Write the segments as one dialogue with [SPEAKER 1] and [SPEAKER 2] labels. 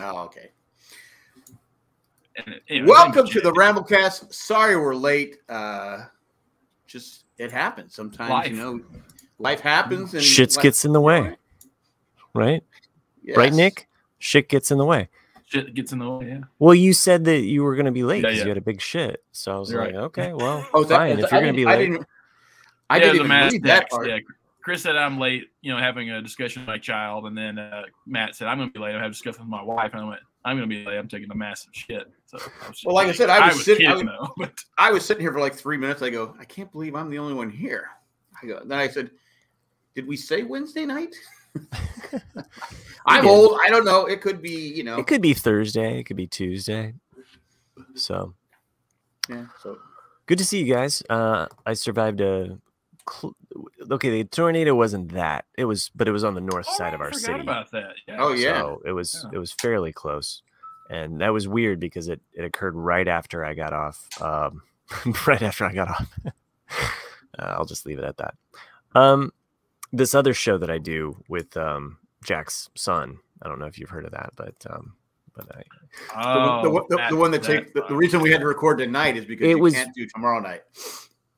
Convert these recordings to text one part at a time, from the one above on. [SPEAKER 1] Oh, okay.
[SPEAKER 2] And, you know,
[SPEAKER 1] Welcome
[SPEAKER 2] it's
[SPEAKER 1] to the Ramblecast. Sorry we're late. Uh, just it happens sometimes. You
[SPEAKER 2] Life.
[SPEAKER 1] know, life happens and
[SPEAKER 3] Shit
[SPEAKER 1] life-
[SPEAKER 3] gets in the way, right? Right,
[SPEAKER 1] Yes.
[SPEAKER 3] Nick? Shit gets in the way.
[SPEAKER 2] shit gets in the way. Yeah.
[SPEAKER 3] Well, you said that you were going to be late
[SPEAKER 2] Yeah,
[SPEAKER 3] because
[SPEAKER 2] yeah.
[SPEAKER 3] you had a big shit. So I was
[SPEAKER 2] You're
[SPEAKER 3] like,
[SPEAKER 2] right.
[SPEAKER 3] okay, well,
[SPEAKER 1] Oh, that,
[SPEAKER 3] fine.
[SPEAKER 1] that's-
[SPEAKER 3] If you're
[SPEAKER 1] I
[SPEAKER 3] going to be
[SPEAKER 1] didn't- I
[SPEAKER 3] late,
[SPEAKER 1] didn't. I
[SPEAKER 2] Yeah,
[SPEAKER 1] didn't
[SPEAKER 2] the
[SPEAKER 1] even
[SPEAKER 2] mass
[SPEAKER 1] read that
[SPEAKER 2] text,
[SPEAKER 1] part.
[SPEAKER 2] Yeah. Chris said I'm late, you know, having a discussion with my child, and then uh, Matt said I'm going to be late. I have a discussion with my wife, and I went, I'm going to be late. I'm taking a massive shit. So, I was just-
[SPEAKER 1] Well, like I said, I was sitting- I
[SPEAKER 2] kidding, though, but
[SPEAKER 1] I was sitting here for like three minutes. I go, I can't believe I'm the only one here. I go, then I said, Did we say Wednesday night? I'm
[SPEAKER 3] did.
[SPEAKER 1] old. I don't know. It could be, you know.
[SPEAKER 3] it could be Thursday, it could be Tuesday. So
[SPEAKER 1] Yeah. So
[SPEAKER 3] good to see you guys. Uh, I survived a. Cl- okay, the tornado wasn't that. It was, but it was on the north
[SPEAKER 2] Oh,
[SPEAKER 3] side
[SPEAKER 2] I
[SPEAKER 3] of our
[SPEAKER 2] forgot
[SPEAKER 3] city.
[SPEAKER 2] about that. Yeah.
[SPEAKER 1] Oh, yeah.
[SPEAKER 3] So it was
[SPEAKER 2] Yeah.
[SPEAKER 3] it was fairly close, and that was weird because it it occurred right after I got off. Um, right after I got off. uh, I'll just leave it at that. Um, this other show that I do with um Jack's son. I don't know if you've heard of that, but um, but I,
[SPEAKER 1] the, one- the,
[SPEAKER 2] Oh,
[SPEAKER 1] one- the, the one that, takes the, the reason we had to record tonight is because
[SPEAKER 3] It
[SPEAKER 1] you
[SPEAKER 3] was-
[SPEAKER 1] can't do tomorrow night.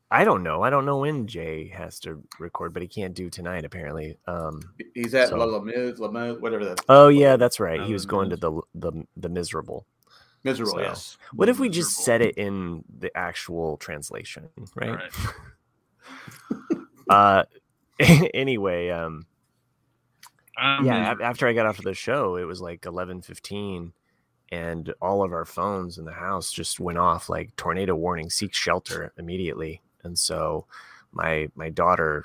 [SPEAKER 3] I don't know. I don't know when Jay has to record, but he can't do tonight apparently. Um,
[SPEAKER 1] He's at
[SPEAKER 3] So-
[SPEAKER 1] La La Mis, La Mis, whatever the
[SPEAKER 3] oh yeah, that's right. He
[SPEAKER 2] Oh,
[SPEAKER 3] was
[SPEAKER 2] the
[SPEAKER 3] going to the the the miserable.
[SPEAKER 1] miserable.
[SPEAKER 3] So-
[SPEAKER 1] yes.
[SPEAKER 3] What if we just
[SPEAKER 2] Miserable.
[SPEAKER 3] said it in the actual translation,
[SPEAKER 2] All
[SPEAKER 3] right?
[SPEAKER 2] right.
[SPEAKER 3] Uh, anyway, um,
[SPEAKER 2] I'm
[SPEAKER 3] yeah. a- After I got off of the show, it was like eleven fifteen, and all of our phones in the house just went off like tornado warning. Seek shelter immediately. And so, my my daughter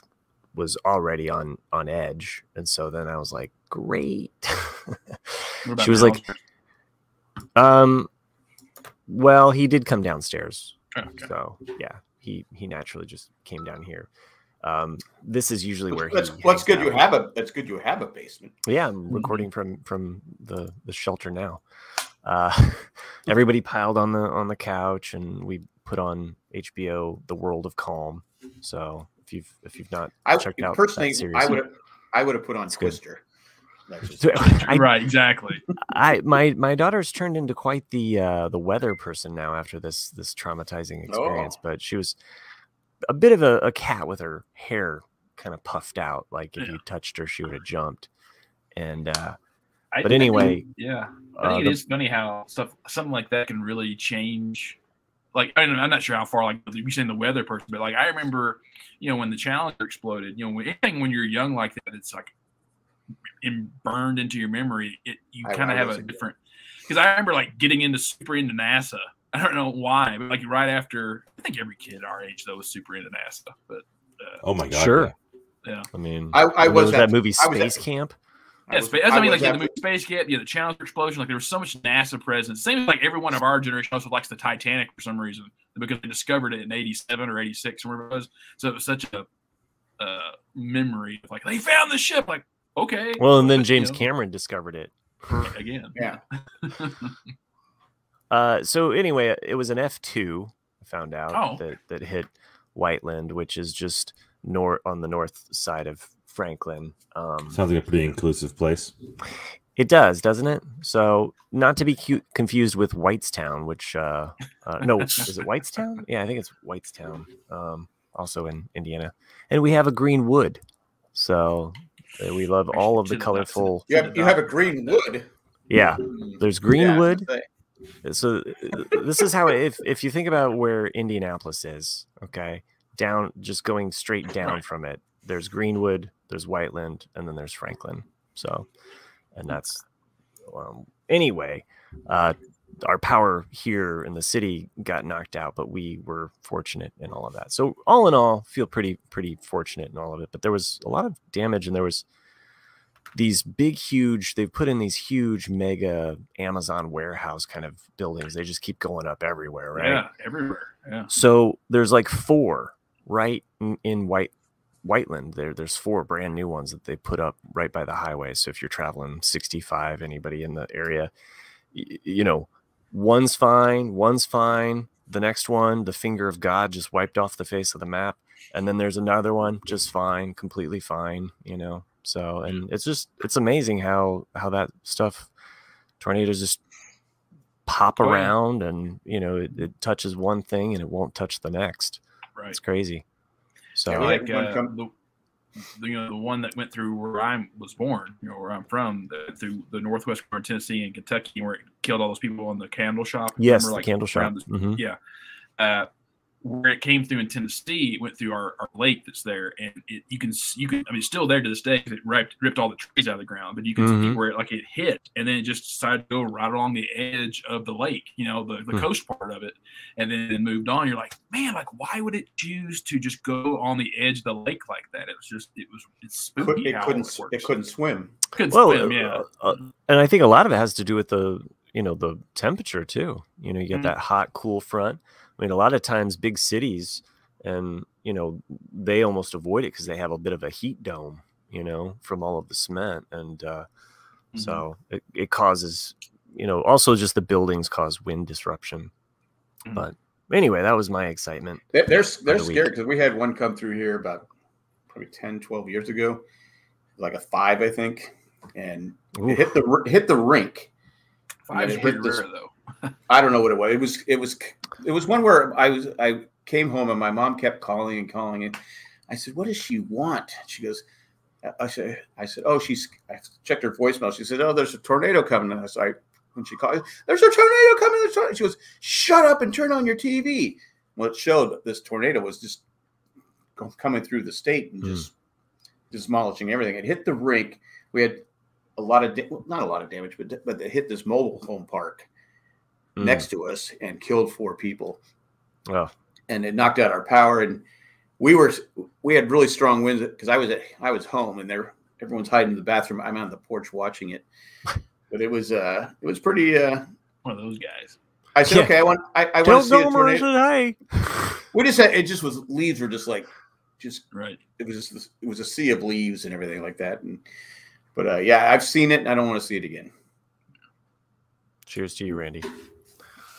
[SPEAKER 3] was already on on edge, and so then I was like, great.
[SPEAKER 2] What about
[SPEAKER 3] she was
[SPEAKER 2] now?
[SPEAKER 3] like, um, well, he did come downstairs.
[SPEAKER 2] Oh, okay.
[SPEAKER 3] So yeah, he he naturally just came down here. Um, this is usually where
[SPEAKER 1] That's,
[SPEAKER 3] he
[SPEAKER 1] that's
[SPEAKER 3] hangs
[SPEAKER 1] good. You
[SPEAKER 3] out.
[SPEAKER 1] have a. That's good. You have a basement.
[SPEAKER 3] Yeah, I'm
[SPEAKER 1] Mm-hmm.
[SPEAKER 2] Mhm.
[SPEAKER 3] recording from from the the shelter now. Uh,
[SPEAKER 1] Mm-hmm.
[SPEAKER 3] everybody piled on the on the couch, and we put on HBO The World of Calm. So if you've if you've not,
[SPEAKER 1] I
[SPEAKER 3] Checked out that
[SPEAKER 1] personally,
[SPEAKER 3] series.
[SPEAKER 1] I would. I would have put on
[SPEAKER 3] It's good.
[SPEAKER 1] Twister. That's just-
[SPEAKER 3] I,
[SPEAKER 2] right, exactly.
[SPEAKER 3] I my my daughter's turned into quite the uh, the weather person now after this this traumatizing experience.
[SPEAKER 1] Oh.
[SPEAKER 3] But she was a bit of a, a cat with her hair kind of puffed out. Like if
[SPEAKER 2] Yeah.
[SPEAKER 3] you touched her, she would have jumped. And uh,
[SPEAKER 2] I-
[SPEAKER 3] But
[SPEAKER 2] I think-
[SPEAKER 3] anyway,
[SPEAKER 2] yeah. I
[SPEAKER 3] uh,
[SPEAKER 2] think
[SPEAKER 3] the-
[SPEAKER 2] it is funny how stuff, something like that, can really change. Like I don't, I'm not sure how far like you saying the weather person, but like I remember, you know, when the Challenger exploded. You know, when, anything when you're young like that, it's like in, burned into your memory. It you
[SPEAKER 1] I-
[SPEAKER 2] kind
[SPEAKER 1] I
[SPEAKER 2] of have a
[SPEAKER 1] wasn't-
[SPEAKER 2] different. Because I remember like getting into super into NASA. I don't know why, but like right after, I think every kid our age though was super into NASA. But
[SPEAKER 4] Oh my god.
[SPEAKER 3] Sure.
[SPEAKER 2] yeah,
[SPEAKER 3] I mean,
[SPEAKER 1] I, I
[SPEAKER 3] Remember
[SPEAKER 1] was
[SPEAKER 3] that
[SPEAKER 1] at,
[SPEAKER 3] movie
[SPEAKER 1] I was
[SPEAKER 3] Space
[SPEAKER 1] at-
[SPEAKER 3] Camp.
[SPEAKER 1] I
[SPEAKER 2] yeah,
[SPEAKER 1] was-
[SPEAKER 2] space, that's what I mean,
[SPEAKER 1] was
[SPEAKER 2] like
[SPEAKER 1] at
[SPEAKER 2] yeah, the movie Space Gap, yeah, the Challenger explosion. Like there was so much NASA presence. Seems like every one of our generation also likes the Titanic for some reason because they discovered it in '87 or '86 or whatever it was. So it was such a uh, memory of like they found the ship. Like okay,
[SPEAKER 3] Well, and then
[SPEAKER 2] But, you
[SPEAKER 3] James
[SPEAKER 2] know,
[SPEAKER 3] Cameron discovered it.
[SPEAKER 2] for- again.
[SPEAKER 1] Yeah.
[SPEAKER 3] Uh, so anyway, it was an F two. I found out
[SPEAKER 2] Oh.
[SPEAKER 3] that that hit Whiteland, which is just north on the north side of Franklin. Um,
[SPEAKER 4] Sounds like a pretty inclusive place.
[SPEAKER 3] It does, doesn't it? So, not to be cu- confused with Whitestown, which uh, uh no, is it Whitestown? Yeah, I think it's Whitestown. Um, also in Indiana, and we have a green wood, so uh, we love all of the
[SPEAKER 2] Should have not said-
[SPEAKER 3] colorful.
[SPEAKER 1] You have, you have a green wood.
[SPEAKER 3] Yeah, there's green
[SPEAKER 1] Yeah,
[SPEAKER 3] wood.
[SPEAKER 1] but-
[SPEAKER 3] So uh, this is how if if you think about where Indianapolis is, okay, down just going straight down
[SPEAKER 2] Right.
[SPEAKER 3] from it. There's Greenwood, there's Whiteland, and then there's Franklin. So, and that's um, anyway. Uh, our power here in the city got knocked out, but we were fortunate in all of that. So all in all, feel pretty pretty fortunate in all of it. But there was a lot of damage, and there was these big huge they've put in these huge mega amazon warehouse kind of buildings they just keep going up everywhere right
[SPEAKER 2] Yeah, everywhere. Yeah.
[SPEAKER 3] so there's like four right in, in white whiteland there there's four brand new ones that they put up right by the highway so if you're traveling 65 anybody in the area y- you know one's fine one's fine the next one the finger of god just wiped off the face of the map and then there's another one just fine completely fine you know so and it's just it's amazing how how that stuff tornadoes just pop
[SPEAKER 2] Oh, yeah.
[SPEAKER 3] around and you know it, it touches one thing and it won't touch the next
[SPEAKER 2] right?
[SPEAKER 3] it's crazy so
[SPEAKER 1] Yeah, we
[SPEAKER 2] like
[SPEAKER 1] had one
[SPEAKER 2] uh,
[SPEAKER 1] come-
[SPEAKER 2] the, the, you know the one that went through where I was born, you know where I'm from, the, through the northwest part of Tennessee and Kentucky, where it killed all those people on the candle shop.
[SPEAKER 3] yes
[SPEAKER 2] Remember,
[SPEAKER 3] the candle shop
[SPEAKER 2] around this-
[SPEAKER 3] Mhm.
[SPEAKER 2] uh, where it came through in Tennessee, it went through our, our lake that's there, and it, you can s- you can I mean it's still there to this day 'cause it ripped ripped all the trees out of the ground, but you can see
[SPEAKER 3] Mhm.
[SPEAKER 2] where it like it hit, and then it just decided to go right along the edge of the lake, you know, the, the
[SPEAKER 3] Hmm.
[SPEAKER 2] coast part of it, and then it moved on. You're like, man, like why would it choose to just go on the edge of the lake like that? It was just it was it's
[SPEAKER 1] Could,
[SPEAKER 2] spooky.
[SPEAKER 1] it
[SPEAKER 2] how
[SPEAKER 1] couldn't.
[SPEAKER 2] it,
[SPEAKER 1] s-
[SPEAKER 2] works.
[SPEAKER 1] It couldn't swim.
[SPEAKER 2] Couldn't
[SPEAKER 3] well
[SPEAKER 2] swim, yeah.
[SPEAKER 3] uh, uh, and i think a lot of it has to do with the you know the temperature too you know you get
[SPEAKER 1] Mm-hmm.
[SPEAKER 2] Mhm.
[SPEAKER 3] that hot cool front i mean a lot of times big cities and you know they almost avoid it because they have a bit of a heat dome you know from all of the cement and uh
[SPEAKER 2] Mhm.
[SPEAKER 3] So
[SPEAKER 1] Mm-hmm.
[SPEAKER 3] it, it causes, you know, also just the buildings cause wind disruption.
[SPEAKER 1] Mm-hmm.
[SPEAKER 2] Mhm.
[SPEAKER 3] But anyway, that was my excitement.
[SPEAKER 1] They, they're s- they're
[SPEAKER 3] the week.
[SPEAKER 1] scared because we had one come through here about probably 10, 12 years ago, like a five, I think, and
[SPEAKER 3] Ooh,
[SPEAKER 1] it hit the r- hit the rink.
[SPEAKER 2] Five's
[SPEAKER 1] it hit
[SPEAKER 2] pretty
[SPEAKER 1] this-
[SPEAKER 2] rare though.
[SPEAKER 1] I don't know what it was. It was it was it was one where I was I came home and my mom kept calling and calling and I said, "What does she want?" She goes, I- "I said, I said, oh, she's." I checked her voicemail. She said, "Oh, there's a tornado coming." And I said, I, when she called, "There's a tornado coming!" There's a tornado. She goes, "Shut up and turn on your TV." Well, it showed that this tornado was just go- coming through the state and just demolishing everything. It hit the rink. We had a lot of da- well, not a lot of damage, but but it hit this mobile home park
[SPEAKER 3] mm,
[SPEAKER 1] next to us and killed four people.
[SPEAKER 3] Oh.
[SPEAKER 1] And it knocked out our power. And we were we had really strong winds because I was at I was home and there everyone's hiding in the bathroom. I'm on the porch watching it. But it was uh it was pretty uh
[SPEAKER 2] One of those guys.
[SPEAKER 1] I said,
[SPEAKER 3] Yeah.
[SPEAKER 1] okay, I want I, I want
[SPEAKER 3] Don't
[SPEAKER 1] to see a
[SPEAKER 3] go, Marissa.
[SPEAKER 1] tornado.
[SPEAKER 3] Hey.
[SPEAKER 1] We just had it just was leaves were just like just
[SPEAKER 2] Right.
[SPEAKER 1] it was just this, it was a sea of leaves and everything like that. And but uh yeah, I've seen it and I don't want to see it again.
[SPEAKER 3] Cheers to you, Randy.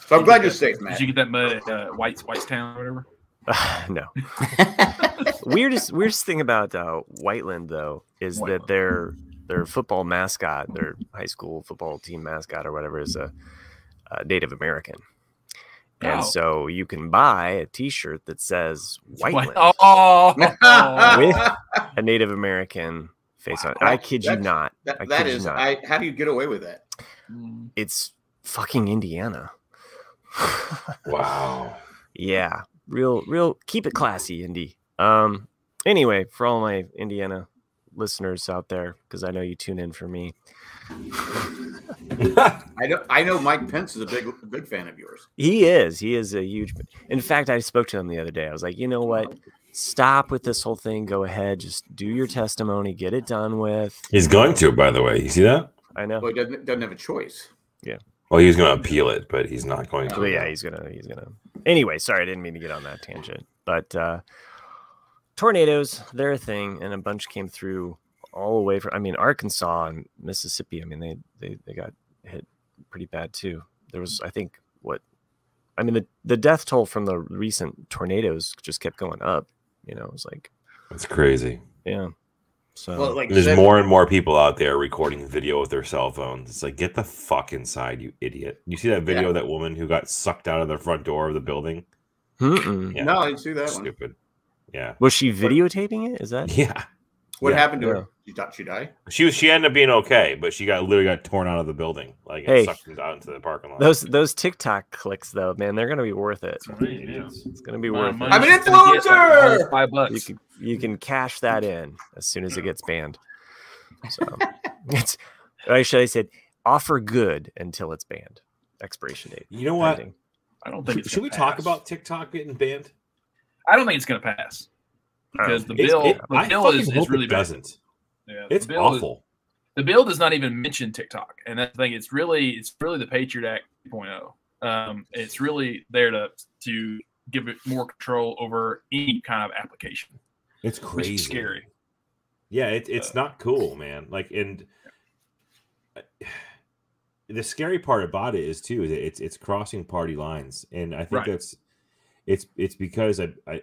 [SPEAKER 1] So I'm
[SPEAKER 2] Did you
[SPEAKER 1] glad you're
[SPEAKER 2] get-
[SPEAKER 1] safe,
[SPEAKER 2] Did
[SPEAKER 1] Matt.
[SPEAKER 2] you get that mud at uh, White's Whitestown or whatever?
[SPEAKER 3] no. weirdest weirdest thing about uh, Whiteland though is
[SPEAKER 2] Whiteland.
[SPEAKER 3] that their their football mascot, their high school football team mascot or whatever, is a, a Native American. And
[SPEAKER 2] Oh.
[SPEAKER 3] so you can buy a T-shirt that says Whiteland,
[SPEAKER 2] White- Oh,
[SPEAKER 3] With- a Native American face on. it. I kid you
[SPEAKER 1] That's-
[SPEAKER 3] not. I
[SPEAKER 1] That, that
[SPEAKER 3] kid you
[SPEAKER 1] is,
[SPEAKER 3] not.
[SPEAKER 1] I. How do you get away with that?
[SPEAKER 2] Mm.
[SPEAKER 3] it's fucking Indiana.
[SPEAKER 4] Wow.
[SPEAKER 3] yeah, real, real. Keep it classy, Indy. Um. Anyway, for all my Indiana listeners out there, because I know you tune in for me.
[SPEAKER 1] I know. I know Mike Pence is a big, a big fan of yours.
[SPEAKER 3] He is. He is a huge. In fact, I spoke to him the other day. I was like, you know what? Stop with this whole thing. Go ahead. Just do your testimony. Get it done with.
[SPEAKER 4] He's going to, by the way. You see that?
[SPEAKER 3] I know.
[SPEAKER 1] Well, he doesn't, doesn't have a choice.
[SPEAKER 4] Well, he was going to appeal it, but he's not going to.
[SPEAKER 3] But Oh, yeah, he's gonna he's gonna. Anyway, sorry, I didn't mean to get on that tangent. But uh tornadoes, they're a thing, and a bunch came through all the way from. I mean, Arkansas and Mississippi. I mean, they they they got hit pretty bad too. There was, I think, what I mean the the death toll from the recent tornadoes just kept going up. You know, it was like
[SPEAKER 4] It's crazy.
[SPEAKER 3] yeah.
[SPEAKER 4] Uh,
[SPEAKER 3] So
[SPEAKER 1] Well, like
[SPEAKER 4] There's
[SPEAKER 1] that-
[SPEAKER 4] more and more people out there recording video with their cell phones. It's like, get the fuck inside, you idiot. You see that video of that woman who got sucked out of the front door of the building?
[SPEAKER 3] Mm-mm.
[SPEAKER 4] Yeah.
[SPEAKER 1] No, I didn't see that one.
[SPEAKER 4] Stupid. Yeah.
[SPEAKER 3] was she videotaping it? Is that
[SPEAKER 4] Yeah.
[SPEAKER 1] What
[SPEAKER 4] Yeah,
[SPEAKER 1] happened to
[SPEAKER 3] yeah.
[SPEAKER 1] her? She thought she died.
[SPEAKER 4] She was she ended up being okay, but she got literally got torn out of the building. Like
[SPEAKER 3] Hey.
[SPEAKER 4] it sucked out into the parking lot.
[SPEAKER 3] those those TikTok clicks though? Man, they're gonna be worth it.
[SPEAKER 2] That's what I mean, yeah.
[SPEAKER 3] It's gonna be
[SPEAKER 2] Amount
[SPEAKER 3] worth
[SPEAKER 2] of
[SPEAKER 3] it.
[SPEAKER 2] money
[SPEAKER 1] I'm an
[SPEAKER 2] she's gonna get, like,
[SPEAKER 1] influencer!
[SPEAKER 2] all Five bucks.
[SPEAKER 3] you can you can cash that in as soon as it gets banned. So it's or actually I said offer good until it's banned. Expiration date.
[SPEAKER 4] You know what?
[SPEAKER 3] pending.
[SPEAKER 2] I don't think.
[SPEAKER 4] Should,
[SPEAKER 2] it's
[SPEAKER 4] should
[SPEAKER 2] gonna
[SPEAKER 4] we talk
[SPEAKER 2] pass.
[SPEAKER 4] about TikTok getting banned?
[SPEAKER 2] I don't think it's going to pass because the
[SPEAKER 4] It's-
[SPEAKER 2] bill,
[SPEAKER 4] it-
[SPEAKER 2] the bill
[SPEAKER 4] fucking
[SPEAKER 2] is,
[SPEAKER 4] hope
[SPEAKER 2] is
[SPEAKER 4] it
[SPEAKER 2] really bad.
[SPEAKER 4] doesn't.
[SPEAKER 2] Yeah, the
[SPEAKER 4] It's
[SPEAKER 2] bill is-
[SPEAKER 4] awful.
[SPEAKER 2] the bill does not even mention TikTok, and that's the thing. It's really it's really the Patriot Act 2.0. Um, it's really there to to give it more control over any kind of application,
[SPEAKER 4] It's
[SPEAKER 2] which
[SPEAKER 4] crazy.
[SPEAKER 2] is scary.
[SPEAKER 4] Yeah, it, it's
[SPEAKER 2] Uh,
[SPEAKER 4] not cool, man. Like, and I- the scary part about it is too is it- it's it's crossing party lines, and I think
[SPEAKER 2] Right.
[SPEAKER 4] that's it's it's because I, I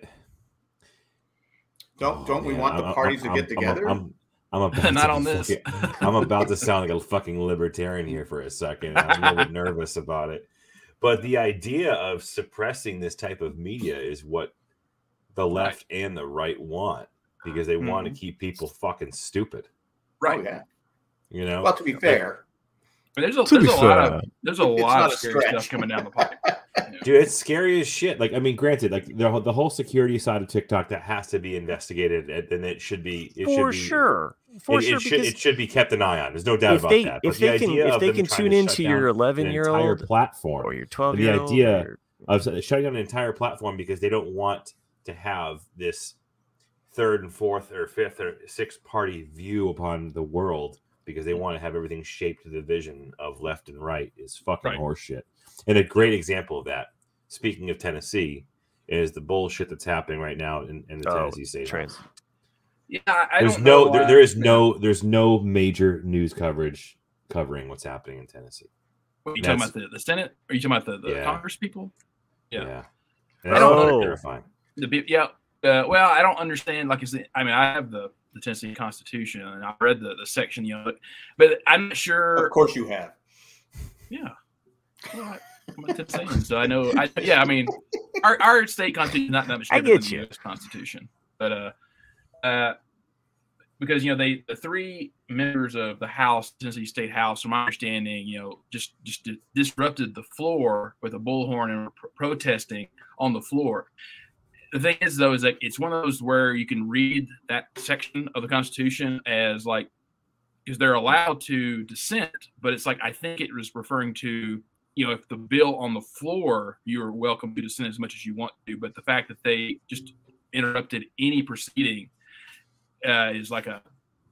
[SPEAKER 1] Don't don't we
[SPEAKER 4] man,
[SPEAKER 1] want the
[SPEAKER 4] I'm-
[SPEAKER 1] parties
[SPEAKER 4] I'm-
[SPEAKER 1] to get
[SPEAKER 4] I'm- I'm-
[SPEAKER 1] together?
[SPEAKER 4] I'm, I'm about
[SPEAKER 2] Not
[SPEAKER 4] to
[SPEAKER 2] on this.
[SPEAKER 4] fucking- I'm about to sound like a fucking libertarian here for a second. I'm a little bit nervous about it, but the idea of suppressing this type of media is what the left and the right want because they want
[SPEAKER 2] Mm-hmm.
[SPEAKER 4] to keep people fucking stupid.
[SPEAKER 2] Right.
[SPEAKER 1] Oh, yeah.
[SPEAKER 4] You know,
[SPEAKER 1] Well, to be fair,
[SPEAKER 2] But there's a,
[SPEAKER 3] To be
[SPEAKER 2] there's a lot
[SPEAKER 3] fair.
[SPEAKER 2] of there's a
[SPEAKER 1] It's
[SPEAKER 2] lot
[SPEAKER 1] not
[SPEAKER 2] of
[SPEAKER 1] a
[SPEAKER 2] scary
[SPEAKER 1] stretch.
[SPEAKER 2] stuff coming down the pipe.
[SPEAKER 4] dude, it's scary as shit. Like, I mean, granted, like the whole, the whole security side of TikTok that has to be investigated, and and it should be it should
[SPEAKER 3] for
[SPEAKER 4] be,
[SPEAKER 3] sure, for
[SPEAKER 4] it,
[SPEAKER 3] sure.
[SPEAKER 4] it should
[SPEAKER 3] because
[SPEAKER 4] it should be kept an eye on. There's no doubt
[SPEAKER 3] if
[SPEAKER 4] about
[SPEAKER 3] they
[SPEAKER 4] that. But
[SPEAKER 3] if
[SPEAKER 4] the
[SPEAKER 3] they can
[SPEAKER 4] idea
[SPEAKER 3] if
[SPEAKER 4] of
[SPEAKER 3] they
[SPEAKER 4] them
[SPEAKER 3] can
[SPEAKER 4] trying to
[SPEAKER 3] tune
[SPEAKER 4] shut
[SPEAKER 3] into your Oh,
[SPEAKER 4] down an
[SPEAKER 3] 11 year
[SPEAKER 4] entire
[SPEAKER 3] old
[SPEAKER 4] platform
[SPEAKER 3] or your 12 year old,
[SPEAKER 4] idea- of s- shutting down an entire platform because they don't want to have this third and fourth or fifth or sixth party view upon the world because they want to have everything shaped to the vision of left and right is fucking
[SPEAKER 2] Right.
[SPEAKER 4] horseshit. And a great example of that, speaking of Tennessee, is the bullshit that's happening right now in, in the
[SPEAKER 3] Oh,
[SPEAKER 4] Tennessee state. House
[SPEAKER 3] train.
[SPEAKER 2] Yeah, I I
[SPEAKER 4] there's
[SPEAKER 2] don't know
[SPEAKER 4] no there,
[SPEAKER 2] why-
[SPEAKER 4] there is no there's no major news coverage covering what's happening in Tennessee.
[SPEAKER 2] What, Are you talking
[SPEAKER 4] That's-
[SPEAKER 2] about the, the Senate? Are you talking about the, the
[SPEAKER 4] Yeah.
[SPEAKER 2] Congress people? Yeah.
[SPEAKER 4] And that's
[SPEAKER 3] Oh.
[SPEAKER 4] fucking terrifying.
[SPEAKER 2] The peop- yeah. Uh, well, I don't understand. Like, is the, I mean, I have the, the Tennessee Constitution and I read the, the section, you know, but, but I'm not
[SPEAKER 1] of
[SPEAKER 2] sure.
[SPEAKER 1] course you have.
[SPEAKER 2] Yeah. Well, I, I'm a Tennessean, so I know. I, yeah, I mean, our, our state constitution is not that much
[SPEAKER 3] I
[SPEAKER 2] different
[SPEAKER 3] get
[SPEAKER 2] than
[SPEAKER 3] you.
[SPEAKER 2] the U.S. Constitution, but uh, uh, because you know they the three members of the House, Tennessee State House, from my understanding, you know, just just di- disrupted the floor with a bullhorn and were pro- protesting on the floor. The thing is, though, is that it's one of those where you can read that section of the Constitution as like because they're allowed to dissent, but it's like I think it was referring to you know if the bill on the floor you are welcome to dissent as much as you want to, but the fact that they just interrupted any proceeding uh, is like a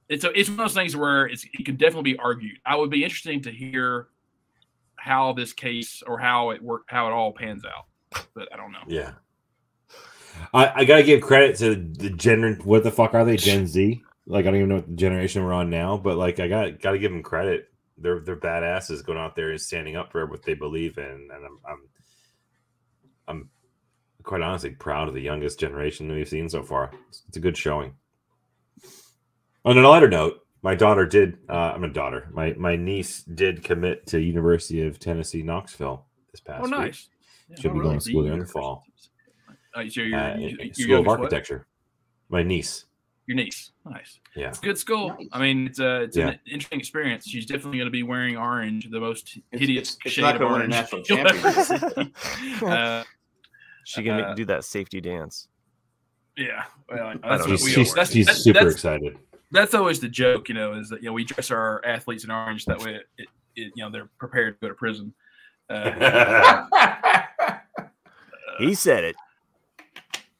[SPEAKER 2] it's a, it's one of those things where it's, it can definitely be argued. I would be interesting to hear how this case or how it worked how it all pans out, but I don't know.
[SPEAKER 4] Yeah. I, I gotta give credit to the gen what the fuck are they? Gen Z? Like I don't even know what generation we're on now, but like I got gotta give them credit. They're they're badasses going out there and standing up for what they believe in, and I'm I'm I'm quite honestly proud of the youngest generation that we've seen so far. It's, it's a good showing. On a lighter note, my daughter did. Uh, I'm a daughter. My my niece did commit to University of Tennessee Knoxville this past
[SPEAKER 2] Oh,
[SPEAKER 4] week.
[SPEAKER 2] nice. Yeah,
[SPEAKER 4] Should
[SPEAKER 2] oh,
[SPEAKER 4] be
[SPEAKER 2] really?
[SPEAKER 4] going to school there in the fall.
[SPEAKER 2] Uh, so your, your,
[SPEAKER 4] uh, in- in
[SPEAKER 2] your
[SPEAKER 4] School
[SPEAKER 2] youngest
[SPEAKER 4] of
[SPEAKER 2] what?
[SPEAKER 4] Architecture. My niece.
[SPEAKER 2] Your niece, nice.
[SPEAKER 4] Yeah.
[SPEAKER 2] It's a good school.
[SPEAKER 1] Nice.
[SPEAKER 2] I mean, it's a it's
[SPEAKER 4] Yeah.
[SPEAKER 2] an interesting experience. She's definitely going to be wearing orange, the most
[SPEAKER 1] It's-
[SPEAKER 2] hideous
[SPEAKER 1] it's- it's
[SPEAKER 2] shade
[SPEAKER 1] not
[SPEAKER 2] of
[SPEAKER 1] gonna win a
[SPEAKER 2] orange.
[SPEAKER 1] national
[SPEAKER 2] you'll ever
[SPEAKER 3] championship.
[SPEAKER 2] see. uh,
[SPEAKER 3] She can
[SPEAKER 2] Uh,
[SPEAKER 3] do that safety dance.
[SPEAKER 2] yeah, well,
[SPEAKER 3] I
[SPEAKER 2] that's what
[SPEAKER 3] don't
[SPEAKER 4] She's,
[SPEAKER 2] Oh,
[SPEAKER 3] know.
[SPEAKER 2] we
[SPEAKER 4] she's,
[SPEAKER 2] always- that's,
[SPEAKER 4] she's
[SPEAKER 2] that's,
[SPEAKER 4] super
[SPEAKER 2] that's,
[SPEAKER 4] excited.
[SPEAKER 2] that's always the joke, you know, is that you know we dress our athletes in orange that way, it, it, it, you know, they're prepared to go to prison. Uh,
[SPEAKER 3] He said it.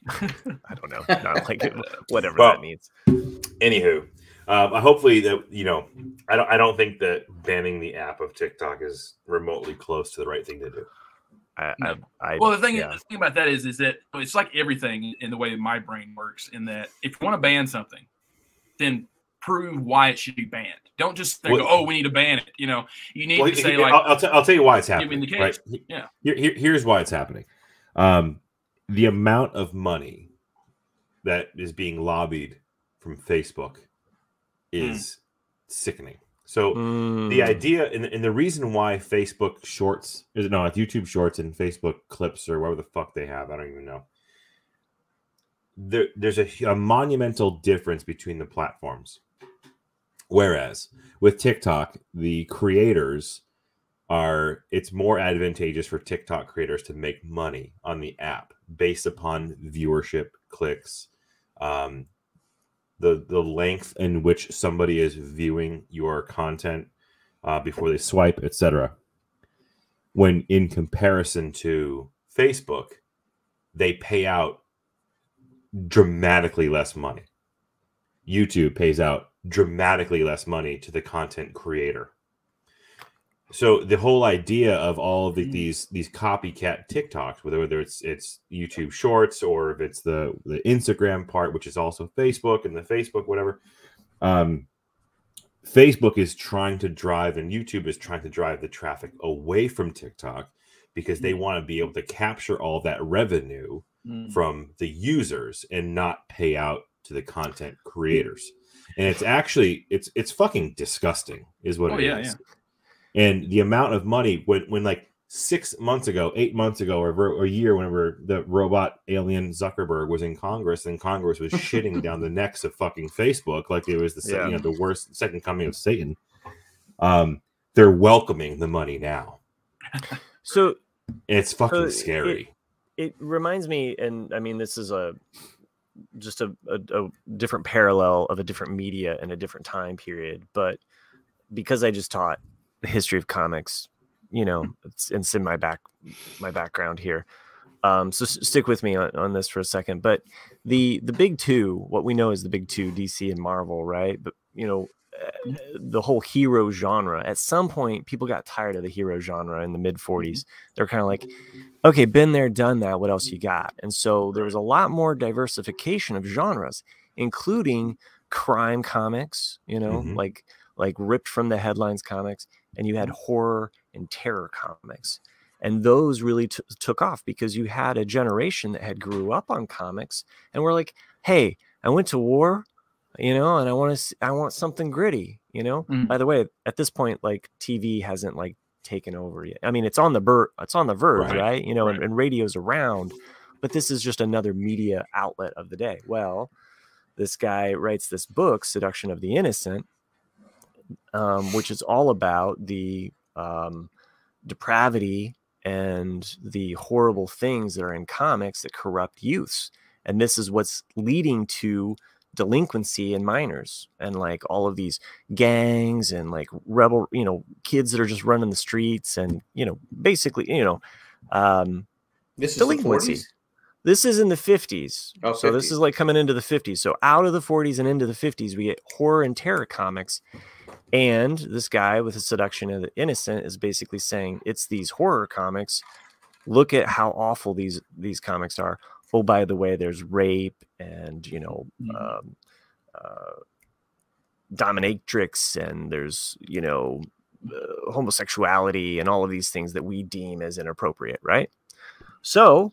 [SPEAKER 3] uh, I don't know. Not like it, whatever
[SPEAKER 4] Well,
[SPEAKER 3] that means.
[SPEAKER 4] Anywho, um, I hopefully that you know, I don't. I don't think that banning the app of TikTok is remotely close to the right thing to do.
[SPEAKER 3] I, I,
[SPEAKER 2] No.
[SPEAKER 3] I,
[SPEAKER 2] well, the thing,
[SPEAKER 3] yeah.
[SPEAKER 2] the thing about that is, is that it's like everything in the way that my brain works. In that, if you want to ban something, then prove why it should be banned. Don't just think,
[SPEAKER 4] Well-
[SPEAKER 2] oh, we need to ban it. You know, you need
[SPEAKER 4] Well,
[SPEAKER 2] to
[SPEAKER 4] he-
[SPEAKER 2] say
[SPEAKER 4] he-
[SPEAKER 2] like,
[SPEAKER 3] uh,
[SPEAKER 4] I'll, I'll, t- I'll tell you why it's
[SPEAKER 2] Give
[SPEAKER 4] happening.
[SPEAKER 2] me the
[SPEAKER 4] right?
[SPEAKER 2] Yeah.
[SPEAKER 4] Here, here- here's why it's happening. Um, the amount of money that is being lobbied from Facebook
[SPEAKER 2] Hmm.
[SPEAKER 4] is sickening. So the
[SPEAKER 3] Mm,
[SPEAKER 4] idea and, and the reason why Facebook Shorts is it no, it's YouTube Shorts and Facebook Clips or whatever the fuck they have, I don't even know. There, there's a, hu- a monumental difference between the platforms. Whereas with TikTok, the creators are it's more advantageous for TikTok creators to make money on the app based upon viewership, clicks, um, the the length in which somebody is viewing your content uh, before they swipe, etc. When in comparison to Facebook, they pay out dramatically less money. YouTube pays out dramatically less money to the content creator. So the whole idea of all of the,
[SPEAKER 2] Mm.
[SPEAKER 4] these these copycat TikToks, whether whether it's it's YouTube Shorts or if it's the the Instagram part, which is also Facebook and the Facebook whatever, um, Facebook is trying to drive and YouTube is trying to drive the traffic away from TikTok because they want to be able to capture all that revenue
[SPEAKER 2] Mm.
[SPEAKER 4] Mm-hmm. from the users and not pay out to the content creators. and it's actually it's it's fucking disgusting, is what
[SPEAKER 2] Oh,
[SPEAKER 4] it is.
[SPEAKER 2] yeah,
[SPEAKER 4] And the amount of money when when like six months ago, eight months ago, or, ver- or a year, whenever the robot alien Zuckerberg was in Congress, and Congress was shitting down the necks of fucking Facebook like it was the se-
[SPEAKER 3] Yeah.
[SPEAKER 4] you know the worst second coming of Satan. Um, they're welcoming the money now.
[SPEAKER 3] So
[SPEAKER 4] It's fucking
[SPEAKER 3] Uh, it-
[SPEAKER 4] scary.
[SPEAKER 3] it reminds me and i mean this is a just a, a, a different parallel of a different media and a different time period but because i just taught the history of comics you know it's, it's in my back my background here um, so s- stick with me on, on this for a second but the the big two what we know is the big two dc and marvel right but you know uh, the whole hero genre at some point people got tired of the hero genre in the mid 40s they're kind of like okay, been there, done that. What else you got? And so there was a lot more diversification of genres, including crime comics, you know,
[SPEAKER 4] Mhm.
[SPEAKER 3] like like ripped from the headlines comics, and you had horror and terror comics. And those really t- took off because you had a generation that had grew up on comics and were like, "Hey, I went to war, you know, and I want to I want something gritty, you know."
[SPEAKER 2] Mm.
[SPEAKER 3] By the way, at this point like TV hasn't like taken over yet. I mean, it's on the ver- it's on the verge,
[SPEAKER 4] Right,
[SPEAKER 3] right? You know, and,
[SPEAKER 2] right.
[SPEAKER 3] and radio's around, but this is just another media outlet of the day. Well, this guy writes this book, Seduction of the Innocent, um, which is all about the um, depravity and the horrible things that are in comics that corrupt youths. And this is what's leading to delinquency in minors and like all of these gangs and like rebel, you know, kids that are just running the streets and, you know, basically, you know, um,
[SPEAKER 1] This is
[SPEAKER 3] Delinquency.
[SPEAKER 1] The 40s?
[SPEAKER 3] this is in the 50s.
[SPEAKER 1] Oh,
[SPEAKER 3] So this is like coming into the 50s. So out of the 40s and into the 50s, we get horror and terror comics. And this guy with the seduction of the innocent is basically saying it's these horror comics. Look at how awful these these comics are. Oh, by the way, there's rape and you know
[SPEAKER 2] Mhm.
[SPEAKER 3] um, uh, dominatrix and there's you know uh, homosexuality and all of these things that we deem as inappropriate right so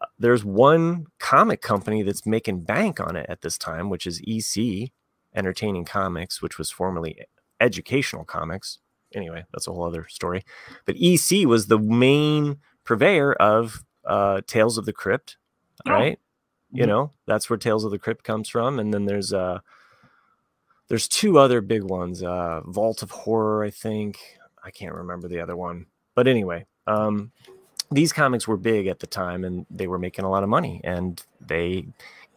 [SPEAKER 3] uh, there's one comic company that's making bank on it at this time which is ec entertaining comics which was formerly educational comics anyway that's a whole other story but ec was the main purveyor of uh, tales of the crypt
[SPEAKER 2] Oh.
[SPEAKER 3] right you
[SPEAKER 2] Mhm.
[SPEAKER 3] know that's where tales of the crypt comes from and then there's uh there's two other big ones uh vault of horror i think i can't remember the other one but anyway um these comics were big at the time and they were making a lot of money and they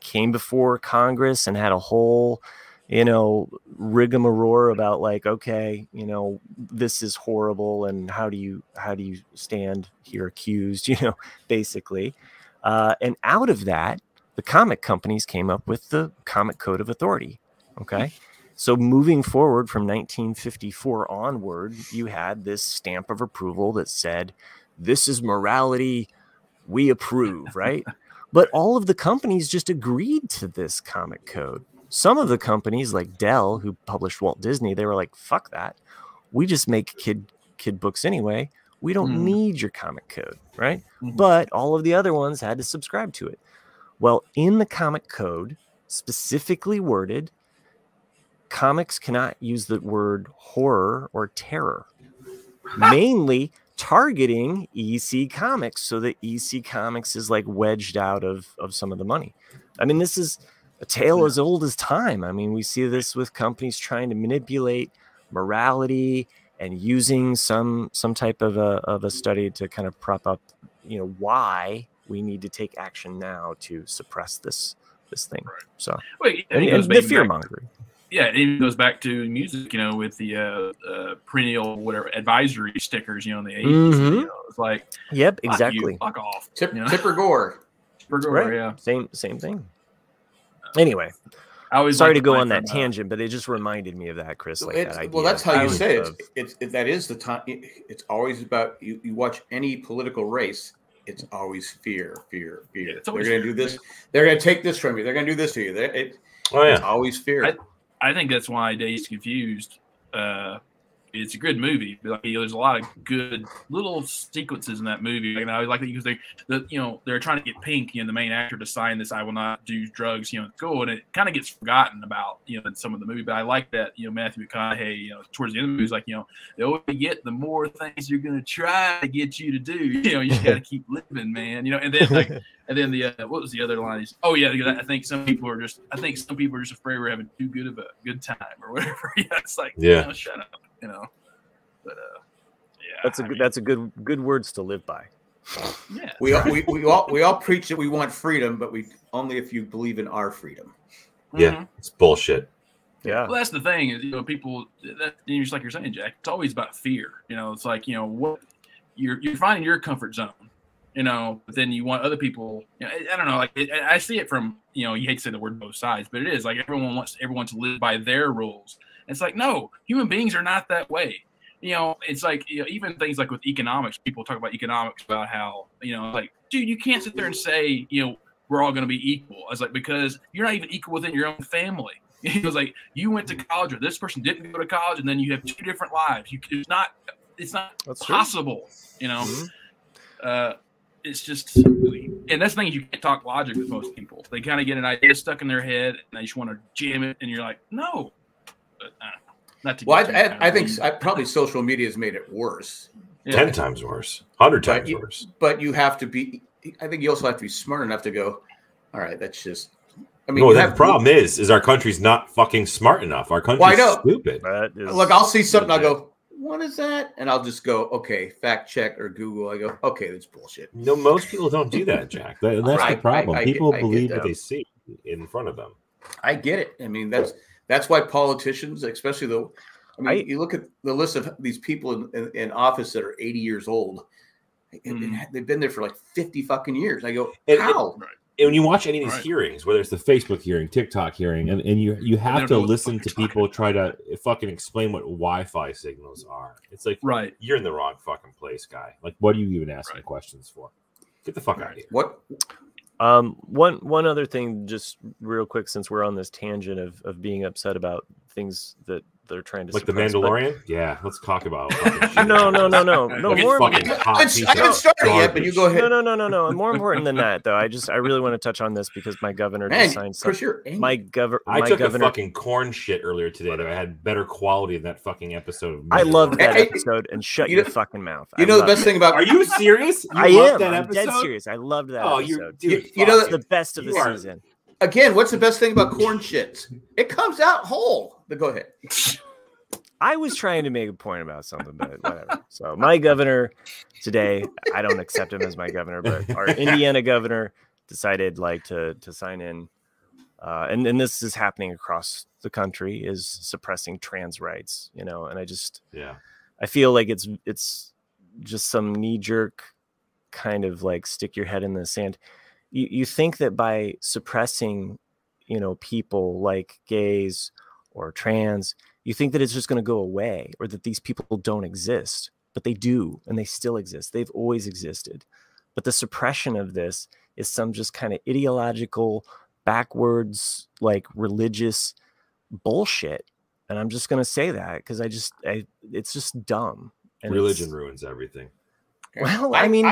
[SPEAKER 3] came before congress and had a whole you know rigmarole about like okay you know this is horrible and how do you how do you stand here accused you know basically uh, and out of that, the comic companies came up with the Comic Code of Authority. Okay. So moving forward from 1954 onward, you had this stamp of approval that said, this is morality. We approve, right? but all of the companies just agreed to this comic code. Some of the companies, like Dell, who published Walt Disney, they were like, fuck that. We just make kid kid books anyway. We don't
[SPEAKER 2] Mhm.
[SPEAKER 3] need your comic code, right?
[SPEAKER 2] Mhm.
[SPEAKER 3] but all of the other ones had to subscribe to it. Well, in the comic code, specifically worded, comics cannot use the word horror or terror, mainly targeting EC Comics, so that EC Comics is like wedged out of, of some of the money. I mean, this is a tale as old as time. I mean, we see this with companies trying to manipulate morality and using some some type of a of a study to kind of prop up you know why we need to take action now to suppress this this thing so
[SPEAKER 2] Wait,
[SPEAKER 3] and,
[SPEAKER 2] it goes
[SPEAKER 3] and the
[SPEAKER 2] back-
[SPEAKER 3] fear mongering
[SPEAKER 2] yeah, it even goes back to music, you know, with the uh, uh, perennial whatever advisory stickers, you know, in the 80s
[SPEAKER 3] Mhm.
[SPEAKER 2] You know, it's like fuck
[SPEAKER 3] yep
[SPEAKER 2] you,
[SPEAKER 3] exactly
[SPEAKER 2] fuck off,
[SPEAKER 1] Tip,
[SPEAKER 2] Yeah.
[SPEAKER 1] Tipper Gore.
[SPEAKER 2] For sure,
[SPEAKER 3] Right.
[SPEAKER 2] Yeah,
[SPEAKER 3] same same thing anyway
[SPEAKER 2] I always like
[SPEAKER 3] sorry to go
[SPEAKER 2] line
[SPEAKER 3] on that
[SPEAKER 2] from, uh,
[SPEAKER 3] tangent but it just reminded me of that chris like
[SPEAKER 1] It's-
[SPEAKER 3] that idea
[SPEAKER 1] well, that's how you
[SPEAKER 3] of-
[SPEAKER 1] say it.
[SPEAKER 3] of-
[SPEAKER 1] It's, it. That is the time. it- it's always about you. You watch any political race. It's always fear, fear, fear.
[SPEAKER 2] Yeah, it's
[SPEAKER 1] they're
[SPEAKER 2] always
[SPEAKER 1] going to do
[SPEAKER 2] fear,
[SPEAKER 1] this. They're going to take this from you. They're going to do this to you. They're- It,
[SPEAKER 4] Oh yeah.
[SPEAKER 1] It's always fear.
[SPEAKER 2] I think that's why Days Confused uh, it's a good movie. But like, you know, there's a lot of good little sequences in that movie. Like, and I like that because they, the, you know, they're trying to get Pink, you know, the main actor, to sign this "I will not do drugs," you know, go, and it kind of gets forgotten about, you know, in some of the movie. But I like that, you know, Matthew McConaughey, you know, towards the end of the movie, is like, you know, the older you get, the more things you're gonna try to get you to do. You know, you just gotta keep living, man. You know, and then like. And then the uh, what was the other line? He's, oh yeah, I think some people are just I think some people are just afraid we're having too good of a good time or whatever. yeah, it's like
[SPEAKER 4] Yeah.
[SPEAKER 2] you know, shut up, you know. But uh, yeah,
[SPEAKER 3] That's a
[SPEAKER 2] I
[SPEAKER 3] good,
[SPEAKER 2] mean,
[SPEAKER 3] that's a good good words to live by.
[SPEAKER 2] yeah.
[SPEAKER 1] We all, we, we all we all preach that we want freedom, but we only if you believe in our freedom.
[SPEAKER 4] Yeah,
[SPEAKER 2] Mhm.
[SPEAKER 4] it's bullshit.
[SPEAKER 3] Yeah.
[SPEAKER 2] Well, that's the thing is you know people that you know, just like you're saying, Jack. It's always about fear. You know, it's like you know what you're you're finding your comfort zone. You know, but then you want other people. You know, I, I don't know. Like it, I I see it from you know you hate to say the word both sides, but it is like everyone wants everyone to live by their rules. It's like no, human beings are not that way. You know, it's like you know, even things like with economics, people talk about economics about how you know like dude, you can't sit there and say you know we're all going to be equal. I was like because you're not even equal within your own family. He was like, "You went to college, or this person didn't go to college, and then you have two different lives. You, it's not, it's not
[SPEAKER 3] That's true.
[SPEAKER 2] possible. You know,
[SPEAKER 3] Mhm.
[SPEAKER 2] uh, it's just, really, and that's the thing is you can't talk logic with most people. They kind of get an idea stuck in their head, and they just want to jam it. And you're like, no, but, I don't know. not to.
[SPEAKER 1] Well,
[SPEAKER 2] get
[SPEAKER 1] I,
[SPEAKER 2] too-
[SPEAKER 1] I, I think s- I, probably social media has made it worse.
[SPEAKER 2] Yeah.
[SPEAKER 4] Ten times worse. Hundred
[SPEAKER 1] But
[SPEAKER 4] times
[SPEAKER 1] you-
[SPEAKER 4] worse.
[SPEAKER 1] But you have to be. I think you also have to be smart enough to go. All right, that's just. I mean,
[SPEAKER 4] no,
[SPEAKER 1] you
[SPEAKER 4] that
[SPEAKER 1] have-
[SPEAKER 4] the problem is, is our country's not fucking smart enough. Our country's
[SPEAKER 1] Well, I know.
[SPEAKER 4] stupid.
[SPEAKER 3] That is
[SPEAKER 1] Look, I'll see something. I'll go, "What is that?" And I'll just go, "Okay, fact check or Google." I go, "Okay, that's bullshit."
[SPEAKER 4] No, most people don't do that, Jack. That- that's
[SPEAKER 1] I- I-
[SPEAKER 4] the problem.
[SPEAKER 1] I get-
[SPEAKER 4] people
[SPEAKER 1] I get
[SPEAKER 4] believe
[SPEAKER 1] that.
[SPEAKER 4] what they see in front of them.
[SPEAKER 1] I get it. I mean, that's that's why politicians, especially the, I mean,
[SPEAKER 3] I-
[SPEAKER 1] you look at the list of these people in, in, in office that are 80 years old. and- and
[SPEAKER 2] Mm.
[SPEAKER 1] They've been there for like 50 fucking years. I go,
[SPEAKER 4] And-
[SPEAKER 1] how?
[SPEAKER 4] And when you watch any of these
[SPEAKER 2] Right.
[SPEAKER 4] hearings, whether it's the Facebook hearing, TikTok hearing, and, and you you have
[SPEAKER 2] don't
[SPEAKER 4] to
[SPEAKER 2] know what the
[SPEAKER 4] listen
[SPEAKER 2] fuck
[SPEAKER 4] to
[SPEAKER 2] you're
[SPEAKER 4] people
[SPEAKER 2] talking
[SPEAKER 4] try to fucking explain what Wi-Fi signals are. It's like
[SPEAKER 2] right.
[SPEAKER 4] you're in the wrong fucking place, guy. Like, what are you even asking
[SPEAKER 2] Right.
[SPEAKER 4] questions for? Get the fuck out of here.
[SPEAKER 1] what?
[SPEAKER 3] Um, one one other thing, just real quick, since we're on this tangent of of being upset about things that they're trying to
[SPEAKER 4] Like the
[SPEAKER 3] suppress, but-
[SPEAKER 4] Mandalorian? Yeah, let's talk about. fucking shit.
[SPEAKER 3] No, no, no, no, no.
[SPEAKER 4] Like
[SPEAKER 2] Okay,
[SPEAKER 3] More
[SPEAKER 2] fuck
[SPEAKER 3] important-
[SPEAKER 4] fucking hot
[SPEAKER 1] It's-
[SPEAKER 4] piece
[SPEAKER 1] I
[SPEAKER 4] of
[SPEAKER 1] haven't started yet, but you
[SPEAKER 4] garbage.
[SPEAKER 1] go ahead.
[SPEAKER 3] no, no, no, no, no. More important than that, though. I just I really want to touch on this because my governor just
[SPEAKER 1] Man,
[SPEAKER 3] signed
[SPEAKER 1] Chris,
[SPEAKER 3] something.
[SPEAKER 1] you're angry.
[SPEAKER 3] My governor,
[SPEAKER 4] I
[SPEAKER 3] my
[SPEAKER 4] took
[SPEAKER 3] governor.
[SPEAKER 4] a fucking corn shit earlier today that I had better quality than that fucking episode. Of
[SPEAKER 3] I
[SPEAKER 4] Mandalorian.
[SPEAKER 3] loved that
[SPEAKER 1] Hey,
[SPEAKER 3] episode. And shut
[SPEAKER 1] you
[SPEAKER 3] your
[SPEAKER 1] know-
[SPEAKER 3] fucking mouth.
[SPEAKER 1] you
[SPEAKER 3] I
[SPEAKER 1] know the
[SPEAKER 3] loved
[SPEAKER 1] best thing about
[SPEAKER 4] Are you serious? You
[SPEAKER 3] it. I
[SPEAKER 4] loved
[SPEAKER 3] am. I'm dead serious. I loved that
[SPEAKER 4] Oh, you,
[SPEAKER 3] episode.
[SPEAKER 4] dude,
[SPEAKER 1] You- you know
[SPEAKER 4] fuck.
[SPEAKER 3] It's the best of the
[SPEAKER 4] You are-
[SPEAKER 3] season.
[SPEAKER 1] again? What's the best thing about corn shits? It comes out whole. But go ahead.
[SPEAKER 3] I was trying to make a point about something, but whatever. So my governor today, I don't accept him as my governor, but our Indiana governor decided like to to sign in, uh, and and this is happening across the country is suppressing trans rights, you know. And I just
[SPEAKER 4] yeah.
[SPEAKER 3] I feel like it's it's just some knee jerk kind of like stick your head in the sand. You you think that by suppressing, you know, people like gays or trans, you think that it's just going to go away or that these people don't exist, but they do and they still exist. They've always existed. But the suppression of this is some just kind of ideological backwards like religious bullshit. And I'm just going to say that because I just I it's just dumb. And it's-
[SPEAKER 4] Religion ruins everything.
[SPEAKER 3] Well, I mean,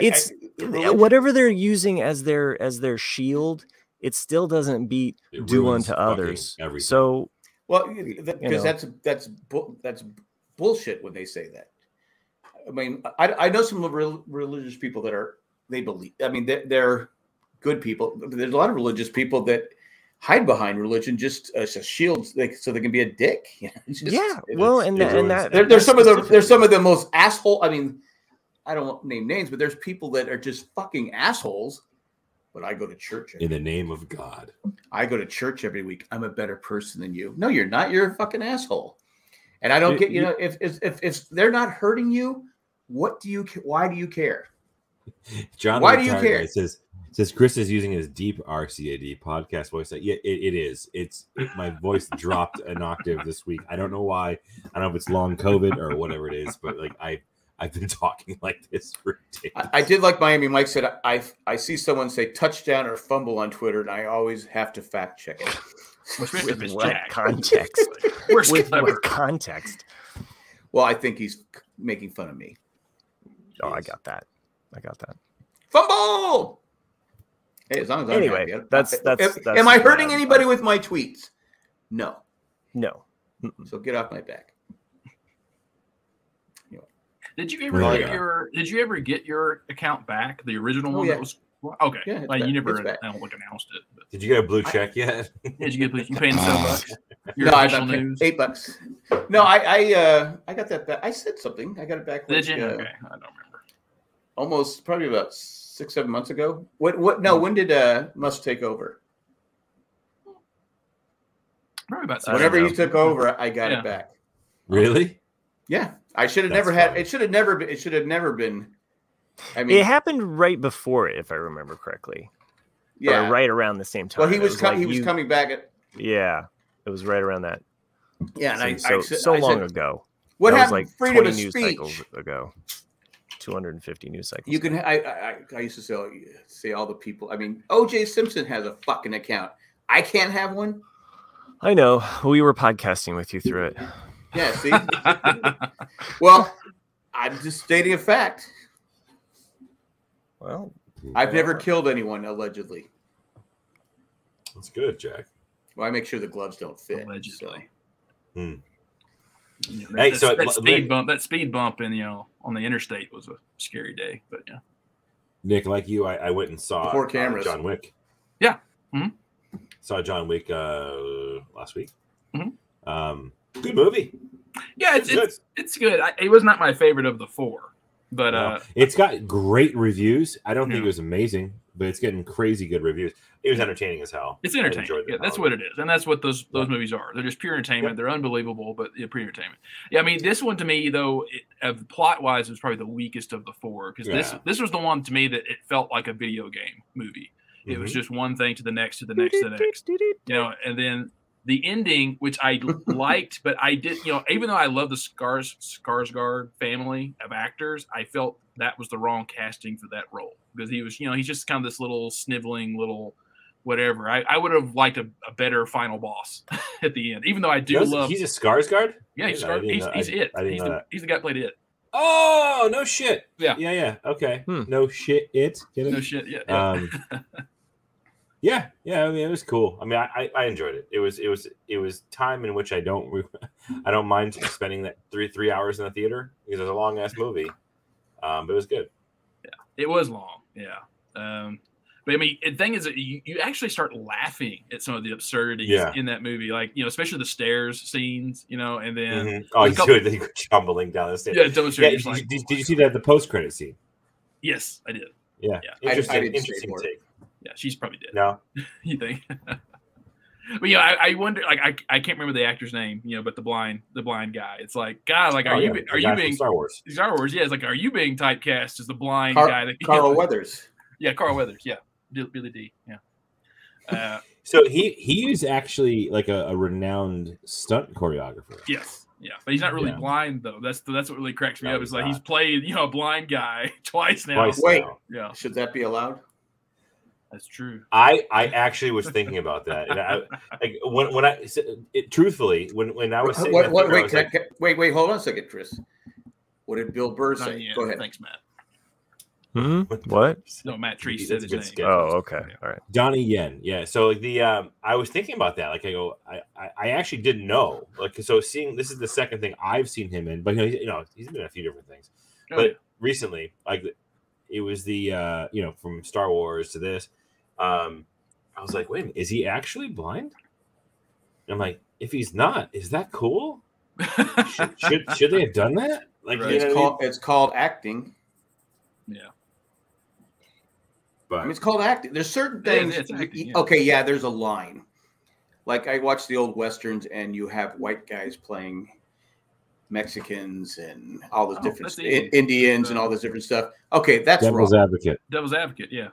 [SPEAKER 3] it's-
[SPEAKER 1] the
[SPEAKER 3] th-
[SPEAKER 1] religion-
[SPEAKER 3] Eh, whatever they're using as their as their shield it still doesn't beat
[SPEAKER 4] It
[SPEAKER 3] do
[SPEAKER 4] ruins
[SPEAKER 3] unto
[SPEAKER 4] fucking
[SPEAKER 3] others
[SPEAKER 4] everything.
[SPEAKER 3] so
[SPEAKER 1] Well, because
[SPEAKER 3] you know.
[SPEAKER 1] that's that's bu- that's bullshit when they say that. I mean, I, I know some rel- religious people that are they believe. I mean, they're, they're good people. but There's a lot of religious people that hide behind religion just as a shield, like, so they can be a dick. You know, it's just-
[SPEAKER 3] yeah
[SPEAKER 4] it-
[SPEAKER 3] well
[SPEAKER 4] it's-
[SPEAKER 3] and
[SPEAKER 4] it
[SPEAKER 3] that, and
[SPEAKER 4] ruins
[SPEAKER 3] that
[SPEAKER 1] they're, they're some of the
[SPEAKER 3] specifically-
[SPEAKER 1] they're some of the most asshole. I mean, I don't want to name names, but there's people that are just fucking assholes. But I go to church.
[SPEAKER 4] In the name of God.
[SPEAKER 1] I go to church every week. I'm a better person than you. No, you're not. You're a fucking asshole. And I don't
[SPEAKER 3] You-
[SPEAKER 1] get you
[SPEAKER 3] you-
[SPEAKER 1] know if if, if if they're not hurting you, what do you ca- why do you care?
[SPEAKER 4] John
[SPEAKER 1] Why
[SPEAKER 4] Why
[SPEAKER 1] do you care?
[SPEAKER 4] says says Chris is using his deep RCAD podcast voice. Like, Yeah, it, it is. It's it, my voice dropped an octave this week. I don't know why. I don't know if it's long COVID or whatever it is, but like I I've been talking like this for days.
[SPEAKER 1] I, I did like Miami Mike said. I I see someone say touchdown or fumble on Twitter, and I always have to fact check it.
[SPEAKER 2] Well, especially if
[SPEAKER 3] with
[SPEAKER 2] it's
[SPEAKER 3] what
[SPEAKER 2] Jack.
[SPEAKER 3] context
[SPEAKER 2] We're
[SPEAKER 3] with
[SPEAKER 2] clever.
[SPEAKER 3] what context
[SPEAKER 1] Well, I think he's making fun of me.
[SPEAKER 3] Oh, I got that. I got that.
[SPEAKER 1] Fumble. Hey, as long as I'm
[SPEAKER 3] Anyway,
[SPEAKER 1] happy, I don't-
[SPEAKER 3] that's- that's-
[SPEAKER 1] am,
[SPEAKER 3] that's
[SPEAKER 1] am I
[SPEAKER 3] what
[SPEAKER 1] hurting
[SPEAKER 3] I'm-
[SPEAKER 1] anybody with my tweets? No.
[SPEAKER 3] No.
[SPEAKER 1] So get off my back.
[SPEAKER 2] Did you ever
[SPEAKER 4] Really?
[SPEAKER 2] get your Did you ever get your account back? The original
[SPEAKER 1] Oh,
[SPEAKER 2] one
[SPEAKER 1] yeah.
[SPEAKER 2] that was okay.
[SPEAKER 1] Yeah, it's
[SPEAKER 2] like
[SPEAKER 1] back.
[SPEAKER 2] you never
[SPEAKER 1] It's back.
[SPEAKER 2] I don't like announced it. But
[SPEAKER 4] Did you get a blue check yet?
[SPEAKER 2] did you get please? You paying seven bucks? Your
[SPEAKER 1] no, I
[SPEAKER 2] official
[SPEAKER 1] got paid
[SPEAKER 2] news.
[SPEAKER 1] eight bucks. No, I I uh, I got that back. I said something. I got it back.
[SPEAKER 2] Did
[SPEAKER 1] like,
[SPEAKER 2] you?
[SPEAKER 1] uh,
[SPEAKER 2] Okay, I don't remember.
[SPEAKER 1] Almost probably about six seven months ago. What what? No, when did uh, Musk take over?
[SPEAKER 2] Probably about
[SPEAKER 3] I
[SPEAKER 2] seven.
[SPEAKER 3] don't
[SPEAKER 1] Whenever
[SPEAKER 3] know.
[SPEAKER 1] you took over, I got
[SPEAKER 2] Yeah.
[SPEAKER 1] it back.
[SPEAKER 4] Really?
[SPEAKER 1] Yeah, I should have
[SPEAKER 4] That's
[SPEAKER 1] never had.
[SPEAKER 4] funny.
[SPEAKER 1] It should have never. Been, it should have never been. I mean,
[SPEAKER 3] it happened right before, it, if I remember correctly.
[SPEAKER 1] yeah.
[SPEAKER 3] Or right around the same time.
[SPEAKER 1] Well, he
[SPEAKER 3] It
[SPEAKER 1] was, co-
[SPEAKER 3] like
[SPEAKER 1] he was
[SPEAKER 3] you-
[SPEAKER 1] coming back. At,
[SPEAKER 3] Yeah, it was right around that.
[SPEAKER 1] yeah, and I,
[SPEAKER 3] so
[SPEAKER 1] I said-
[SPEAKER 3] so
[SPEAKER 1] I
[SPEAKER 3] long
[SPEAKER 1] said,
[SPEAKER 3] ago.
[SPEAKER 1] What
[SPEAKER 3] that
[SPEAKER 1] happened?
[SPEAKER 3] was like
[SPEAKER 1] to freedom
[SPEAKER 3] 20
[SPEAKER 1] of
[SPEAKER 3] news
[SPEAKER 1] speech.
[SPEAKER 3] cycles ago. 250 news cycles.
[SPEAKER 1] You can. I, I I- I used to say say all the people. I mean, O.J. Simpson has a fucking account. I can't have one.
[SPEAKER 3] I know. We were podcasting with you through it.
[SPEAKER 1] Yeah. See. well, I'm just stating a fact.
[SPEAKER 3] Well,
[SPEAKER 1] I've never killed anyone allegedly.
[SPEAKER 4] That's good, Jack.
[SPEAKER 1] Well, I make sure the gloves don't fit. So.
[SPEAKER 2] Allegedly.
[SPEAKER 4] Hmm.
[SPEAKER 2] You know,
[SPEAKER 4] Hey,
[SPEAKER 2] that,
[SPEAKER 4] so
[SPEAKER 2] that,
[SPEAKER 4] it-
[SPEAKER 2] that speed
[SPEAKER 4] like-
[SPEAKER 2] bump, that speed bump, in you know, on the interstate was a scary day. But yeah,
[SPEAKER 4] Nick, like you, I, I went and saw
[SPEAKER 1] Four
[SPEAKER 4] uh,
[SPEAKER 1] cameras. Mm-hmm.
[SPEAKER 4] John Wick.
[SPEAKER 2] Yeah. Mhm.
[SPEAKER 4] Saw John Wick uh, last week.
[SPEAKER 2] Mhm.
[SPEAKER 1] Mm-hmm.
[SPEAKER 4] Um, good movie.
[SPEAKER 2] yeah, it's
[SPEAKER 4] It's good.
[SPEAKER 2] it's, it's good. I, it was not my favorite of the four, but
[SPEAKER 4] No.
[SPEAKER 2] uh,
[SPEAKER 4] it's got great reviews. I don't think
[SPEAKER 2] Yeah.
[SPEAKER 4] it was amazing, but it's getting crazy good reviews. It was entertaining as hell.
[SPEAKER 2] It's
[SPEAKER 4] I
[SPEAKER 2] entertainment.
[SPEAKER 4] enjoyed the
[SPEAKER 2] Yeah, that's
[SPEAKER 4] hell out
[SPEAKER 2] what
[SPEAKER 4] of
[SPEAKER 2] it is, and that's what those those movies are. They're just pure entertainment.
[SPEAKER 4] Yep.
[SPEAKER 2] They're unbelievable, but yeah, pure entertainment. Yeah, I mean, this one to me though, it, of plot wise, was probably the weakest of the four because this
[SPEAKER 4] Yeah.
[SPEAKER 2] this was the one to me that it felt like a video game movie. It was
[SPEAKER 4] Mhm.
[SPEAKER 2] just one thing to the next to the next to the next, you know, and then the ending, which I liked, but I did, you know, even though I love the Scars Skarsgård family of actors, I felt that was the wrong casting for that role because he was, you know, he's just kind of this little sniveling little whatever. I, I would have liked a, a better final boss at the end, even though I do
[SPEAKER 4] Yes,
[SPEAKER 2] love.
[SPEAKER 4] He's a Skarsgård.
[SPEAKER 2] yeah, he's,
[SPEAKER 4] I
[SPEAKER 2] Skar-
[SPEAKER 4] didn't
[SPEAKER 2] he's,
[SPEAKER 4] know-
[SPEAKER 2] he's
[SPEAKER 4] I-
[SPEAKER 2] it.
[SPEAKER 4] I didn't
[SPEAKER 2] he's,
[SPEAKER 4] know
[SPEAKER 2] the,
[SPEAKER 4] that.
[SPEAKER 2] he's the guy that played it.
[SPEAKER 4] Oh no shit.
[SPEAKER 2] Yeah.
[SPEAKER 4] Yeah. Yeah. Okay.
[SPEAKER 3] Hmm.
[SPEAKER 4] No shit. It. Get it?
[SPEAKER 2] No shit. Yeah. yeah.
[SPEAKER 4] Um, yeah, yeah. I mean, it was cool. I mean, I, I, I enjoyed it. It was it was it was time in which I don't re- I don't mind spending that three three hours in the theater because it's a long ass movie. Um, but it was good.
[SPEAKER 2] It was long, yeah. Um, but I mean, the thing is, that you, you actually start laughing at some of the absurdities
[SPEAKER 4] Yeah.
[SPEAKER 2] in that movie, like you know, especially the stairs scenes, you know, and then
[SPEAKER 4] Mhm. Oh,
[SPEAKER 2] There's
[SPEAKER 4] you
[SPEAKER 2] a couple-
[SPEAKER 4] do it. You go tumbling down the stairs.
[SPEAKER 2] yeah, double
[SPEAKER 4] Yeah,
[SPEAKER 2] yeah,
[SPEAKER 4] did,
[SPEAKER 2] like,
[SPEAKER 4] you, did, did you see that the post credit scene?
[SPEAKER 2] Yes, I did.
[SPEAKER 4] Yeah,
[SPEAKER 2] Yeah.
[SPEAKER 1] I- I
[SPEAKER 4] interesting.
[SPEAKER 1] didn't stay
[SPEAKER 4] interesting
[SPEAKER 1] for it.
[SPEAKER 4] take.
[SPEAKER 2] Yeah, she's probably dead.
[SPEAKER 4] No,
[SPEAKER 2] You think? but yeah, I, I wonder. Like, I, I can't remember the actor's name, you know, but the blind the blind guy. It's like, God, like,
[SPEAKER 4] Oh,
[SPEAKER 2] are
[SPEAKER 4] yeah,
[SPEAKER 2] you be-
[SPEAKER 4] the
[SPEAKER 2] are
[SPEAKER 4] guy
[SPEAKER 2] you
[SPEAKER 4] from
[SPEAKER 2] being
[SPEAKER 4] Star Wars?
[SPEAKER 2] Star Wars? Yeah, it's like, are you being typecast as the blind
[SPEAKER 1] Car-
[SPEAKER 2] guy? That,
[SPEAKER 1] Carl Weathers.
[SPEAKER 2] yeah, Carl Weathers. Yeah, Bill- Billy D. Yeah. Uh,
[SPEAKER 4] So he he is actually like a, a renowned stunt choreographer.
[SPEAKER 2] Yes. Yeah, but he's not really
[SPEAKER 4] Yeah.
[SPEAKER 2] blind though. That's that's what really cracks me
[SPEAKER 4] No,
[SPEAKER 2] up. Is
[SPEAKER 4] he's
[SPEAKER 2] like he's
[SPEAKER 4] not.
[SPEAKER 2] played you know a blind guy twice now.
[SPEAKER 4] Twice
[SPEAKER 1] Wait.
[SPEAKER 4] now.
[SPEAKER 2] Yeah,
[SPEAKER 1] Should that be allowed?
[SPEAKER 2] that's true.
[SPEAKER 4] I I actually was thinking about that. And I, like when when I it, truthfully when when I was sitting
[SPEAKER 1] What,
[SPEAKER 4] there,
[SPEAKER 1] what,
[SPEAKER 4] I
[SPEAKER 1] Uh, wait,
[SPEAKER 4] was
[SPEAKER 1] can I-
[SPEAKER 4] like,
[SPEAKER 1] can- wait, wait, hold on a second, Chris. What did Bill Burr
[SPEAKER 2] Not
[SPEAKER 1] say?
[SPEAKER 2] yet.
[SPEAKER 1] Go ahead.
[SPEAKER 2] Thanks, Matt.
[SPEAKER 3] hmm
[SPEAKER 4] What the-
[SPEAKER 3] What?
[SPEAKER 2] No, Matt Tree
[SPEAKER 4] That's
[SPEAKER 2] said
[SPEAKER 4] a
[SPEAKER 2] his
[SPEAKER 4] good
[SPEAKER 2] name.
[SPEAKER 4] sketch.
[SPEAKER 3] Oh, okay. All right.
[SPEAKER 4] Donnie Yen. Yeah. So like the um, I was thinking about that. Like I go, I, I I actually didn't know. Like so seeing this is the second thing I've seen him in, but you know, he, you know he's been in a few different things
[SPEAKER 2] Oh,
[SPEAKER 4] But- recently. Like it was the uh you know from Star Wars to this. Um, I was like, wait, a minute, is he actually blind? And I'm like, if he's not, is that cool?
[SPEAKER 2] yeah.
[SPEAKER 4] Should should, should they have done that? Like
[SPEAKER 2] Right.
[SPEAKER 4] you
[SPEAKER 1] It's
[SPEAKER 4] know what I mean?
[SPEAKER 1] called, it's called acting.
[SPEAKER 2] yeah.
[SPEAKER 1] I mean, it's called acting. There's certain
[SPEAKER 2] Yeah,
[SPEAKER 1] things.
[SPEAKER 2] it's acting, yeah.
[SPEAKER 1] Okay, yeah, there's a line. Like I watch the old westerns, and you have white guys playing Mexicans and all this
[SPEAKER 2] Oh,
[SPEAKER 1] different
[SPEAKER 2] that's
[SPEAKER 1] st-
[SPEAKER 2] easy.
[SPEAKER 1] Indians and all this different stuff. Okay, that's
[SPEAKER 4] Devil's
[SPEAKER 1] wrong.
[SPEAKER 4] advocate.
[SPEAKER 2] Devil's Advocate. Yeah,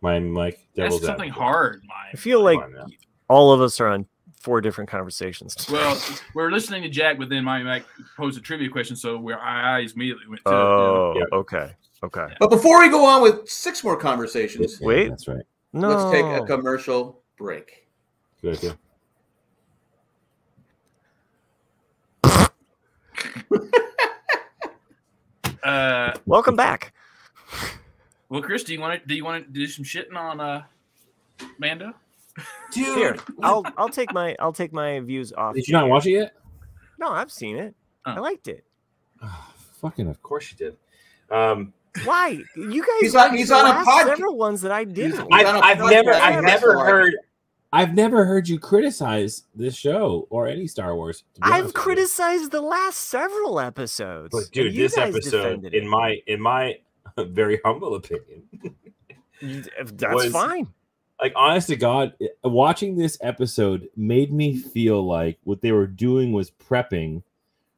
[SPEAKER 4] My Mike. Devil's
[SPEAKER 2] that's something
[SPEAKER 4] advocate.
[SPEAKER 2] hard,
[SPEAKER 3] I
[SPEAKER 2] Mike.
[SPEAKER 3] feel
[SPEAKER 4] Come
[SPEAKER 3] like
[SPEAKER 4] on now.
[SPEAKER 3] all of us are on four different conversations.
[SPEAKER 2] Well, we were listening to Jack, but then my Mac posed a trivia question, so where our eyes immediately went to. you know,
[SPEAKER 3] oh,
[SPEAKER 4] yeah.
[SPEAKER 3] okay. Okay.
[SPEAKER 1] But before we go on with six more conversations,
[SPEAKER 4] Yeah,
[SPEAKER 3] Wait.
[SPEAKER 4] That's right.
[SPEAKER 3] No.
[SPEAKER 1] let's take a commercial break.
[SPEAKER 4] Good idea. Oh.
[SPEAKER 2] uh,
[SPEAKER 3] Welcome back.
[SPEAKER 2] well, Chris, do you want to do you want to do some shitting on uh, Mando?
[SPEAKER 4] Dude,
[SPEAKER 3] Here, I'll I'll take my I'll take my views off.
[SPEAKER 4] did you not watch it yet?
[SPEAKER 3] No, I've seen it. I
[SPEAKER 2] Oh.
[SPEAKER 3] liked it.
[SPEAKER 4] Oh, fucking, of course you did. Um,
[SPEAKER 3] Why? You guys
[SPEAKER 1] He's on-
[SPEAKER 3] liked
[SPEAKER 1] he's
[SPEAKER 3] the
[SPEAKER 1] on a
[SPEAKER 3] last
[SPEAKER 1] podca-
[SPEAKER 3] several ones that I didn't.
[SPEAKER 1] on-
[SPEAKER 4] I've,
[SPEAKER 1] a
[SPEAKER 4] I've
[SPEAKER 1] podcast
[SPEAKER 4] never,
[SPEAKER 1] that
[SPEAKER 4] I've
[SPEAKER 1] has
[SPEAKER 4] never
[SPEAKER 1] more-
[SPEAKER 4] heard, I've never heard you criticize this show or any Star Wars. to be
[SPEAKER 3] I've
[SPEAKER 4] honest with you.
[SPEAKER 3] criticized the last several episodes.
[SPEAKER 4] But
[SPEAKER 3] and
[SPEAKER 4] dude,
[SPEAKER 3] you
[SPEAKER 4] this
[SPEAKER 3] guys
[SPEAKER 4] episode,
[SPEAKER 3] defended
[SPEAKER 4] in
[SPEAKER 3] it.
[SPEAKER 4] my in my very humble opinion,
[SPEAKER 3] You- that's
[SPEAKER 4] was-
[SPEAKER 3] fine.
[SPEAKER 4] like honest to God, it- watching this episode made me feel like what they were doing was prepping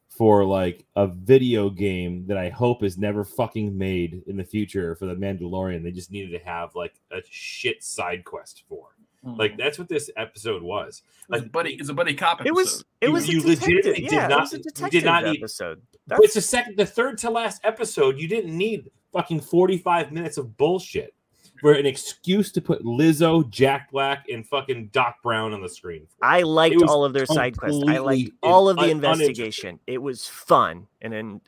[SPEAKER 4] for like a video game that I hope is never fucking made in the future for the Mandalorian. They just needed to have like a shit side quest for. Like that's what this episode was.
[SPEAKER 2] It's a
[SPEAKER 4] like-
[SPEAKER 2] buddy, it's a buddy cop.
[SPEAKER 3] It was. It
[SPEAKER 4] You-
[SPEAKER 3] was.
[SPEAKER 4] you
[SPEAKER 3] a detective.
[SPEAKER 4] legitimately did
[SPEAKER 3] yeah,
[SPEAKER 4] not-
[SPEAKER 3] it was a
[SPEAKER 4] you did
[SPEAKER 3] detective
[SPEAKER 4] not need-
[SPEAKER 3] episode.
[SPEAKER 4] But
[SPEAKER 3] That's
[SPEAKER 4] it's the second, the third to last episode. You didn't need fucking forty-five minutes of bullshit for an excuse to put Lizzo, Jack Black, and fucking Doc Brown on the screen.
[SPEAKER 3] I liked
[SPEAKER 4] was
[SPEAKER 3] all of their side quests. I liked
[SPEAKER 4] completely
[SPEAKER 3] all of the
[SPEAKER 4] un-
[SPEAKER 3] investigation. It was fun, and then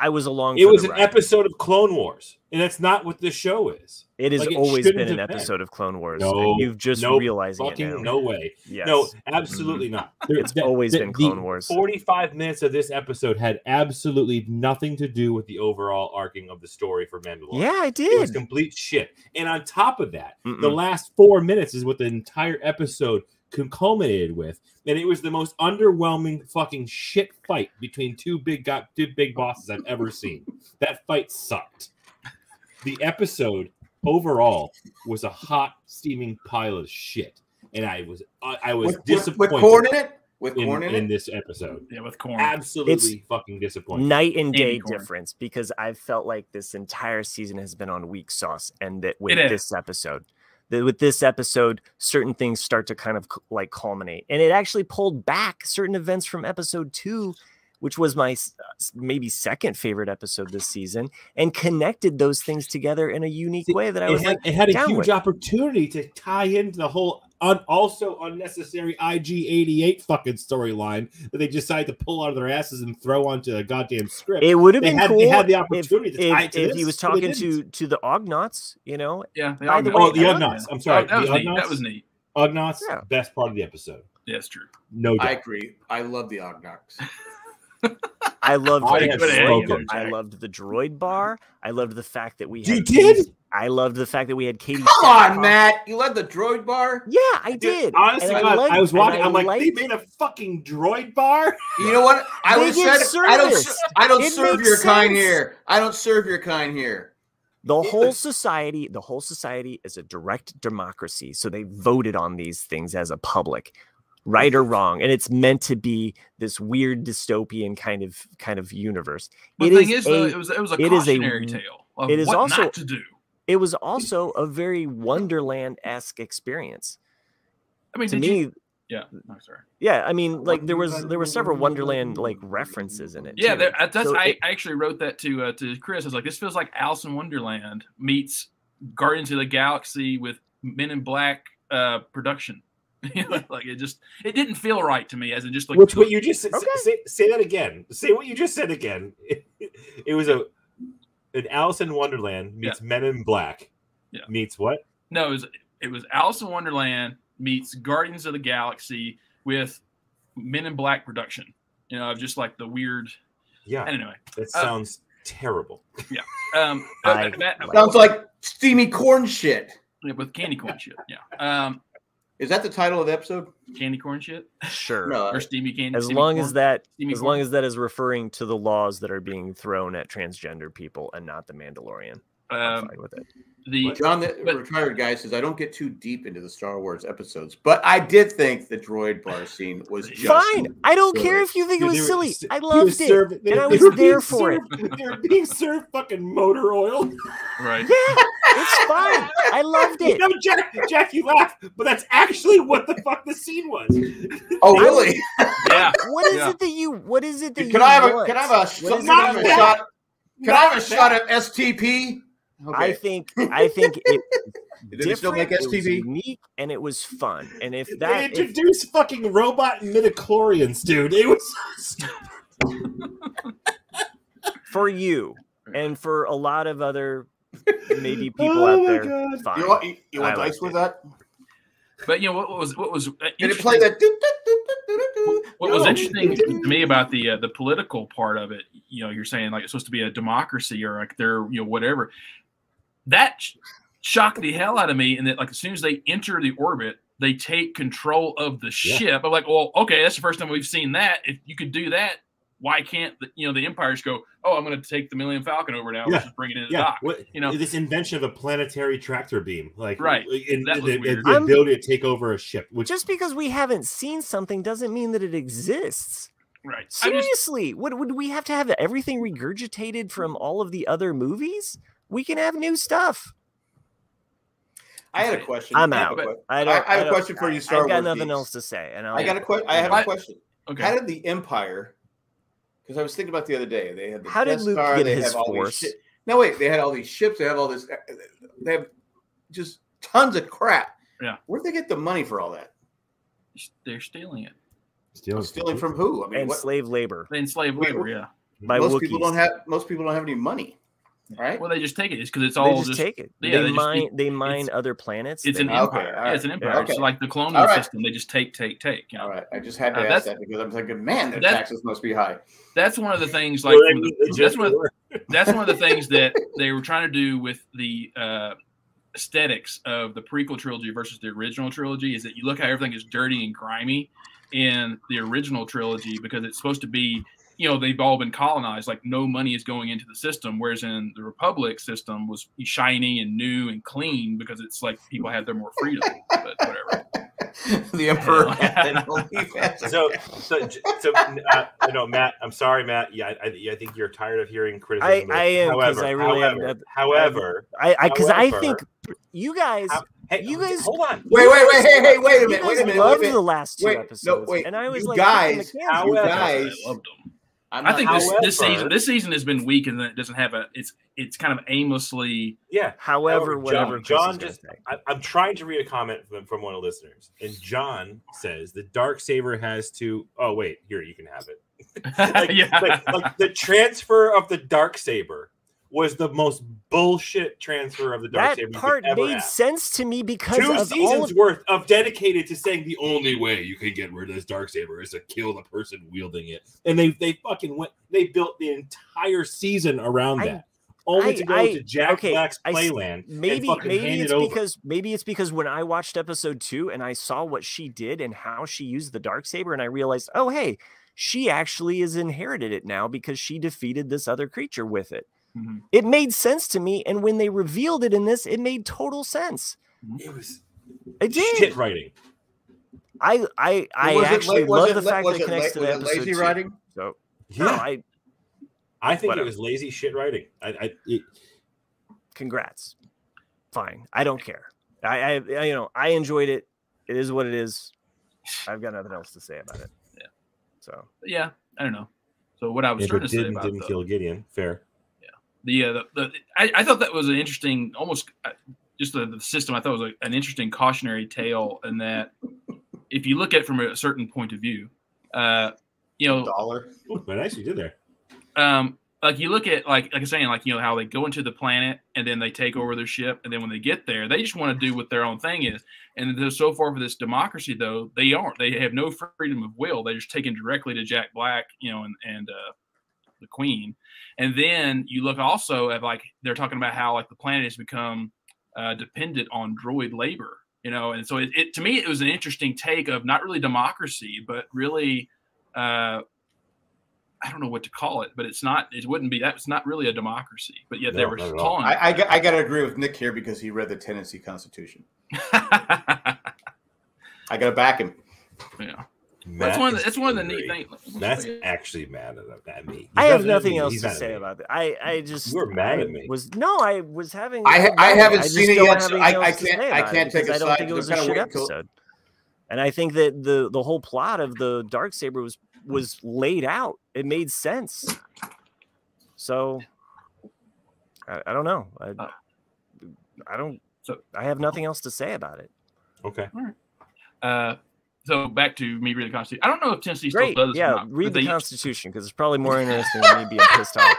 [SPEAKER 3] I was along.
[SPEAKER 4] It
[SPEAKER 3] for
[SPEAKER 4] was
[SPEAKER 3] the
[SPEAKER 4] an
[SPEAKER 3] ride.
[SPEAKER 4] episode of Clone Wars, and that's not what this show is.
[SPEAKER 3] It has
[SPEAKER 4] like, it
[SPEAKER 3] always
[SPEAKER 4] shouldn't
[SPEAKER 3] been an
[SPEAKER 4] have been.
[SPEAKER 3] episode of Clone Wars.
[SPEAKER 4] No,
[SPEAKER 3] and you've just
[SPEAKER 4] no
[SPEAKER 3] realizing it now.
[SPEAKER 4] Fucking no way.
[SPEAKER 3] yes. Mm-hmm.
[SPEAKER 4] No, absolutely not. There-
[SPEAKER 3] It's always been Clone Wars.
[SPEAKER 4] 45 minutes of this episode had absolutely nothing to do with the overall arcing of the story for Mandalorian.
[SPEAKER 3] Yeah, I
[SPEAKER 4] It was
[SPEAKER 3] did.
[SPEAKER 4] complete shit. And on top of that, the
[SPEAKER 3] Mm-mm.
[SPEAKER 4] last four minutes is what the entire episode con- culminated with, and it was the most underwhelming fucking shit fight between two big got two big bosses I've ever seen. That fight sucked. The episode overall was a hot steaming pile of shit, and I was I, I was
[SPEAKER 1] With, with, with
[SPEAKER 4] disappointed
[SPEAKER 1] corn in it? With
[SPEAKER 4] in,
[SPEAKER 1] corn in,
[SPEAKER 4] in
[SPEAKER 1] it?
[SPEAKER 4] this episode.
[SPEAKER 2] yeah, with corn.
[SPEAKER 4] Absolutely fucking disappointed.
[SPEAKER 3] Night and
[SPEAKER 2] Andy
[SPEAKER 3] day
[SPEAKER 2] Corn.
[SPEAKER 3] difference because I've felt like this entire season has been on weak sauce, and that with
[SPEAKER 2] It is.
[SPEAKER 3] this episode, that with this episode, certain things start to kind of c- like culminate, and it actually pulled back certain events from episode two, which was my s- uh, s- maybe second favorite episode this season, and connected those things together in a unique
[SPEAKER 4] See,
[SPEAKER 3] way that I
[SPEAKER 4] It
[SPEAKER 3] was
[SPEAKER 4] had,
[SPEAKER 3] like,
[SPEAKER 4] it had a
[SPEAKER 3] down
[SPEAKER 4] huge
[SPEAKER 3] with.
[SPEAKER 4] opportunity to tie into the whole un, also unnecessary IG88 fucking storyline that they decide to pull out of their asses and throw onto a goddamn script.
[SPEAKER 3] it would have
[SPEAKER 4] they
[SPEAKER 3] been
[SPEAKER 4] had-
[SPEAKER 3] cool.
[SPEAKER 4] they had the
[SPEAKER 3] if-
[SPEAKER 4] opportunity to tie
[SPEAKER 3] if,
[SPEAKER 4] it to
[SPEAKER 3] if
[SPEAKER 4] this,
[SPEAKER 3] he was
[SPEAKER 4] but they
[SPEAKER 3] talking to to the Ognaughts, you know,
[SPEAKER 2] yeah. they
[SPEAKER 3] By
[SPEAKER 2] all
[SPEAKER 3] the
[SPEAKER 2] got
[SPEAKER 4] oh,
[SPEAKER 3] way,
[SPEAKER 2] it.
[SPEAKER 4] the
[SPEAKER 3] I love
[SPEAKER 4] Ugnaughts. I'm sorry,
[SPEAKER 2] Oh, that was neat.
[SPEAKER 4] the Ugnaughts.
[SPEAKER 2] That was neat.
[SPEAKER 4] Ugnaughts,
[SPEAKER 3] Yeah.
[SPEAKER 4] best part of the episode,
[SPEAKER 2] Yeah, that's true.
[SPEAKER 4] no
[SPEAKER 1] I
[SPEAKER 4] doubt.
[SPEAKER 1] agree. I love the Ognox.
[SPEAKER 3] I loved
[SPEAKER 4] I
[SPEAKER 3] the
[SPEAKER 4] have
[SPEAKER 3] droid
[SPEAKER 4] spoken.
[SPEAKER 3] bar. I loved the droid bar. I loved the fact that we
[SPEAKER 4] You
[SPEAKER 3] had
[SPEAKER 4] did?
[SPEAKER 3] Katie- I loved the fact that we had Katie.
[SPEAKER 1] Come on,
[SPEAKER 3] Sackhoff.
[SPEAKER 1] Matt. You love the droid bar?
[SPEAKER 3] Yeah, I
[SPEAKER 4] Dude,
[SPEAKER 3] did.
[SPEAKER 4] Honestly,
[SPEAKER 3] And
[SPEAKER 4] God, I,
[SPEAKER 3] liked-
[SPEAKER 4] was
[SPEAKER 3] and
[SPEAKER 4] watching. I'm like,
[SPEAKER 3] liked-
[SPEAKER 4] they made a fucking droid bar.
[SPEAKER 1] You know what? I
[SPEAKER 3] They
[SPEAKER 1] would
[SPEAKER 3] give
[SPEAKER 1] said I don't. ser-
[SPEAKER 3] service.
[SPEAKER 1] I don't
[SPEAKER 3] It
[SPEAKER 1] serve
[SPEAKER 3] makes
[SPEAKER 1] your kind
[SPEAKER 3] sense.
[SPEAKER 1] here. I don't serve your kind here.
[SPEAKER 3] the
[SPEAKER 1] it
[SPEAKER 3] whole
[SPEAKER 1] was-
[SPEAKER 3] society. The whole society is a direct democracy, so they voted on these things as a public, right or wrong, and it's meant to be this weird dystopian kind of kind of universe.
[SPEAKER 2] The
[SPEAKER 3] It
[SPEAKER 2] thing
[SPEAKER 3] is
[SPEAKER 2] is, though,
[SPEAKER 3] a-
[SPEAKER 2] it was it was a
[SPEAKER 3] it is a-
[SPEAKER 2] cautionary tale. Of
[SPEAKER 3] it is
[SPEAKER 2] what
[SPEAKER 3] also-
[SPEAKER 2] not to do.
[SPEAKER 3] It was also a very Wonderland esque experience
[SPEAKER 2] I mean,
[SPEAKER 3] to
[SPEAKER 2] did
[SPEAKER 3] me.
[SPEAKER 2] you- yeah.
[SPEAKER 4] Oh,
[SPEAKER 2] I'm sorry.
[SPEAKER 3] Yeah, I mean, like there was there were several Wonderland like references in it.
[SPEAKER 2] Yeah,
[SPEAKER 3] too.
[SPEAKER 2] there, I- that's
[SPEAKER 3] So
[SPEAKER 2] I,
[SPEAKER 3] it-
[SPEAKER 2] I actually wrote that to uh, to Chris. I was like, this feels like Alice in Wonderland meets Guardians of the Galaxy with Men in Black uh, production. You know, like it just it didn't feel right to me as in just like
[SPEAKER 4] Which what you just s-
[SPEAKER 3] Okay.
[SPEAKER 4] say, say that again. Say what you just said again. It, was a an Alice in Wonderland meets Men in Black
[SPEAKER 2] Yeah.
[SPEAKER 4] meets what?
[SPEAKER 2] no it was, it was Alice in Wonderland meets Guardians of the Galaxy with Men in Black production. You know, of just like the weird.
[SPEAKER 4] Yeah,
[SPEAKER 2] Anyway,
[SPEAKER 4] that
[SPEAKER 2] uh,
[SPEAKER 4] sounds terrible.
[SPEAKER 2] um,
[SPEAKER 3] I
[SPEAKER 2] Matt-
[SPEAKER 3] like-
[SPEAKER 1] Sounds like steamy corn shit.
[SPEAKER 2] with candy corn shit. Yeah, um,
[SPEAKER 1] Is that the title of the episode?
[SPEAKER 2] candy corn shit
[SPEAKER 3] sure.
[SPEAKER 1] No.
[SPEAKER 2] or steamy candy.
[SPEAKER 3] Uh, As
[SPEAKER 2] steamy
[SPEAKER 3] long
[SPEAKER 2] corn?
[SPEAKER 3] as that
[SPEAKER 2] steamy
[SPEAKER 3] as
[SPEAKER 2] corn.
[SPEAKER 3] long as that is referring to the laws that are being thrown at transgender people and not the Mandalorian. I'm
[SPEAKER 2] um,
[SPEAKER 3] fine with it.
[SPEAKER 2] the
[SPEAKER 1] John, the
[SPEAKER 2] But-
[SPEAKER 1] retired guy, says I don't get too deep into the Star Wars episodes, but I did think the droid bar scene was just
[SPEAKER 3] Fine. I don't care
[SPEAKER 1] silly.
[SPEAKER 3] if you think it
[SPEAKER 4] Dude,
[SPEAKER 3] was
[SPEAKER 4] they were
[SPEAKER 3] silly.
[SPEAKER 4] s-
[SPEAKER 3] I
[SPEAKER 4] they were
[SPEAKER 3] loved it.
[SPEAKER 4] served- they-
[SPEAKER 3] and I
[SPEAKER 4] they
[SPEAKER 3] was
[SPEAKER 4] were being
[SPEAKER 3] there for it.
[SPEAKER 4] served- They were being served fucking motor oil.
[SPEAKER 2] right.
[SPEAKER 3] Yeah, it's fine. I loved
[SPEAKER 4] You
[SPEAKER 3] it.
[SPEAKER 4] know, Jack, Jack, you laugh, but that's actually what the fuck the scene was.
[SPEAKER 1] Oh, really?
[SPEAKER 2] Yeah.
[SPEAKER 3] What is
[SPEAKER 2] Yeah.
[SPEAKER 3] it that you? What is it that you?
[SPEAKER 1] Can I have a
[SPEAKER 3] want?
[SPEAKER 1] can I have a,
[SPEAKER 3] What is it
[SPEAKER 1] can I have
[SPEAKER 3] that
[SPEAKER 1] a
[SPEAKER 3] you
[SPEAKER 1] shot? Can I
[SPEAKER 4] Not
[SPEAKER 1] have a
[SPEAKER 4] that.
[SPEAKER 1] shot at STP?
[SPEAKER 3] I think I think it
[SPEAKER 1] Did it still
[SPEAKER 3] different,
[SPEAKER 1] make
[SPEAKER 3] it was
[SPEAKER 1] STV?
[SPEAKER 3] unique, and it was fun. And if
[SPEAKER 4] They
[SPEAKER 3] that if
[SPEAKER 4] introduced fucking robot midichlorians, dude. It was
[SPEAKER 3] for you and for a lot of other maybe
[SPEAKER 1] Oh
[SPEAKER 3] people out there. Fine.
[SPEAKER 5] You want, you, you want
[SPEAKER 3] I
[SPEAKER 5] dice
[SPEAKER 3] liked
[SPEAKER 5] with
[SPEAKER 3] it.
[SPEAKER 5] that?
[SPEAKER 2] But you know what was what was uh,
[SPEAKER 1] Did it
[SPEAKER 2] interesting-
[SPEAKER 1] play that? doot, doot, doot, doot, doot, doot?
[SPEAKER 2] What was
[SPEAKER 1] No.
[SPEAKER 2] interesting to me about the uh, the political part of it, you know, you're saying like it's supposed to be a democracy or like they're you know whatever. That sh- shocked the hell out of me, and that like as soon as they enter the orbit, they take control of the ship. I'm like, well, okay, that's the first time we've seen that. If you could do that, why can't the, you know the empires go? Oh, I'm going to take the Millennium Falcon over now.
[SPEAKER 4] Yeah.
[SPEAKER 2] Let's just bring it in the
[SPEAKER 4] yeah,
[SPEAKER 2] dock.
[SPEAKER 4] what,
[SPEAKER 2] you know.
[SPEAKER 4] this invention of a planetary tractor beam, like
[SPEAKER 2] Right.
[SPEAKER 4] and
[SPEAKER 2] That
[SPEAKER 4] the,
[SPEAKER 2] was
[SPEAKER 4] the-
[SPEAKER 2] weird.
[SPEAKER 4] the
[SPEAKER 3] I'm-
[SPEAKER 4] ability to take over a ship, which
[SPEAKER 3] Just because we haven't seen something doesn't mean that it exists.
[SPEAKER 2] Right. I just-
[SPEAKER 3] Seriously, would would we have to have everything regurgitated from all of the other movies? We can have new stuff.
[SPEAKER 1] I had a question.
[SPEAKER 3] I'm
[SPEAKER 1] I have a
[SPEAKER 3] out.
[SPEAKER 1] que-
[SPEAKER 3] I don't.
[SPEAKER 1] I have a
[SPEAKER 3] don't-
[SPEAKER 1] question for you,
[SPEAKER 3] I-
[SPEAKER 1] Star
[SPEAKER 3] I've got
[SPEAKER 1] Wars
[SPEAKER 3] nothing
[SPEAKER 1] geeks.
[SPEAKER 3] else to say, and I'll,
[SPEAKER 1] I got a question. I have
[SPEAKER 2] I-
[SPEAKER 1] a question.
[SPEAKER 2] okay.
[SPEAKER 1] How did the Empire? Because I was thinking about the other day. They had the
[SPEAKER 3] How did
[SPEAKER 1] Death
[SPEAKER 3] Luke
[SPEAKER 1] Star,
[SPEAKER 3] get
[SPEAKER 1] they
[SPEAKER 3] his
[SPEAKER 1] have all these
[SPEAKER 3] force?
[SPEAKER 1] shi- No, wait. They had all these ships. They have all this. They have just tons of crap.
[SPEAKER 2] Yeah.
[SPEAKER 1] Where'd they get the money for all that?
[SPEAKER 2] they're stealing it.
[SPEAKER 4] stealing,
[SPEAKER 1] Stealing from who? I mean,
[SPEAKER 3] and
[SPEAKER 1] what,
[SPEAKER 3] slave labor
[SPEAKER 2] They enslave
[SPEAKER 1] Wait,
[SPEAKER 2] labor.
[SPEAKER 1] wh-
[SPEAKER 2] Yeah.
[SPEAKER 3] by
[SPEAKER 1] most
[SPEAKER 3] Wookiees.
[SPEAKER 1] people don't have. Most people don't have any money, right?
[SPEAKER 2] Well, they just take it. It's because it's
[SPEAKER 3] they
[SPEAKER 2] all
[SPEAKER 3] just,
[SPEAKER 2] just
[SPEAKER 3] take it.
[SPEAKER 2] yeah, they
[SPEAKER 3] they,
[SPEAKER 2] just-
[SPEAKER 3] mine. they
[SPEAKER 2] it's-
[SPEAKER 3] mine other planets.
[SPEAKER 2] It's
[SPEAKER 3] They
[SPEAKER 2] an
[SPEAKER 1] Okay,
[SPEAKER 2] empire.
[SPEAKER 1] all
[SPEAKER 2] Yeah,
[SPEAKER 1] right.
[SPEAKER 2] it's an empire.
[SPEAKER 1] Okay.
[SPEAKER 2] It's like the colonial
[SPEAKER 1] All right.
[SPEAKER 2] system. They just take, take, take. You know?
[SPEAKER 1] all right. I just had to
[SPEAKER 2] Uh,
[SPEAKER 1] ask
[SPEAKER 2] that's-
[SPEAKER 1] that because I'm thinking, man, their
[SPEAKER 2] That-
[SPEAKER 1] taxes must be high.
[SPEAKER 2] That's one of the things.
[SPEAKER 4] Well,
[SPEAKER 2] Like
[SPEAKER 4] that
[SPEAKER 2] from the-
[SPEAKER 4] means they
[SPEAKER 2] that's
[SPEAKER 4] just
[SPEAKER 2] one. Of,
[SPEAKER 4] were.
[SPEAKER 2] that's one of the things that they were trying to do with the uh, aesthetics of the prequel trilogy versus the original trilogy. Is that you look how everything is dirty and grimy in the original trilogy because it's supposed to be. You know they've all been colonized. Like no money is going into the system, whereas in the Republic system was shiny and new and clean because it's like people had their more freedom. but whatever.
[SPEAKER 1] the emperor had to leave as a-
[SPEAKER 4] So, so, j- so uh, no, Matt. I'm sorry, Matt. Yeah, I, I think you're tired of hearing criticism.
[SPEAKER 3] I- I am, 'cause
[SPEAKER 4] however,
[SPEAKER 3] I really am.
[SPEAKER 4] however, however,
[SPEAKER 3] I I because I
[SPEAKER 4] However-
[SPEAKER 3] think you guys
[SPEAKER 4] hey,
[SPEAKER 3] You guys-
[SPEAKER 4] hold on.
[SPEAKER 1] wait, wait, wait, hey, hey, wait a
[SPEAKER 3] you
[SPEAKER 1] minute,
[SPEAKER 3] guys
[SPEAKER 1] wait a minute, wait a
[SPEAKER 3] loved the
[SPEAKER 1] minute.
[SPEAKER 3] last two
[SPEAKER 1] Wait, no,
[SPEAKER 3] episodes,
[SPEAKER 1] wait,
[SPEAKER 3] and I was
[SPEAKER 1] you
[SPEAKER 3] like, kicking
[SPEAKER 1] guys-
[SPEAKER 3] the can.
[SPEAKER 1] You
[SPEAKER 4] However-
[SPEAKER 1] guys,
[SPEAKER 2] I loved them.
[SPEAKER 1] I'm
[SPEAKER 2] I
[SPEAKER 1] not-
[SPEAKER 2] think this, this
[SPEAKER 4] However-
[SPEAKER 2] season this season has been weak and that it doesn't have a it's it's kind of aimlessly
[SPEAKER 4] Yeah,
[SPEAKER 3] However,
[SPEAKER 4] Oh, John-
[SPEAKER 3] whatever Chris
[SPEAKER 4] John
[SPEAKER 3] is gonna
[SPEAKER 4] just-
[SPEAKER 3] say.
[SPEAKER 4] I, I'm trying to read a comment from, from one of the listeners, and John says the dark saber has to. Oh wait, here you can have it. Like,
[SPEAKER 2] yeah
[SPEAKER 4] like, like the transfer of the dark saber was the most bullshit transfer of the dark
[SPEAKER 3] that
[SPEAKER 4] saber
[SPEAKER 3] part
[SPEAKER 4] ever
[SPEAKER 3] made
[SPEAKER 4] have.
[SPEAKER 3] sense to me because
[SPEAKER 4] Two
[SPEAKER 3] of all
[SPEAKER 4] seasons
[SPEAKER 3] of
[SPEAKER 4] worth of dedicated to saying the only way you can get rid of this dark saber is to kill the person wielding it, and they they fucking went. They built the entire season around
[SPEAKER 3] I-
[SPEAKER 4] that, only
[SPEAKER 3] I-
[SPEAKER 4] to go
[SPEAKER 3] I-
[SPEAKER 4] to Jack
[SPEAKER 3] okay,
[SPEAKER 4] Black's
[SPEAKER 3] I s-
[SPEAKER 4] playland. and
[SPEAKER 3] maybe
[SPEAKER 4] fucking hand
[SPEAKER 3] maybe it's
[SPEAKER 4] it over.
[SPEAKER 3] because maybe it's because when I watched episode two and I saw what she did and how she used the dark saber and I realized, oh hey, she actually has inherited it now because she defeated this other creature with it.
[SPEAKER 4] Mm-hmm.
[SPEAKER 2] Mhm.
[SPEAKER 3] It made sense to me, and when they revealed it in this, it made total sense.
[SPEAKER 4] it was
[SPEAKER 3] It did.
[SPEAKER 4] shit writing.
[SPEAKER 3] I I I
[SPEAKER 1] Was it
[SPEAKER 3] actually
[SPEAKER 1] la- was
[SPEAKER 3] love
[SPEAKER 1] it
[SPEAKER 3] the
[SPEAKER 1] la-
[SPEAKER 3] fact
[SPEAKER 1] was
[SPEAKER 3] that
[SPEAKER 1] it
[SPEAKER 3] it connects
[SPEAKER 1] la-
[SPEAKER 3] to the
[SPEAKER 1] was it
[SPEAKER 3] episode.
[SPEAKER 1] lazy
[SPEAKER 3] two.
[SPEAKER 1] writing?
[SPEAKER 3] So
[SPEAKER 4] Yeah,
[SPEAKER 3] no, I
[SPEAKER 4] I think
[SPEAKER 3] Whatever.
[SPEAKER 4] it was lazy shit writing. I, I it,
[SPEAKER 3] congrats. Fine, I don't care. I, I I- you know I enjoyed it. It is what it is. I've got nothing else to say about it.
[SPEAKER 2] Yeah.
[SPEAKER 3] So
[SPEAKER 2] yeah I don't know so what I was
[SPEAKER 4] it
[SPEAKER 2] trying to say
[SPEAKER 4] didn't
[SPEAKER 2] about
[SPEAKER 4] didn't
[SPEAKER 2] the,
[SPEAKER 4] kill Gideon. Fair.
[SPEAKER 2] the, uh, the, the I, I thought that was an interesting almost uh, just the, the system I thought was a, an interesting cautionary tale in that if you look at it from a certain point of view uh you know
[SPEAKER 1] dollar.
[SPEAKER 4] Ooh, but nice you did there.
[SPEAKER 2] um like you look at like like I'm saying like you know how they go into the planet and then they take over their ship and then when they get there they just want to do what their own thing is and they're so far for this democracy though they aren't they have no freedom of will they're just taken directly to Jack Black you know and and uh, the Queen and then you look also at like they're talking about how like the planet has become uh, dependent on droid labor you know and so it, it to me it was an interesting take of not really democracy but really. Uh, I don't know what to call it, but it's not. It wouldn't be. That's not really a democracy. But yet they
[SPEAKER 4] No,
[SPEAKER 2] were
[SPEAKER 4] not at all.
[SPEAKER 2] calling. it.
[SPEAKER 1] I, I, got- I got to agree with Nick here because he read the Tennessee Constitution. I got to back him.
[SPEAKER 2] yeah,
[SPEAKER 4] Matt
[SPEAKER 2] that's one. Of
[SPEAKER 4] is
[SPEAKER 2] the, that's one of the
[SPEAKER 4] angry.
[SPEAKER 2] neat things.
[SPEAKER 4] That's actually mad at, at me. He's
[SPEAKER 3] I have
[SPEAKER 4] not mad at
[SPEAKER 3] nothing
[SPEAKER 4] me.
[SPEAKER 3] else
[SPEAKER 4] He's
[SPEAKER 3] to
[SPEAKER 4] mad at
[SPEAKER 3] say
[SPEAKER 4] me.
[SPEAKER 3] about it. I I just
[SPEAKER 4] were mad
[SPEAKER 3] I
[SPEAKER 4] at me.
[SPEAKER 3] Was no, I was having.
[SPEAKER 1] I ha-
[SPEAKER 3] I'm
[SPEAKER 1] I
[SPEAKER 3] mad at
[SPEAKER 1] haven't
[SPEAKER 3] just
[SPEAKER 1] seen it
[SPEAKER 3] don't
[SPEAKER 1] yet,
[SPEAKER 3] have
[SPEAKER 1] so
[SPEAKER 3] anything
[SPEAKER 1] I- I
[SPEAKER 3] else to
[SPEAKER 1] can't-
[SPEAKER 3] say
[SPEAKER 1] I
[SPEAKER 3] about it
[SPEAKER 1] can't take
[SPEAKER 3] because
[SPEAKER 1] a
[SPEAKER 3] I don't
[SPEAKER 1] side,
[SPEAKER 3] think it
[SPEAKER 1] so
[SPEAKER 3] was
[SPEAKER 1] I'm
[SPEAKER 3] a
[SPEAKER 1] gonna
[SPEAKER 3] shit
[SPEAKER 1] wait till-
[SPEAKER 3] episode. And I think that the the whole plot of the dark saber was was laid out. It made sense. So I, I don't know. I,
[SPEAKER 2] Uh,
[SPEAKER 3] I don't.
[SPEAKER 2] so-
[SPEAKER 3] I have nothing else to say about it.
[SPEAKER 4] Okay.
[SPEAKER 2] Uh, so back to me reading the Constitution. I don't know if Tennessee
[SPEAKER 3] Great.
[SPEAKER 2] still does. this or
[SPEAKER 3] Yeah,
[SPEAKER 2] not,
[SPEAKER 3] read
[SPEAKER 2] but
[SPEAKER 3] the
[SPEAKER 2] they-
[SPEAKER 3] Constitution because it's probably more interesting than me being pissed off.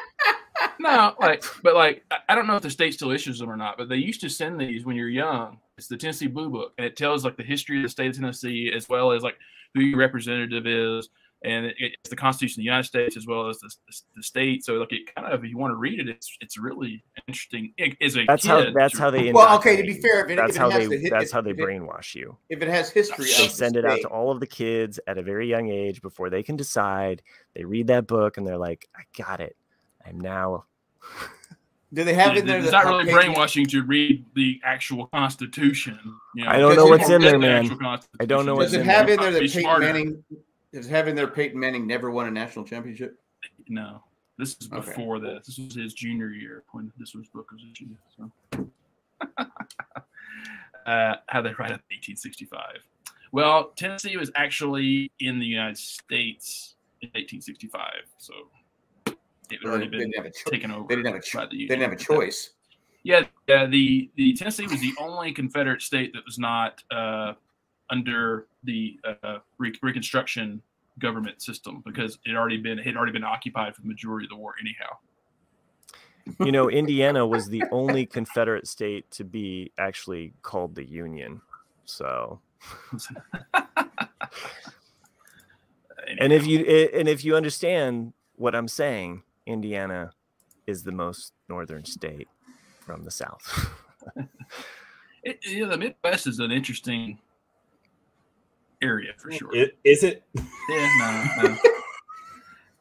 [SPEAKER 2] No, like, but like, I- I don't know if the state still issues them or not. But they used to send these when you're young. It's the Tennessee Blue Book, and it tells like the history of the state of Tennessee as well as like who your representative is, and it, it's the Constitution of the United States as well as the, the state. So like, it kind of if you want to read it, it's it's really interesting. It is a
[SPEAKER 3] That's how.
[SPEAKER 2] kid,
[SPEAKER 3] That's
[SPEAKER 2] it's
[SPEAKER 3] how they.
[SPEAKER 1] Well, okay, to be
[SPEAKER 3] indoctrinate
[SPEAKER 1] fair, if
[SPEAKER 3] you.
[SPEAKER 1] it-
[SPEAKER 3] that's
[SPEAKER 1] if it
[SPEAKER 3] how
[SPEAKER 1] has
[SPEAKER 3] they.
[SPEAKER 1] to hit-
[SPEAKER 3] that's
[SPEAKER 1] if-
[SPEAKER 3] how they
[SPEAKER 1] if it-
[SPEAKER 3] brainwash you.
[SPEAKER 1] If it has history,
[SPEAKER 2] They
[SPEAKER 1] of
[SPEAKER 3] they
[SPEAKER 1] the
[SPEAKER 3] send it out
[SPEAKER 1] state-
[SPEAKER 3] to all of the kids at a very young age before they can decide. They read that book and they're like, "I got it. I'm now."
[SPEAKER 1] Do they have in there?
[SPEAKER 2] It's
[SPEAKER 1] that-
[SPEAKER 2] not really
[SPEAKER 1] okay,
[SPEAKER 2] brainwashing to read the actual Constitution. You know,
[SPEAKER 3] I don't
[SPEAKER 1] know
[SPEAKER 2] Because
[SPEAKER 1] what's
[SPEAKER 2] people
[SPEAKER 1] in
[SPEAKER 2] read
[SPEAKER 3] there,
[SPEAKER 2] the
[SPEAKER 3] man.
[SPEAKER 2] actual
[SPEAKER 3] I don't
[SPEAKER 2] Constitution.
[SPEAKER 3] know what's
[SPEAKER 1] Does it
[SPEAKER 3] in
[SPEAKER 1] have
[SPEAKER 3] there.
[SPEAKER 1] in there that
[SPEAKER 2] Be
[SPEAKER 1] Peyton
[SPEAKER 2] smarter.
[SPEAKER 1] Manning? Does it have in there Peyton Manning never won a national championship?
[SPEAKER 2] No, this is
[SPEAKER 1] Okay.
[SPEAKER 2] before this. This was his junior year when this was book was issued. So. uh, how they write up 1865. Well, Tennessee was actually in the United States in 1865, so it had
[SPEAKER 1] Or They
[SPEAKER 2] already been
[SPEAKER 1] didn't have a cho-
[SPEAKER 2] taken over.
[SPEAKER 1] they didn't have a
[SPEAKER 2] by
[SPEAKER 1] choice.
[SPEAKER 2] the
[SPEAKER 1] They
[SPEAKER 2] Union.
[SPEAKER 1] didn't have a choice.
[SPEAKER 2] Yeah, yeah. The the Tennessee was the only Confederate state that was not uh, under the uh, Re- Reconstruction government system because it already been it had already been occupied for the majority of the war anyhow.
[SPEAKER 3] You know, Indiana was the only Confederate state to be actually called the Union. So, and if you i- and if you understand what I'm saying, Indiana is the most northern state from the South.
[SPEAKER 2] It, yeah, the Midwest is an interesting area for sure.
[SPEAKER 4] Is, is it?
[SPEAKER 2] yeah, no, no.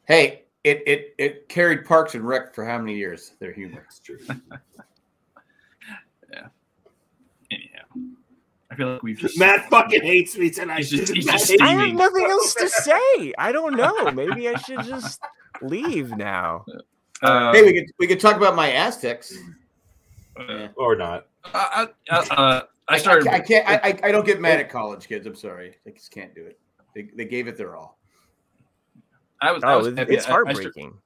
[SPEAKER 1] Hey, it it it carried Parks and Rec for how many years? Their humor.
[SPEAKER 4] That's true.
[SPEAKER 2] anyhow, I feel like we've just
[SPEAKER 4] Matt fucking hates me tonight.
[SPEAKER 2] He's just- he's
[SPEAKER 4] Matt
[SPEAKER 2] just
[SPEAKER 4] hates-
[SPEAKER 3] I have
[SPEAKER 2] Steaming.
[SPEAKER 3] nothing else to say. I don't know. Maybe I should just leave now.
[SPEAKER 2] Uh,
[SPEAKER 1] hey, we could we could talk about my Aztecs.
[SPEAKER 2] uh,
[SPEAKER 4] or not.
[SPEAKER 2] I, I, I, uh, I
[SPEAKER 1] I-
[SPEAKER 2] started.
[SPEAKER 1] I, can't. I, I I don't get mad at college kids. I'm sorry. I just can't do it. They, they gave it their all.
[SPEAKER 2] I was. I
[SPEAKER 3] Oh,
[SPEAKER 2] was
[SPEAKER 3] it-
[SPEAKER 2] happy.
[SPEAKER 3] it's
[SPEAKER 2] I- I started-
[SPEAKER 3] heartbreaking.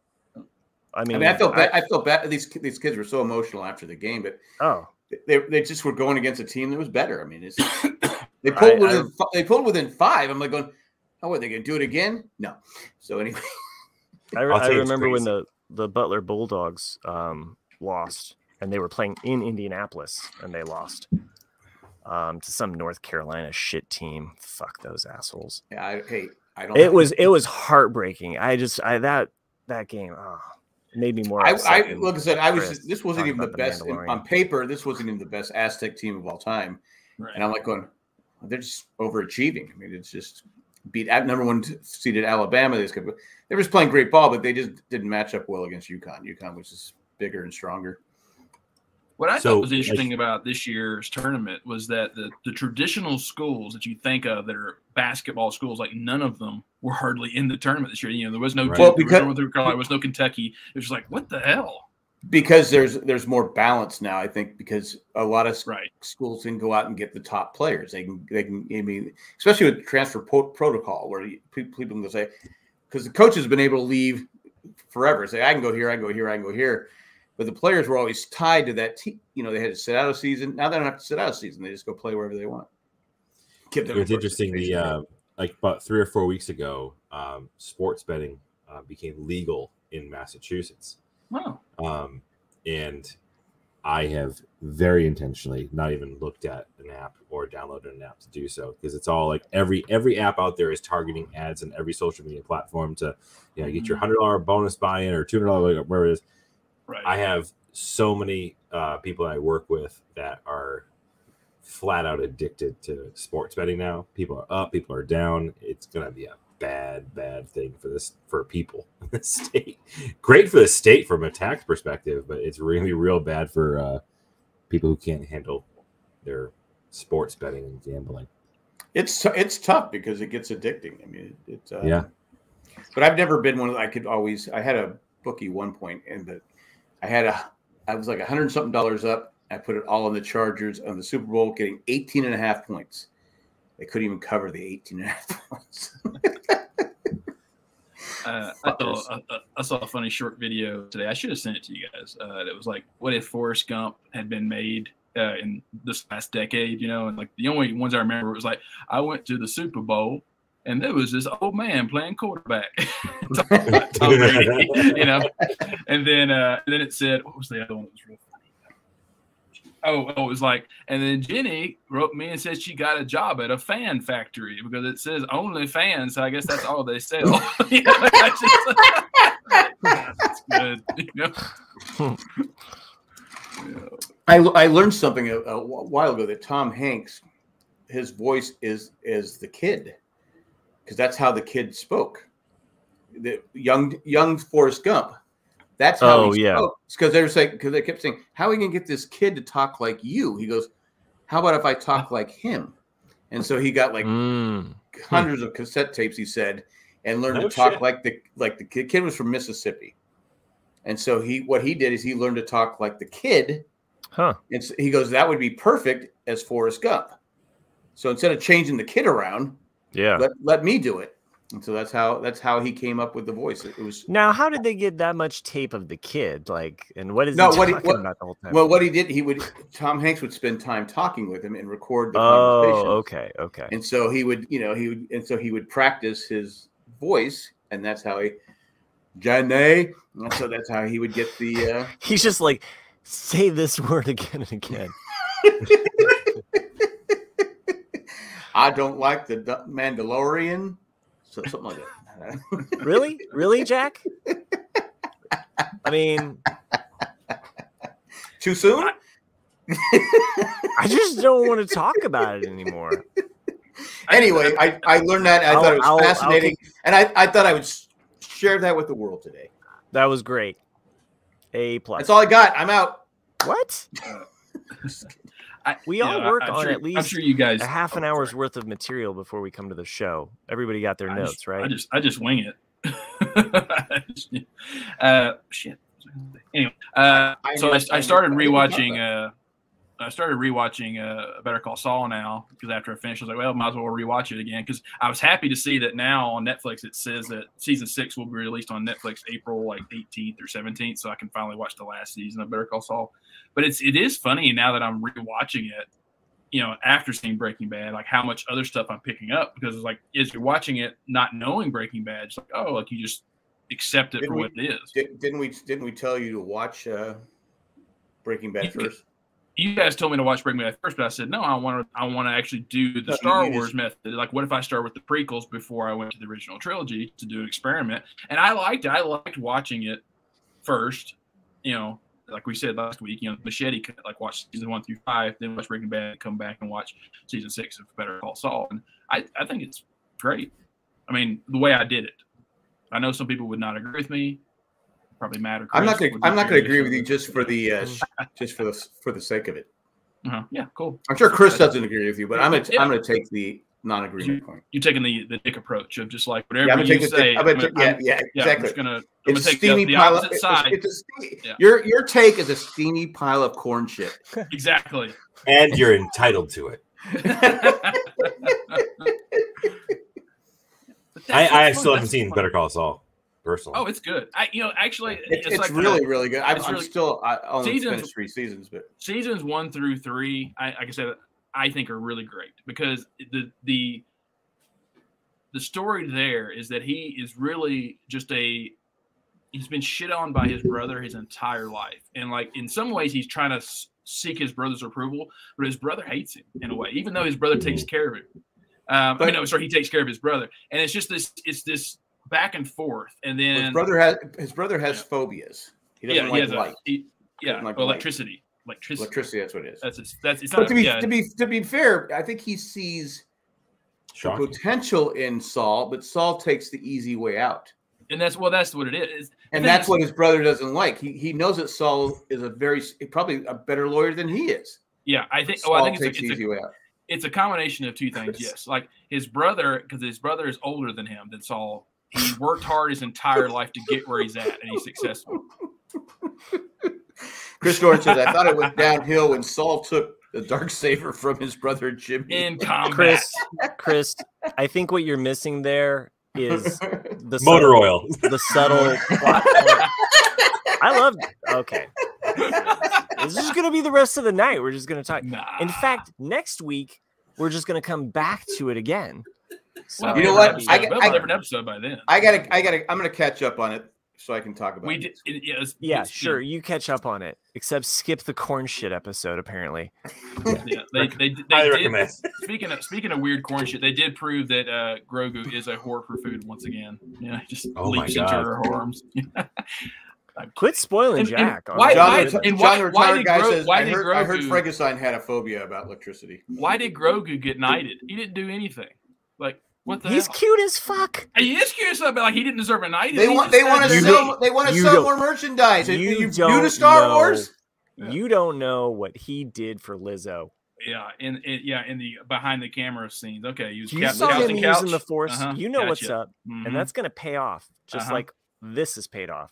[SPEAKER 3] I
[SPEAKER 1] I
[SPEAKER 3] mean,
[SPEAKER 1] mean, I feel bad. I feel bad. These these kids were so emotional after the game, but
[SPEAKER 3] oh,
[SPEAKER 1] they they just were going against a team that was better. I mean, it's they
[SPEAKER 3] I-
[SPEAKER 1] pulled
[SPEAKER 3] I-
[SPEAKER 1] within fi- they pulled within five. I'm like going, oh, what, they gonna do it again? No. So anyway,
[SPEAKER 3] I, re-
[SPEAKER 4] I'll
[SPEAKER 3] I
[SPEAKER 4] say it's
[SPEAKER 3] remember when the the Butler Bulldogs um, lost, and they were playing in Indianapolis, and they lost um, to some North Carolina shit team. Fuck those assholes.
[SPEAKER 1] yeah, I, hey, I don't.
[SPEAKER 3] It was it was heartbreaking. I just I that that game oh, made me more.
[SPEAKER 1] I,
[SPEAKER 3] upset
[SPEAKER 1] I
[SPEAKER 3] than-
[SPEAKER 1] like I said, I was.
[SPEAKER 3] Chris
[SPEAKER 1] Just, this wasn't
[SPEAKER 3] talked
[SPEAKER 1] even the
[SPEAKER 3] about the
[SPEAKER 1] best
[SPEAKER 3] Mandalorian.
[SPEAKER 1] on paper. This wasn't even the best Aztec team of all time.
[SPEAKER 2] Right.
[SPEAKER 1] And I'm like going, they're just overachieving. I mean, it's just beat at number one seeded Alabama. They just could, they were just playing great ball, but they just didn't match up well against UConn. UConn was just bigger and stronger.
[SPEAKER 2] What I
[SPEAKER 4] So,
[SPEAKER 2] thought was
[SPEAKER 4] like-
[SPEAKER 2] interesting about this year's tournament was that the, the traditional schools that you think of that are basketball schools, like none of them were hardly in the tournament this year. You know, there was no
[SPEAKER 4] Right.
[SPEAKER 2] Duke,
[SPEAKER 1] Well,
[SPEAKER 2] there
[SPEAKER 1] because-
[SPEAKER 2] was no North Carolina, there was no Kentucky. It was like, what the hell?
[SPEAKER 1] Because there's there's more balance now, I think, because a lot of
[SPEAKER 2] Right.
[SPEAKER 1] schools can go out and get the top players. They can, they can. I mean, especially with transfer po- protocol, where you- pe- people can say, because the coach has been able to leave forever. Say, I can go here, I can go here, I can go here. But the players were always tied to that team. You know, they had to sit out a season. Now they don't have to sit out a season. They just go play wherever they want. Give them
[SPEAKER 4] It was
[SPEAKER 1] a
[SPEAKER 4] interesting. The
[SPEAKER 1] participation.
[SPEAKER 4] uh, like about three or four weeks ago, um, sports betting uh, became legal in Massachusetts,
[SPEAKER 2] Wow.
[SPEAKER 4] um, and I have very intentionally not even looked at an app or downloaded an app to do so because it's all like every every app out there is targeting ads on every social media platform to you know get your hundred dollar bonus buy in or two hundred dollar whatever it is.
[SPEAKER 2] Right.
[SPEAKER 4] I have so many uh, people I work with that are flat out addicted to sports betting now. People are up, people are down. It's gonna be a bad, bad thing for this for people in the state. Great for the state from a tax perspective, but it's really real bad for uh, people who can't handle their sports betting and gambling.
[SPEAKER 1] it's t- it's tough because it gets addicting. I mean, it, it uh,
[SPEAKER 4] Yeah.
[SPEAKER 1] But I've never been one. that I could always. I had a bookie one point, and but I had a. I was like a hundred and something dollars up. I put it all on the Chargers on the Super Bowl, getting 18 and a half points. They couldn't even cover the 18 and a half points.
[SPEAKER 2] Uh, I, saw,
[SPEAKER 1] Fuckers.
[SPEAKER 2] I, I- I saw a funny short video today. I should have sent it to you guys. Uh, it was like, what if Forrest Gump had been made uh, in this last decade, you know, and like the only ones I remember was like I went to the Super Bowl and there was this old man playing quarterback, Tom,
[SPEAKER 4] Oh,
[SPEAKER 2] Tom Brady, you know, and then uh, and then it said what was the other one that was real funny? Oh, oh, it was like, and then Jenny wrote me and said she got a job at a fan factory because it says only fans. So I guess that's all they sell. You know, that's just- that's good. You know? Yeah.
[SPEAKER 1] I, I learned something a, a while ago that Tom Hanks, his voice is is the kid, because that's how the kid spoke. The young young Forrest Gump, that's how
[SPEAKER 3] Oh,
[SPEAKER 1] he
[SPEAKER 3] yeah.
[SPEAKER 1] spoke. Because they were saying because they kept saying, "How are we gonna get this kid to talk like you?" He goes, "How about if I talk like him?" And so he got like
[SPEAKER 3] Mm.
[SPEAKER 1] hundreds of cassette tapes. He said, and learned
[SPEAKER 4] No
[SPEAKER 1] to talk
[SPEAKER 4] shit.
[SPEAKER 1] like the like the kid. Kid was from Mississippi, and so he what he did is he learned to talk like the kid.
[SPEAKER 3] Huh.
[SPEAKER 1] And so he goes, that would be perfect as Forrest Gump. So instead of changing the kid around,
[SPEAKER 3] Yeah.
[SPEAKER 1] let, let me do it. And so that's how that's how he came up with the voice. It, it was
[SPEAKER 3] Now, how did they get that much tape of the kid? Like, and what is
[SPEAKER 1] No,
[SPEAKER 3] he
[SPEAKER 1] what he-
[SPEAKER 3] talking
[SPEAKER 1] what-
[SPEAKER 3] about the whole time?
[SPEAKER 1] well what he did, he would Tom Hanks would spend time talking with him and record the
[SPEAKER 3] oh,
[SPEAKER 1] conversation.
[SPEAKER 3] okay, okay.
[SPEAKER 1] And so he would, you know, he would and so he would practice his voice, and that's how he Janae. And so that's how he would get the uh
[SPEAKER 3] He's just like, say this word again and again.
[SPEAKER 1] I don't like the Du- Mandalorian. So something like that.
[SPEAKER 3] really, really, Jack? I mean,
[SPEAKER 1] Too soon?
[SPEAKER 3] I just don't want to talk about it anymore.
[SPEAKER 1] anyway, I, I learned that. I
[SPEAKER 3] I'll-
[SPEAKER 1] thought it was
[SPEAKER 3] I'll- I'll
[SPEAKER 1] fascinating, and I, I thought I would s- share that with the world today.
[SPEAKER 3] That was great. A plus.
[SPEAKER 1] That's all I got. I'm out.
[SPEAKER 3] What? We all
[SPEAKER 2] Yeah, I-
[SPEAKER 3] work
[SPEAKER 2] I'm
[SPEAKER 3] on
[SPEAKER 2] sure-
[SPEAKER 3] at
[SPEAKER 2] I'm
[SPEAKER 3] least
[SPEAKER 2] sure you guys
[SPEAKER 3] a half an
[SPEAKER 2] oh,
[SPEAKER 3] hour's
[SPEAKER 2] sorry.
[SPEAKER 3] worth of material before we come to the show. Everybody got their
[SPEAKER 2] I
[SPEAKER 3] notes,
[SPEAKER 2] just- I
[SPEAKER 3] right?
[SPEAKER 2] just I just wing it. uh, shit. Anyway, uh,
[SPEAKER 1] I
[SPEAKER 2] so I,
[SPEAKER 1] just-
[SPEAKER 2] I started
[SPEAKER 1] I didn't talk
[SPEAKER 2] rewatching. Uh, I started rewatching uh, Better Call Saul now because after I finished, I was like, well, might as well rewatch it again because I was happy to see that now on Netflix it says that season six will be released on Netflix April like 18th or 17th, so I can finally watch the last season of Better Call Saul. But it's it is funny now that I'm rewatching it you know, after seeing Breaking Bad, like how much other stuff I'm picking up because it's like as you're watching it, not knowing Breaking Bad, it's like oh, like you just accept it
[SPEAKER 1] Did
[SPEAKER 2] for
[SPEAKER 1] we-
[SPEAKER 2] what it is.
[SPEAKER 1] Did, didn't we? Didn't we tell you to watch uh, Breaking
[SPEAKER 2] You
[SPEAKER 1] Bad
[SPEAKER 2] could-
[SPEAKER 1] first?
[SPEAKER 2] You guys told me to watch Breaking Bad first, but I said no, I want to, I want to actually do
[SPEAKER 1] No,
[SPEAKER 2] the
[SPEAKER 1] you-
[SPEAKER 2] Star
[SPEAKER 1] you just-
[SPEAKER 2] Wars method. Like, what if I start with the prequels before I went to the original trilogy to do an experiment? And I liked it. I liked watching it first. You know, like we said last week, you know, machete cut, like watch season one through five, then watch Breaking Bad, come back and watch season six of Better Call Saul. And I, I think it's great. I mean, the way I did it. I know some people would not agree with me. Probably mad or
[SPEAKER 1] I'm not
[SPEAKER 2] Chris
[SPEAKER 1] gonna.
[SPEAKER 2] would
[SPEAKER 1] I'm not gonna
[SPEAKER 2] disagree.
[SPEAKER 1] agree with you just for the uh, sh- just for the for the sake of it.
[SPEAKER 2] Uh-huh. Yeah, cool.
[SPEAKER 1] I'm sure Chris doesn't agree with you, but I'm gonna
[SPEAKER 2] Yeah.
[SPEAKER 1] I'm gonna take the non-agreement point.
[SPEAKER 2] you're taking the the dick approach of just like
[SPEAKER 1] Yeah,
[SPEAKER 2] whatever
[SPEAKER 1] I'm gonna
[SPEAKER 2] you
[SPEAKER 1] take the.
[SPEAKER 2] say.
[SPEAKER 1] I'm gonna
[SPEAKER 2] I'm-
[SPEAKER 1] take- yeah,
[SPEAKER 2] I'm-
[SPEAKER 1] yeah,
[SPEAKER 2] yeah, I'm
[SPEAKER 1] exactly.
[SPEAKER 2] just gonna, I'm gonna
[SPEAKER 1] It's
[SPEAKER 2] take the,
[SPEAKER 1] steamy
[SPEAKER 2] the
[SPEAKER 1] pile.
[SPEAKER 2] opposite
[SPEAKER 1] Of, it's,
[SPEAKER 2] side.
[SPEAKER 1] it's a steamy,
[SPEAKER 2] Yeah.
[SPEAKER 1] Your your take is a steamy pile of corn shit.
[SPEAKER 2] exactly.
[SPEAKER 4] and you're entitled to it.
[SPEAKER 2] But that's what's
[SPEAKER 4] I, I
[SPEAKER 2] fun.
[SPEAKER 4] still haven't
[SPEAKER 2] That's
[SPEAKER 4] seen
[SPEAKER 2] what's
[SPEAKER 4] Better
[SPEAKER 2] fun.
[SPEAKER 4] Call Saul personally.
[SPEAKER 2] Oh, it's good. I you know actually
[SPEAKER 1] It's,
[SPEAKER 2] it's,
[SPEAKER 1] it's
[SPEAKER 2] like the-
[SPEAKER 1] really really good. I'm,
[SPEAKER 2] it's
[SPEAKER 1] I'm
[SPEAKER 2] really-
[SPEAKER 1] still I I only
[SPEAKER 2] Seasons-
[SPEAKER 1] finished three seasons, but
[SPEAKER 2] seasons one through three, I like I said, I think are really great because the the the story there is that he is really just a he's been shit on by his brother his entire life, and like in some ways he's trying to s- seek his brother's approval, but his brother hates him in a way, even though his brother takes care of him. Um, I
[SPEAKER 1] Mm. But-
[SPEAKER 2] mean, no, sorry, he takes care of his brother, and it's just this it's this back and forth, and
[SPEAKER 1] Well,
[SPEAKER 2] then
[SPEAKER 1] his brother has his brother has
[SPEAKER 2] Yeah.
[SPEAKER 1] phobias. He doesn't
[SPEAKER 2] yeah, he
[SPEAKER 1] like
[SPEAKER 2] has a-
[SPEAKER 1] light,
[SPEAKER 2] he- yeah,
[SPEAKER 1] doesn't like light.
[SPEAKER 2] electricity, electricity.
[SPEAKER 1] electricity. That's what it is.
[SPEAKER 2] That's it's, that's it's
[SPEAKER 1] but
[SPEAKER 2] not
[SPEAKER 1] to be
[SPEAKER 2] yeah,
[SPEAKER 1] to be to be fair, I think he sees the
[SPEAKER 4] Shocking.
[SPEAKER 1] potential in Saul, but Saul takes the easy way out,
[SPEAKER 2] and that's well, that's what it is.
[SPEAKER 1] and
[SPEAKER 2] think
[SPEAKER 1] that's
[SPEAKER 2] it's-
[SPEAKER 1] what his brother doesn't like. He he knows that Saul is a very probably a better lawyer than he is.
[SPEAKER 2] Yeah, I think.
[SPEAKER 1] Saul
[SPEAKER 2] Well, I think
[SPEAKER 1] takes
[SPEAKER 2] it's a,
[SPEAKER 1] the
[SPEAKER 2] it's,
[SPEAKER 1] easy
[SPEAKER 2] a,
[SPEAKER 1] way out.
[SPEAKER 2] it's a combination of two things. Yes, like his brother, because his brother is older than him than Saul. He worked hard his entire life to get where he's at, and he's successful.
[SPEAKER 1] Chris Dorn says, "I thought it went downhill when Saul took the dark saber from his brother Jimmy."
[SPEAKER 2] In combat,
[SPEAKER 3] Chris, Chris, I think what you're missing there is the subtle-
[SPEAKER 4] Motor oil.
[SPEAKER 3] the subtle plot point. I love. Okay, This is going to be the rest of the night. We're just going to talk.
[SPEAKER 2] Nah.
[SPEAKER 3] In fact, next week we're just going to come back to it again. So-
[SPEAKER 1] You know what?
[SPEAKER 2] I
[SPEAKER 1] I
[SPEAKER 2] get,
[SPEAKER 1] get-
[SPEAKER 2] we'll
[SPEAKER 1] I-
[SPEAKER 2] have a different episode by then.
[SPEAKER 1] I gotta, I gotta, I'm gonna catch up on it so I can talk about
[SPEAKER 2] we
[SPEAKER 1] it.
[SPEAKER 2] did. It, yeah, it's-
[SPEAKER 3] Yeah,
[SPEAKER 2] it's-
[SPEAKER 3] sure. You catch up on it, except skip the corn shit episode. Apparently,
[SPEAKER 2] Yeah, they, they, they,
[SPEAKER 4] I
[SPEAKER 2] did-
[SPEAKER 4] recommend.
[SPEAKER 2] Speaking of speaking of weird corn shit, they did prove that uh, Grogu is a whore for food once again. Yeah, he just
[SPEAKER 4] Oh my
[SPEAKER 2] leaps into
[SPEAKER 4] God.
[SPEAKER 2] her arms.
[SPEAKER 3] quit spoiling
[SPEAKER 2] And- and
[SPEAKER 3] Jack.
[SPEAKER 2] why-
[SPEAKER 3] already.
[SPEAKER 1] John,
[SPEAKER 2] why-
[SPEAKER 1] the,
[SPEAKER 2] and
[SPEAKER 1] John
[SPEAKER 2] why-
[SPEAKER 1] the
[SPEAKER 2] why
[SPEAKER 1] retired
[SPEAKER 2] did
[SPEAKER 1] guy
[SPEAKER 2] Gro-
[SPEAKER 1] says,
[SPEAKER 2] why
[SPEAKER 1] I
[SPEAKER 2] did
[SPEAKER 1] heard, I heard
[SPEAKER 2] Grogu-
[SPEAKER 1] Frankenstein had a phobia about electricity.
[SPEAKER 2] Why did Grogu get knighted? He didn't do anything. Like what the
[SPEAKER 3] He's
[SPEAKER 2] hell?
[SPEAKER 3] cute as fuck.
[SPEAKER 2] He is curious about like he didn't deserve a knighting.
[SPEAKER 1] They want, they want to
[SPEAKER 3] You
[SPEAKER 1] sell, they want to
[SPEAKER 3] you
[SPEAKER 1] sell
[SPEAKER 3] don't-
[SPEAKER 1] more merchandise. You,
[SPEAKER 3] you
[SPEAKER 1] you, new
[SPEAKER 3] don't
[SPEAKER 1] to Star
[SPEAKER 3] know.
[SPEAKER 1] Wars?
[SPEAKER 2] Yeah.
[SPEAKER 3] You don't know what he did for Lizzo.
[SPEAKER 2] Yeah, in, in yeah in the behind the camera scenes. Okay, he was
[SPEAKER 3] You
[SPEAKER 2] Captain
[SPEAKER 3] saw
[SPEAKER 2] Couch
[SPEAKER 3] him
[SPEAKER 2] and
[SPEAKER 3] using
[SPEAKER 2] Couch.
[SPEAKER 3] the force.
[SPEAKER 2] Uh-huh,
[SPEAKER 3] You know what's
[SPEAKER 2] gotcha.
[SPEAKER 3] up,
[SPEAKER 2] Mhm.
[SPEAKER 3] and that's going to pay off, just
[SPEAKER 2] Uh-huh.
[SPEAKER 3] like this is paid off.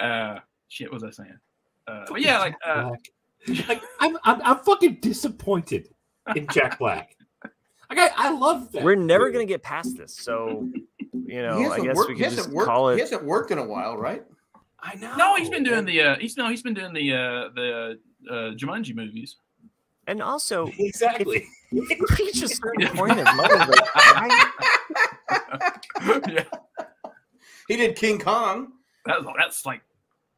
[SPEAKER 2] uh, shit. What was I saying? Uh, but yeah, like uh,
[SPEAKER 4] like I'm, I'm, I'm fucking disappointed in Jack Black. Like I, I love that.
[SPEAKER 3] We're never going to get past this. So, you
[SPEAKER 1] he
[SPEAKER 3] know, I
[SPEAKER 1] hasn't,
[SPEAKER 3] guess
[SPEAKER 1] worked,
[SPEAKER 3] we
[SPEAKER 1] he
[SPEAKER 3] could
[SPEAKER 1] hasn't
[SPEAKER 3] just
[SPEAKER 1] worked,
[SPEAKER 3] call
[SPEAKER 1] he
[SPEAKER 3] it.
[SPEAKER 1] hasn't worked in a while, right?
[SPEAKER 4] I know.
[SPEAKER 2] no, he's been doing the uh, he's no he's been doing the uh, the uh, Jumanji movies.
[SPEAKER 3] And also,
[SPEAKER 4] exactly.
[SPEAKER 3] reach a certain point of money. Like, why-
[SPEAKER 2] yeah,
[SPEAKER 1] He did King Kong.
[SPEAKER 2] that's that's like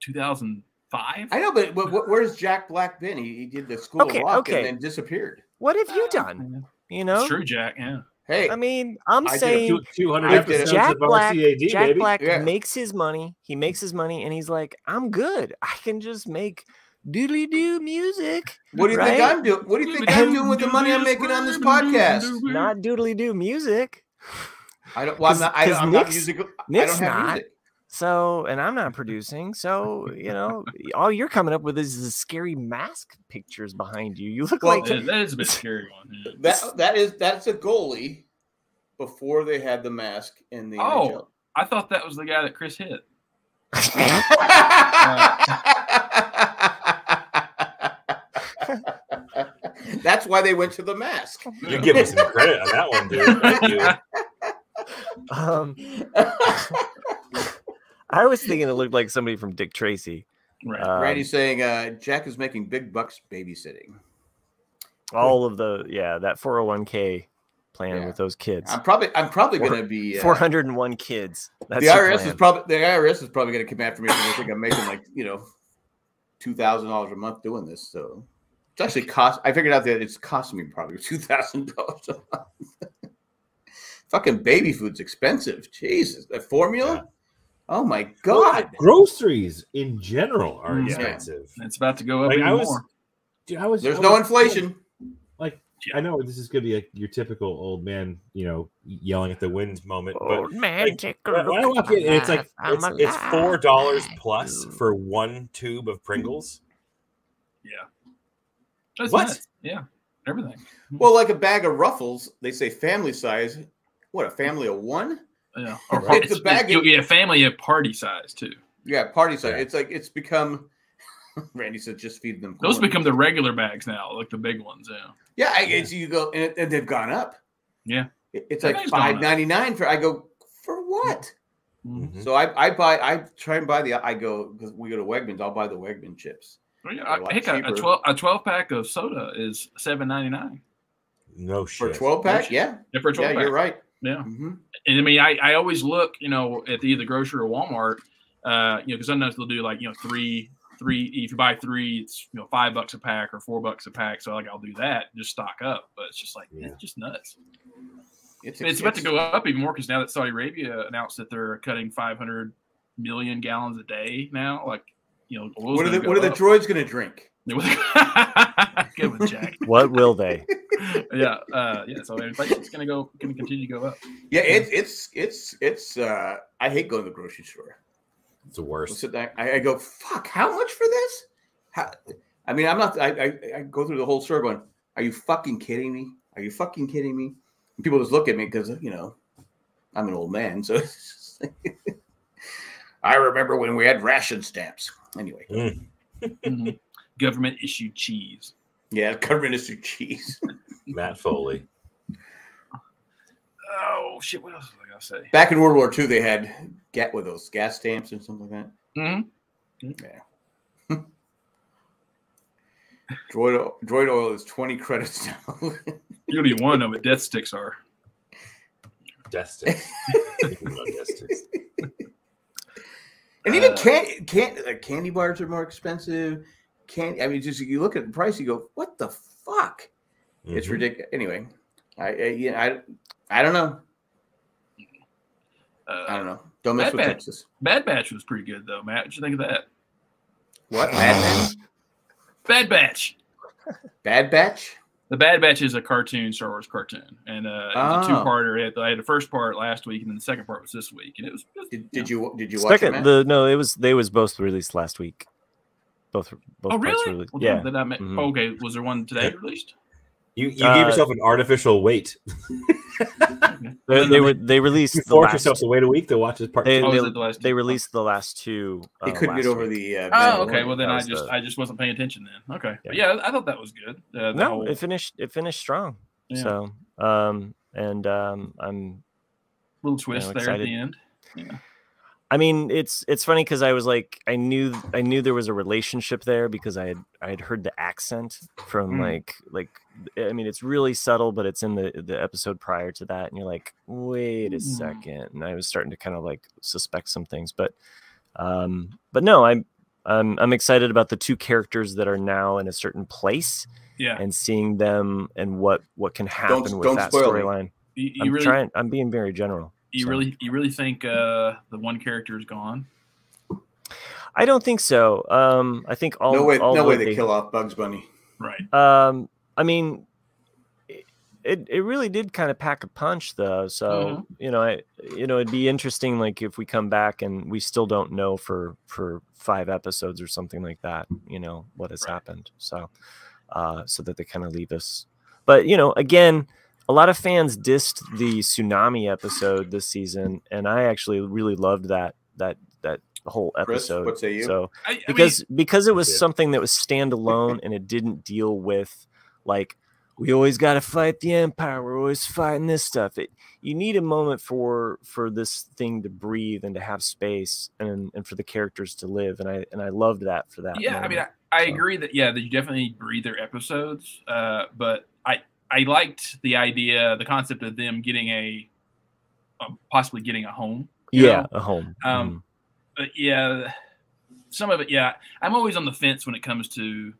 [SPEAKER 2] 2005.
[SPEAKER 1] I know, but, but wh- where's Jack Black been? He, he did the School
[SPEAKER 3] Okay,
[SPEAKER 1] of Rock
[SPEAKER 3] okay.
[SPEAKER 1] and then disappeared.
[SPEAKER 3] what have you done? You know,
[SPEAKER 2] It's true, Jack. Yeah,
[SPEAKER 1] Hey,
[SPEAKER 3] I mean, I'm
[SPEAKER 1] I did a
[SPEAKER 3] saying
[SPEAKER 4] Two hundred
[SPEAKER 1] I
[SPEAKER 3] if
[SPEAKER 1] did
[SPEAKER 4] episodes
[SPEAKER 3] Jack
[SPEAKER 4] of
[SPEAKER 3] Black,
[SPEAKER 4] RCAD,
[SPEAKER 3] Jack
[SPEAKER 4] baby.
[SPEAKER 3] Black
[SPEAKER 1] Yeah.
[SPEAKER 3] makes his money. He makes his money, and he's like, "I'm good. I can just make doodly doo music,
[SPEAKER 1] what do you think
[SPEAKER 3] right?
[SPEAKER 1] I'm doing? What do you think I'm doing with the money I'm making on this podcast?
[SPEAKER 3] not doodly doo music."
[SPEAKER 1] I don't. Well, I'm not. I don't,
[SPEAKER 3] 'Cause
[SPEAKER 1] I'm not
[SPEAKER 3] Nick's-
[SPEAKER 1] musical. I
[SPEAKER 3] Nick's
[SPEAKER 1] don't have
[SPEAKER 3] not.
[SPEAKER 1] music.
[SPEAKER 3] So, and I'm not producing. So, you know, all you're coming up with is the scary mask pictures behind you. You look
[SPEAKER 1] Well,
[SPEAKER 3] like
[SPEAKER 2] Yeah, that is a bit scary one. yeah.
[SPEAKER 1] That that is that's a goalie before they had the mask in the
[SPEAKER 2] Oh. I thought that was the guy that Chris hit.
[SPEAKER 1] NHL. that's why they went to the mask.
[SPEAKER 4] You give me some credit on that one, dude. Thank you.
[SPEAKER 3] um, I was thinking it looked like somebody from Dick Tracy.
[SPEAKER 2] right.
[SPEAKER 3] Um,
[SPEAKER 1] Randy's saying uh, Jack is making big bucks babysitting.
[SPEAKER 3] all of the yeah that 401k plan
[SPEAKER 1] Yeah.
[SPEAKER 3] with those kids.
[SPEAKER 1] I'm probably I'm probably
[SPEAKER 3] Four-
[SPEAKER 1] going to be uh,
[SPEAKER 3] 401 kids. That's
[SPEAKER 1] the
[SPEAKER 3] your
[SPEAKER 1] IRS is
[SPEAKER 3] plan.
[SPEAKER 1] probably the IRS is probably going to come after me because I think I'm making like you know two thousand dollars a month doing this. So it's actually cost. I figured out that it's costing me probably two thousand dollars a month. Fucking baby food's expensive. Jesus, the formula.
[SPEAKER 4] Yeah.
[SPEAKER 1] Oh my god.
[SPEAKER 4] Groceries in general are
[SPEAKER 2] Mm, Yeah.
[SPEAKER 4] expensive.
[SPEAKER 2] it's about to go up
[SPEAKER 4] Like,
[SPEAKER 2] even
[SPEAKER 4] I was-
[SPEAKER 2] more.
[SPEAKER 4] Dude, I was.
[SPEAKER 1] There's
[SPEAKER 4] I
[SPEAKER 1] no
[SPEAKER 4] was-
[SPEAKER 1] inflation.
[SPEAKER 4] I know this is gonna be like your typical old man, you know, yelling at the wind moment.
[SPEAKER 3] Oh, man,
[SPEAKER 4] like,
[SPEAKER 3] take a
[SPEAKER 4] But when I
[SPEAKER 3] look
[SPEAKER 4] walk
[SPEAKER 3] at
[SPEAKER 4] in, and it's
[SPEAKER 3] my
[SPEAKER 4] like
[SPEAKER 3] life. I'm
[SPEAKER 4] it's, it's
[SPEAKER 3] alive.
[SPEAKER 4] four dollars plus for one tube of Pringles.
[SPEAKER 2] Yeah. That's
[SPEAKER 4] What?
[SPEAKER 2] nuts. Yeah. Everything.
[SPEAKER 1] Well, like a bag of Ruffles, they say family size. What a family of one.
[SPEAKER 2] Yeah. Or
[SPEAKER 4] It's
[SPEAKER 2] party-
[SPEAKER 1] a bag of-
[SPEAKER 2] you'll get a family of party size too.
[SPEAKER 1] Yeah, party size.
[SPEAKER 4] Yeah.
[SPEAKER 1] It's like it's become. Randy said, "Just feed them."
[SPEAKER 2] Those
[SPEAKER 1] corn."
[SPEAKER 2] become the regular bags now, like the big ones. Yeah.
[SPEAKER 1] Yeah, I, it's you go and, and they've gone up.
[SPEAKER 2] Yeah.
[SPEAKER 1] It- it's like
[SPEAKER 2] Everything's gone up.
[SPEAKER 1] five ninety nine for. I go for what?
[SPEAKER 4] Mm.
[SPEAKER 2] Mhm.
[SPEAKER 4] Mm-hmm.
[SPEAKER 1] So I, I buy I try and buy the I go because we go to Wegmans. I'll buy the Wegman chips.
[SPEAKER 2] Well, yeah,
[SPEAKER 1] A
[SPEAKER 2] I-
[SPEAKER 1] lot
[SPEAKER 2] heck, a, a
[SPEAKER 1] cheaper.
[SPEAKER 2] twelve a twelve pack of soda is seven ninety nine.
[SPEAKER 4] No
[SPEAKER 1] For
[SPEAKER 4] shit.
[SPEAKER 1] twelve pack, yeah,
[SPEAKER 2] Yeah, for a
[SPEAKER 1] yeah,
[SPEAKER 2] twelve
[SPEAKER 1] you're
[SPEAKER 2] pack.
[SPEAKER 1] right.
[SPEAKER 2] Yeah.
[SPEAKER 1] Mhm.
[SPEAKER 2] and I mean, I, I always look, you know, at either grocery or Walmart, uh, you know, because sometimes they'll do like you know three, three. If you buy three, it's you know five bucks a pack or four bucks a pack. So like I'll do that, just stock up. But it's just like
[SPEAKER 4] Yeah.
[SPEAKER 2] it's just nuts.
[SPEAKER 1] It's,
[SPEAKER 2] And it's about to go up even more because now that Saudi Arabia announced that they're cutting 500 million gallons a day now, like you know, oil's
[SPEAKER 1] What are
[SPEAKER 2] gonna
[SPEAKER 1] the
[SPEAKER 2] go
[SPEAKER 1] What are the
[SPEAKER 2] up.
[SPEAKER 1] droids going to drink?
[SPEAKER 2] Good one, Jack.
[SPEAKER 3] What will they?
[SPEAKER 2] yeah, uh, yeah. So inflation's gonna go, gonna continue to go up.
[SPEAKER 1] Yeah,
[SPEAKER 2] Mm.
[SPEAKER 1] it's it's it's it's. uh I hate going to the grocery store.
[SPEAKER 4] It's the
[SPEAKER 1] I'll
[SPEAKER 4] worst.
[SPEAKER 1] sit there, I, I go, fuck, how much for this? How, I mean, I'm not, I, I, I go through the whole store going, are you fucking kidding me? Are you fucking kidding me? And people just look at me because, you know, I'm an old man. So it's just like- I remember when we had ration stamps. Anyway,
[SPEAKER 2] Mhm. Government issued cheese.
[SPEAKER 1] yeah, government is through cheese.
[SPEAKER 4] Matt Foley.
[SPEAKER 2] Oh shit! What else was I gonna say?
[SPEAKER 1] Back in
[SPEAKER 3] Hmm?
[SPEAKER 1] World War II, they had get with those gas stamps and something like that.
[SPEAKER 2] Mhm.
[SPEAKER 1] Yeah. Droid oil, droid oil is 20 credits now.
[SPEAKER 2] You don't even want to know what death sticks are.
[SPEAKER 4] Death sticks. Speaking about death sticks.
[SPEAKER 1] and even
[SPEAKER 2] Uh,
[SPEAKER 1] can, can, uh, candy bars are more expensive. Can I mean, just you look at the price, you go, what the fuck? It's
[SPEAKER 3] Mm-hmm.
[SPEAKER 4] Mhm.
[SPEAKER 1] ridiculous. Anyway, I, I, yeah, I, I don't know. I
[SPEAKER 2] Uh,
[SPEAKER 1] don't know. Don't mess
[SPEAKER 2] Bad
[SPEAKER 1] with
[SPEAKER 2] Batch.
[SPEAKER 1] Texas.
[SPEAKER 2] Bad Batch was pretty good though, Matt. What you think of that?
[SPEAKER 1] What? Bad Batch?
[SPEAKER 2] Bad Batch.
[SPEAKER 1] Bad Batch?
[SPEAKER 2] The Bad Batch is a cartoon, Star Wars cartoon, and uh, it was a
[SPEAKER 3] Ah.
[SPEAKER 1] Oh.
[SPEAKER 2] two-parter. I had the first part last week, and then the second part was this week, and it was. it was-
[SPEAKER 1] Did, did you did you watch it,
[SPEAKER 3] Second,
[SPEAKER 1] Matt?
[SPEAKER 3] the no, it was they was both released last week. Both, both
[SPEAKER 2] oh
[SPEAKER 3] parts
[SPEAKER 2] really?
[SPEAKER 3] released.
[SPEAKER 2] Well,
[SPEAKER 3] yeah,
[SPEAKER 2] Then I met,
[SPEAKER 3] Mhm.
[SPEAKER 2] oh, okay, was there one today released?
[SPEAKER 4] You, you
[SPEAKER 3] Uh,
[SPEAKER 4] gave yourself an artificial wait.
[SPEAKER 3] they,
[SPEAKER 2] then
[SPEAKER 3] they
[SPEAKER 2] I
[SPEAKER 3] were they released
[SPEAKER 4] You
[SPEAKER 3] the
[SPEAKER 4] forced
[SPEAKER 3] last.
[SPEAKER 4] yourself to wait a week to watch this part.
[SPEAKER 3] They,
[SPEAKER 4] two.
[SPEAKER 2] Oh,
[SPEAKER 3] they,
[SPEAKER 2] was it the last
[SPEAKER 3] they
[SPEAKER 2] two?
[SPEAKER 3] released the last two.
[SPEAKER 1] They
[SPEAKER 3] uh,
[SPEAKER 1] couldn't get
[SPEAKER 3] last
[SPEAKER 1] over
[SPEAKER 3] week.
[SPEAKER 1] the. Uh,
[SPEAKER 2] Oh,
[SPEAKER 1] Mandalorian.
[SPEAKER 2] okay. Well, then
[SPEAKER 3] That
[SPEAKER 2] I
[SPEAKER 3] was
[SPEAKER 2] just
[SPEAKER 3] the-
[SPEAKER 2] I just wasn't paying attention then. Okay, but
[SPEAKER 3] Yeah.
[SPEAKER 2] yeah, I thought that was good. Uh, the
[SPEAKER 3] no
[SPEAKER 2] whole-
[SPEAKER 3] it finished it finished strong
[SPEAKER 2] Yeah.
[SPEAKER 3] so um and um i'm
[SPEAKER 2] little twist there at
[SPEAKER 3] excited.
[SPEAKER 2] the end.
[SPEAKER 3] i mean it's it's funny because i was like i knew i knew there was a relationship there because i had i had heard the accent from
[SPEAKER 2] Mm.
[SPEAKER 3] like like i mean it's really subtle but it's in the the episode prior to that and you're like wait a
[SPEAKER 2] Hmm.
[SPEAKER 3] second and i was starting to kind of like suspect some things but um but no i'm I'm, I'm excited about the two characters that are now in a certain place
[SPEAKER 2] Yeah,
[SPEAKER 3] and seeing them and what what can happen with
[SPEAKER 1] don't
[SPEAKER 3] that
[SPEAKER 1] spoil me.
[SPEAKER 3] storyline
[SPEAKER 2] you, you
[SPEAKER 3] I'm
[SPEAKER 2] really
[SPEAKER 3] trying. I'm being very general.
[SPEAKER 2] you
[SPEAKER 3] so.
[SPEAKER 2] really you really think uh, the one character is gone?
[SPEAKER 3] I don't think so. Um, I think all.
[SPEAKER 1] no way,
[SPEAKER 3] all
[SPEAKER 1] no way
[SPEAKER 3] would
[SPEAKER 1] they
[SPEAKER 3] be.
[SPEAKER 1] kill off Bugs Bunny.
[SPEAKER 2] Right.
[SPEAKER 3] Um, I mean, it it- it really did kind of pack a punch though. So you know, I you know, it'd be interesting like if we come back and we still don't know for for five episodes or something like that. You know what has
[SPEAKER 2] Right.
[SPEAKER 3] happened. So, uh, so that they kind of leave us. But you know, again. A lot of fans dissed the tsunami episode this season, and I actually really loved that that that whole
[SPEAKER 1] Chris,
[SPEAKER 3] episode.
[SPEAKER 1] what say you?
[SPEAKER 3] So
[SPEAKER 2] I, I
[SPEAKER 3] because because it was
[SPEAKER 4] Yeah.
[SPEAKER 3] something that was standalone and it didn't deal with like we always got to fight the empire we're always fighting this stuff it you need a moment for for this thing to breathe and to have space and and for the characters to live and i and i loved that for that
[SPEAKER 2] mean, yeah, I mean,
[SPEAKER 3] moment.
[SPEAKER 2] I, I
[SPEAKER 3] so.
[SPEAKER 2] agree that yeah, that you definitely breathe their episodes. Uh, but I I liked the idea, the concept of them getting a, um, possibly getting a home. you
[SPEAKER 3] yeah
[SPEAKER 2] know?
[SPEAKER 3] a home
[SPEAKER 2] um,
[SPEAKER 3] Mhm.
[SPEAKER 2] but yeah, some of it. Yeah, I'm always on the fence when it comes to,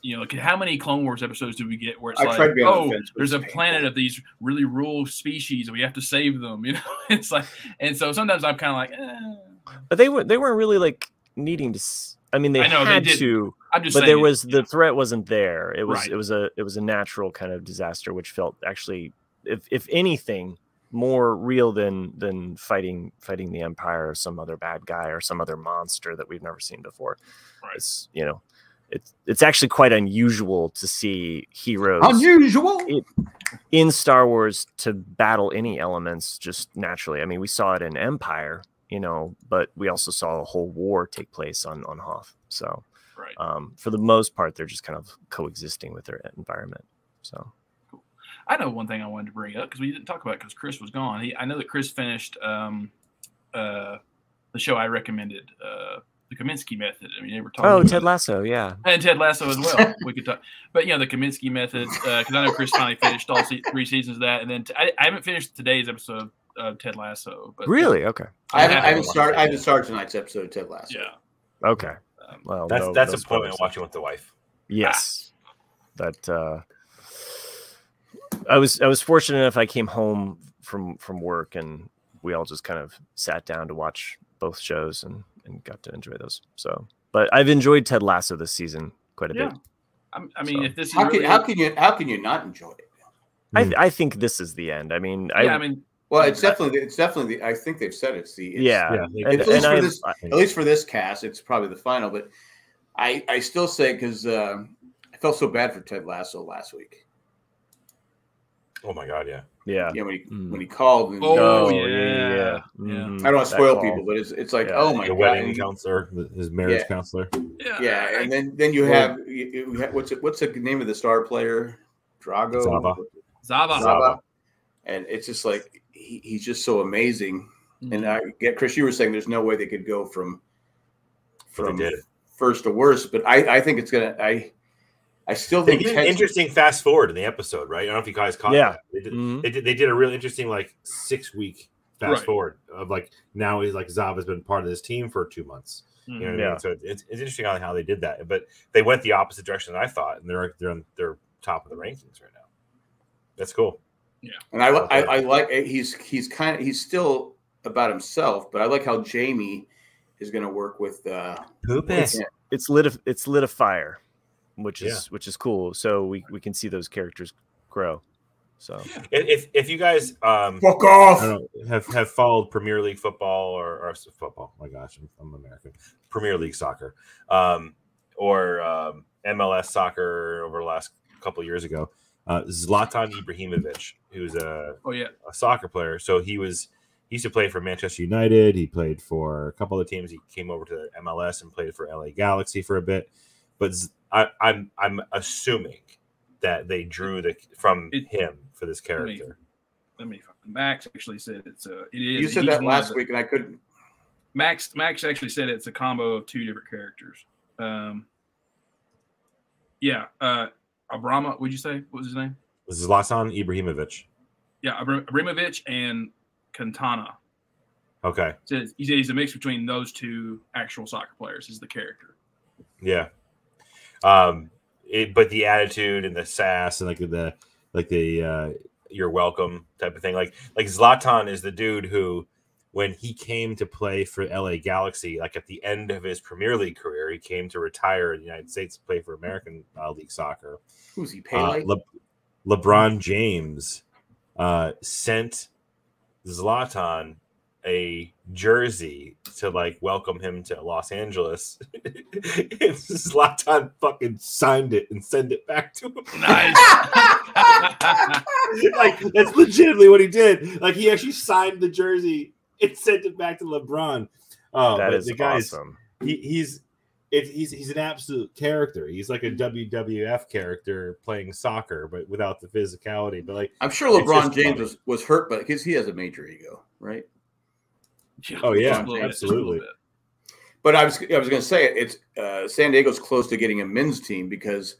[SPEAKER 2] you know, like, how many Clone Wars episodes do we get where it's
[SPEAKER 1] I tried to
[SPEAKER 2] like,
[SPEAKER 1] be on the
[SPEAKER 2] oh,
[SPEAKER 1] fence, but
[SPEAKER 2] there's a
[SPEAKER 1] it's painful.
[SPEAKER 2] planet of these really rural species and we have to save them. You know, it's like, and so sometimes I'm kind of like, eh.
[SPEAKER 3] Mm-hmm. but they were they weren't really like needing to s- i mean they
[SPEAKER 2] I know, they
[SPEAKER 3] had
[SPEAKER 2] didn't.
[SPEAKER 3] to
[SPEAKER 2] I'm just.
[SPEAKER 3] but
[SPEAKER 2] saying
[SPEAKER 3] there
[SPEAKER 2] it-
[SPEAKER 3] was the threat wasn't there it was
[SPEAKER 2] Right.
[SPEAKER 3] it was a it was a natural kind of disaster which felt actually if if anything more real than than fighting fighting the empire or some other bad guy or some other monster that we've never seen before
[SPEAKER 2] Right.
[SPEAKER 3] it's you know it's it's actually quite unusual to see heroes
[SPEAKER 1] Unusual.
[SPEAKER 3] in Star Wars to battle any elements just naturally. I mean, we saw it in Empire, you know, but we also saw a whole war take place on on Hoth. So,
[SPEAKER 2] Right.
[SPEAKER 3] um, for the most part, they're just kind of coexisting with their environment. So,
[SPEAKER 2] I know one thing I wanted to bring up because we didn't talk about because Chris was gone. He, I know that Chris finished um, uh, the show I recommended, uh, the Kaminsky Method. I mean, they were talking.
[SPEAKER 3] oh,
[SPEAKER 2] about
[SPEAKER 3] Ted
[SPEAKER 2] it.
[SPEAKER 3] Lasso, yeah,
[SPEAKER 2] and Ted Lasso as well. We could talk, but you know the Kaminsky method because I know Chris finally finished all se- three seasons of that, and then t- I, I haven't finished today's episode of Ted Lasso. But
[SPEAKER 3] really? Okay,
[SPEAKER 1] I haven't,
[SPEAKER 2] Yeah.
[SPEAKER 1] I haven't started. I haven't started tonight's episode of Ted Lasso.
[SPEAKER 2] yeah,
[SPEAKER 3] okay.
[SPEAKER 2] um,
[SPEAKER 3] Well,
[SPEAKER 4] that's
[SPEAKER 3] no-
[SPEAKER 4] that's
[SPEAKER 3] no
[SPEAKER 4] appointment
[SPEAKER 3] spoilers.
[SPEAKER 4] watching with the wife. Ah.
[SPEAKER 3] Yes, that. Uh, I was I was fortunate enough. I came home from from work and we all just kind of sat down to watch both shows and and got to enjoy those. So, but I've enjoyed Ted Lasso this season quite a
[SPEAKER 2] yeah.
[SPEAKER 3] bit.
[SPEAKER 2] I, I mean,
[SPEAKER 3] So-
[SPEAKER 2] if this is
[SPEAKER 1] How can
[SPEAKER 2] really,
[SPEAKER 1] how can you how can you not enjoy it?
[SPEAKER 3] I
[SPEAKER 4] Mm.
[SPEAKER 3] I think this is the end. I mean, I
[SPEAKER 2] yeah, I mean,
[SPEAKER 1] Well, it's definitely it's definitely. The, I think they've said it's the it's,
[SPEAKER 3] yeah,
[SPEAKER 4] yeah, like,
[SPEAKER 3] and,
[SPEAKER 1] at least
[SPEAKER 3] and
[SPEAKER 1] for
[SPEAKER 3] I,
[SPEAKER 1] this-
[SPEAKER 3] I-
[SPEAKER 1] At least for this cast, it's probably the final. But I I still say because uh, I felt so bad for Ted Lasso last week.
[SPEAKER 4] Oh my god, yeah.
[SPEAKER 3] yeah.
[SPEAKER 1] Yeah, when he
[SPEAKER 3] Mm.
[SPEAKER 1] when he called. And,
[SPEAKER 2] Oh,
[SPEAKER 3] No,
[SPEAKER 2] yeah, yeah.
[SPEAKER 1] I
[SPEAKER 3] Mhm.
[SPEAKER 1] don't want
[SPEAKER 3] That
[SPEAKER 1] to spoil
[SPEAKER 3] call.
[SPEAKER 1] people, but it's it's like
[SPEAKER 3] Yeah,
[SPEAKER 1] oh my
[SPEAKER 4] the
[SPEAKER 1] god.
[SPEAKER 4] wedding
[SPEAKER 1] and-
[SPEAKER 4] counselor, th- his marriage
[SPEAKER 1] Yeah.
[SPEAKER 4] counselor.
[SPEAKER 2] yeah,
[SPEAKER 1] Yeah, and then then you have you, you have- what's it, what's the name of the star player? Drago.
[SPEAKER 4] Zava.
[SPEAKER 2] Zava.
[SPEAKER 4] Zava.
[SPEAKER 1] And it's just like he, he's just so amazing.
[SPEAKER 2] Mhm.
[SPEAKER 1] And I get Chris, you were saying there's no way they could go from
[SPEAKER 4] But they
[SPEAKER 1] from
[SPEAKER 4] did it.
[SPEAKER 1] first to worst, but I, I think it's gonna I I still
[SPEAKER 4] They
[SPEAKER 1] think
[SPEAKER 4] did an
[SPEAKER 1] Ted-
[SPEAKER 4] interesting fast forward in the episode, right? I don't know if you guys caught.
[SPEAKER 3] Yeah.
[SPEAKER 4] that. They did,
[SPEAKER 2] Mm-hmm.
[SPEAKER 3] Mhm.
[SPEAKER 4] they did. They did a real interesting like six week fast
[SPEAKER 2] Right.
[SPEAKER 4] forward of like now he's like Zav has been part of this team for two months.
[SPEAKER 2] Mm-hmm.
[SPEAKER 4] You know what I
[SPEAKER 3] Yeah.
[SPEAKER 4] mean? So it's, it's interesting on how they did that, but they went the opposite direction than I thought, and they're they're on, they're top of the rankings right now. That's cool.
[SPEAKER 1] And I, li- I, I like eh, he's he's kind of he's still about himself, but I like how Jamie is going to work with. Uh,
[SPEAKER 4] Poop
[SPEAKER 3] It's it's lit a, it's lit a fire, which is which is cool. So we we can see those characters grow. So
[SPEAKER 4] If if you guys um
[SPEAKER 1] Fuck
[SPEAKER 4] I
[SPEAKER 1] off!
[SPEAKER 4] don't know, have have followed Premier League football or, or s- football. my gosh, I'm, I'm American. Premier League soccer, um, or um, MLS soccer over the last couple of years ago. Uh, Zlatan Ibrahimovic, who's a,
[SPEAKER 2] Oh yeah,
[SPEAKER 4] a soccer player, so he was he used to play for Manchester United. He played for a couple of teams. He came over to the MLS and played for LA Galaxy for a bit. But Z- I, am I'm assuming that they drew the from
[SPEAKER 2] It-
[SPEAKER 4] him for this character.
[SPEAKER 2] let me. fucking- Max actually said it's a. It is.
[SPEAKER 1] You said
[SPEAKER 2] he's
[SPEAKER 1] that
[SPEAKER 2] one of
[SPEAKER 1] last
[SPEAKER 2] the-
[SPEAKER 1] week, and I couldn't.
[SPEAKER 2] Max Max actually said it's a combo of two different characters. Um, yeah, uh, Abrama. Would you say what was his name?
[SPEAKER 4] Zlatan Ibrahimovic.
[SPEAKER 2] Yeah, Abra- Abramovich and Cantana.
[SPEAKER 4] Okay.
[SPEAKER 2] Says he said he's a mix between those two actual soccer players. Is the character.
[SPEAKER 4] Yeah. Um it, but the attitude and the sass and like the like the uh you're welcome type of thing. Like like Zlatan is the dude who when he came to play for LA Galaxy, like at the end of his Premier League career, he came to retire in the United States to play for American uh, League Soccer.
[SPEAKER 1] Who's he? Pele.
[SPEAKER 4] Uh, Le- LeBron James uh, sent Zlatan a jersey to like welcome him to Los Angeles. and Zlatan fucking signed it and sent it back to him.
[SPEAKER 2] Nice.
[SPEAKER 4] like that's legitimately what he did. Like he actually signed the jersey and sent it back to LeBron.
[SPEAKER 1] Oh,
[SPEAKER 4] Uh,
[SPEAKER 3] that
[SPEAKER 4] but
[SPEAKER 3] is
[SPEAKER 4] the guy's
[SPEAKER 3] awesome.
[SPEAKER 4] he, he's it, he's he's an absolute character. He's like a WWF character playing soccer, but without the physicality. But like,
[SPEAKER 1] I'm sure
[SPEAKER 4] it's
[SPEAKER 1] LeBron
[SPEAKER 4] just
[SPEAKER 1] James
[SPEAKER 4] funny.
[SPEAKER 1] was, was hurt, but because he has a major ego, right?
[SPEAKER 4] Oh,
[SPEAKER 2] just
[SPEAKER 4] yeah,
[SPEAKER 2] a little bit, just a little
[SPEAKER 4] absolutely.
[SPEAKER 2] bit.
[SPEAKER 1] But I was I was going to say it's uh, San Diego's close to getting a men's team because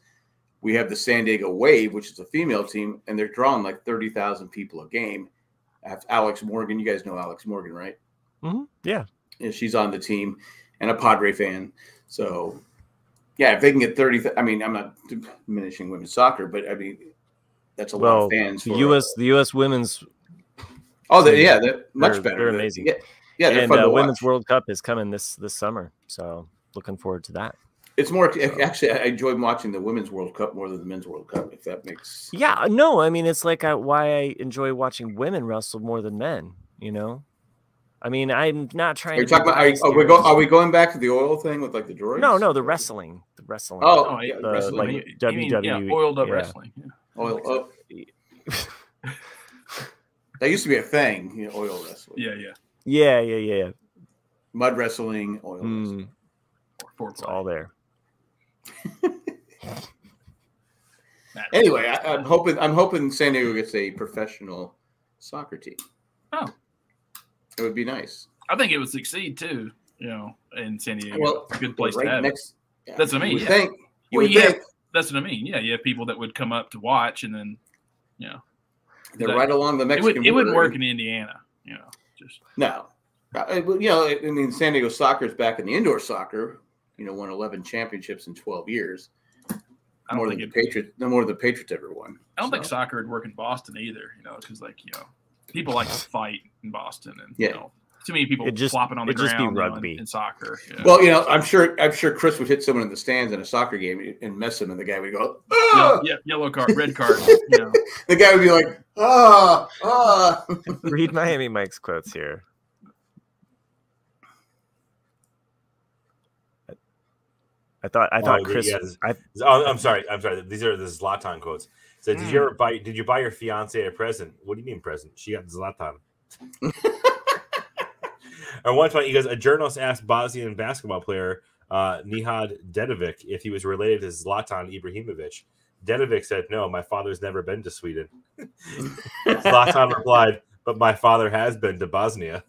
[SPEAKER 1] we have the San Diego Wave, which is a female team, and they're drawing like thirty thousand people a game. I have Alex Morgan, you guys know Alex Morgan, right?
[SPEAKER 3] Mhm. Yeah,
[SPEAKER 1] Yeah, she's on the team and a Padre fan. So, yeah, if they can get 30, th- I mean, I'm not diminishing women's soccer, but I mean, that's a lot
[SPEAKER 3] well,
[SPEAKER 1] of fans.
[SPEAKER 3] the
[SPEAKER 1] for,
[SPEAKER 3] U.S.
[SPEAKER 1] uh,
[SPEAKER 3] the U.S. women's
[SPEAKER 1] oh, they- yeah, they're much
[SPEAKER 3] They're-
[SPEAKER 1] better.
[SPEAKER 3] they're amazing.
[SPEAKER 1] Yeah, yeah they're
[SPEAKER 3] and
[SPEAKER 1] fun
[SPEAKER 3] uh,
[SPEAKER 1] to
[SPEAKER 3] women's
[SPEAKER 1] women's
[SPEAKER 3] World Cup is coming this this summer. So looking forward to that.
[SPEAKER 1] It's more, actually, I enjoy watching the Women's World Cup more than the Men's World Cup, if that makes
[SPEAKER 3] Yeah, no, I mean it's like I, why I enjoy watching women wrestle more than men. You know, I mean I'm not
[SPEAKER 1] Are
[SPEAKER 3] trying.
[SPEAKER 1] you
[SPEAKER 3] to be
[SPEAKER 1] talking about, are,
[SPEAKER 3] biased
[SPEAKER 1] you- are we
[SPEAKER 3] here.
[SPEAKER 1] go, are we going back to the oil thing with like the droids?
[SPEAKER 3] No, no, the wrestling, the wrestling.
[SPEAKER 1] Oh,
[SPEAKER 2] Oh,
[SPEAKER 1] yeah,
[SPEAKER 2] yeah,
[SPEAKER 3] the,
[SPEAKER 1] wrestling.
[SPEAKER 3] like,
[SPEAKER 2] You- you mean,
[SPEAKER 3] WWE,
[SPEAKER 2] yeah, oiled up
[SPEAKER 3] yeah.
[SPEAKER 2] wrestling. Yeah.
[SPEAKER 1] oil. oh. that used to be a thing, you know, oil wrestling.
[SPEAKER 2] Yeah, yeah.
[SPEAKER 3] yeah, yeah, yeah.
[SPEAKER 1] Mud wrestling, oil
[SPEAKER 2] Hmm.
[SPEAKER 1] wrestling.
[SPEAKER 3] Mm,
[SPEAKER 2] Four
[SPEAKER 3] it's all there.
[SPEAKER 1] Anyway, I, I'm hoping I'm hoping San Diego gets a professional soccer team.
[SPEAKER 2] Oh.
[SPEAKER 1] it would be nice.
[SPEAKER 2] I think it would succeed too. You know, in San Diego,
[SPEAKER 1] Well,
[SPEAKER 2] It's a good place to
[SPEAKER 1] right
[SPEAKER 2] have. it.
[SPEAKER 1] next. yeah,
[SPEAKER 2] That's what I
[SPEAKER 1] you
[SPEAKER 2] mean,
[SPEAKER 1] would
[SPEAKER 2] yeah.
[SPEAKER 1] Think, you
[SPEAKER 2] Well,
[SPEAKER 1] would
[SPEAKER 2] yeah.
[SPEAKER 1] think
[SPEAKER 2] That's what I mean. Yeah, you have people that would come up to watch, and then you know,
[SPEAKER 1] they're
[SPEAKER 2] That-
[SPEAKER 1] right along the
[SPEAKER 2] it,
[SPEAKER 1] Mexican.
[SPEAKER 2] would, it wouldn't
[SPEAKER 1] border.
[SPEAKER 2] work in Indiana. You know, just
[SPEAKER 1] No, Uh, it would- you know, I I mean, San Diego soccer is back in the indoor soccer. You know, won 11 championships in 12 years.
[SPEAKER 2] I don't
[SPEAKER 1] More than
[SPEAKER 2] think
[SPEAKER 1] the
[SPEAKER 2] it,
[SPEAKER 1] Patriots. No more than the Patriots ever won.
[SPEAKER 2] I don't think
[SPEAKER 1] So,
[SPEAKER 2] soccer would work in Boston either. You know, because like you know, people like to fight in Boston, and
[SPEAKER 1] Yeah.
[SPEAKER 2] you know, too many people
[SPEAKER 3] It'd just-
[SPEAKER 2] flopping on the
[SPEAKER 3] it'd just be
[SPEAKER 2] ground you know, in-
[SPEAKER 3] rugby.
[SPEAKER 2] in, soccer. yeah.
[SPEAKER 1] Well, you know, I'm sure. I'm sure Chris would hit someone in the stands in a soccer game and mess him, and the guy would go,
[SPEAKER 2] yeah,
[SPEAKER 1] "Ah!"
[SPEAKER 2] yeah, yellow card, red card. you know.
[SPEAKER 1] The guy would be like, "Ah, ah."
[SPEAKER 3] Read Miami Mike's quotes here. I- I thought I thought
[SPEAKER 4] Oh,
[SPEAKER 3] Chris.
[SPEAKER 4] yes.
[SPEAKER 3] I,
[SPEAKER 4] Oh, I'm sorry. I'm sorry. These are the Zlatan quotes. So, did you
[SPEAKER 2] Mm.
[SPEAKER 4] ever buy? Did you buy your fiance a present? What do you mean present? She got Zlatan. At one point, he goes. A journalist asked Bosnian basketball player uh, Nihad Dedovic if he was related to Zlatan Ibrahimovic. Dedovic said, "No, my father's never been to Sweden." Zlatan replied, "But my father has been to Bosnia."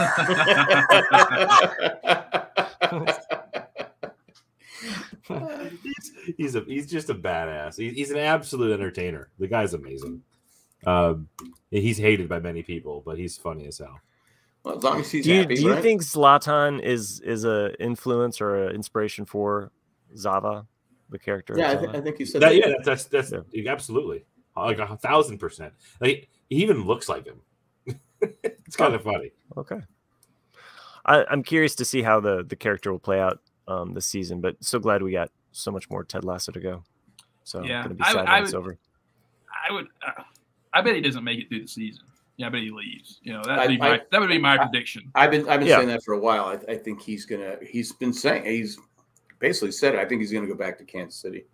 [SPEAKER 1] yeah,
[SPEAKER 4] He's- he's a he's just a badass. He, he's an absolute entertainer. The guy's amazing. Um, he's hated by many people, but he's funny as hell.
[SPEAKER 1] Well, as long as he's
[SPEAKER 3] do you,
[SPEAKER 1] happy,
[SPEAKER 3] do you
[SPEAKER 1] right?
[SPEAKER 3] think Zlatan is is a influence or an inspiration for Zava, the character? of
[SPEAKER 1] Yeah, I, th-
[SPEAKER 3] Zava?
[SPEAKER 1] I think you said
[SPEAKER 4] That, yeah, that's that's, that's
[SPEAKER 3] Yeah.
[SPEAKER 4] absolutely like a thousand percent. Like he even looks like him. it's kind of funny.
[SPEAKER 3] Okay. I, I'm curious to see how the the character will play out um, this season, but so glad we got so much more Ted Lasso to go. So
[SPEAKER 2] Yeah,
[SPEAKER 3] gonna be
[SPEAKER 2] I
[SPEAKER 3] sad
[SPEAKER 2] would-
[SPEAKER 3] when
[SPEAKER 2] I
[SPEAKER 3] it's
[SPEAKER 2] would-
[SPEAKER 3] over.
[SPEAKER 2] I would. Uh, I bet he doesn't make it through the season. Yeah, I bet he leaves. You know, that
[SPEAKER 1] I-
[SPEAKER 2] would be my
[SPEAKER 1] I-
[SPEAKER 2] that would be my
[SPEAKER 1] I-
[SPEAKER 2] prediction.
[SPEAKER 1] I've been I've been
[SPEAKER 3] Yeah.
[SPEAKER 1] saying that for a while. I, I think he's gonna. He's been saying he's basically said it. I think he's gonna go back to Kansas City. Is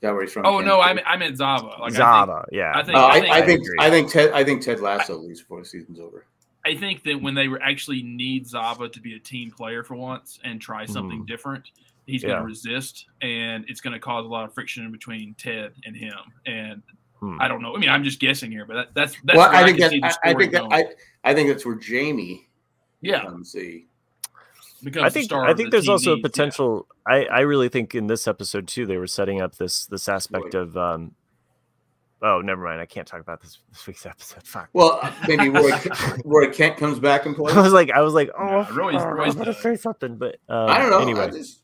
[SPEAKER 1] that where he's from?
[SPEAKER 2] Oh no, I
[SPEAKER 1] Kansas
[SPEAKER 2] mean I meant Zava. Like,
[SPEAKER 3] Zava, yeah.
[SPEAKER 2] I think-
[SPEAKER 1] City? Uh, I,
[SPEAKER 2] I
[SPEAKER 1] I think
[SPEAKER 3] agree.
[SPEAKER 1] I think Ted I think Ted Lasso leaves before the season's over.
[SPEAKER 2] I think, I think that when they were actually need Zava to be a team player for once and try something
[SPEAKER 3] Mhm.
[SPEAKER 2] different, he's
[SPEAKER 3] Yeah.
[SPEAKER 2] going to resist, and it's going to cause a lot of friction between Ted and him. And
[SPEAKER 3] Hmm.
[SPEAKER 2] I don't know. I mean, I'm just guessing here, but that, that's that's
[SPEAKER 1] well,
[SPEAKER 2] where
[SPEAKER 1] I think
[SPEAKER 2] can
[SPEAKER 1] that
[SPEAKER 2] see the
[SPEAKER 1] I, I
[SPEAKER 2] story
[SPEAKER 1] think that
[SPEAKER 2] going.
[SPEAKER 1] I, I think that's where Jamie
[SPEAKER 2] yeah
[SPEAKER 1] becomes the
[SPEAKER 2] becomes
[SPEAKER 3] I
[SPEAKER 2] the
[SPEAKER 3] think
[SPEAKER 2] star
[SPEAKER 3] I
[SPEAKER 2] of
[SPEAKER 3] think
[SPEAKER 2] the
[SPEAKER 3] there's also a
[SPEAKER 2] TV, yeah.
[SPEAKER 3] potential. I I really think in this episode too, they were setting up this this aspect
[SPEAKER 1] Right.
[SPEAKER 3] of. um Oh, never mind. I can't talk about this this week's episode. Fuck.
[SPEAKER 1] well maybe Roy Roy Kent comes back and plays.
[SPEAKER 3] I was like, I was like, oh,
[SPEAKER 2] Yeah, Roy's-
[SPEAKER 3] fuck,
[SPEAKER 2] Roy's
[SPEAKER 3] I'm gonna
[SPEAKER 2] the-
[SPEAKER 3] say something, but um,
[SPEAKER 1] I don't know. I
[SPEAKER 3] Anyway,
[SPEAKER 1] just,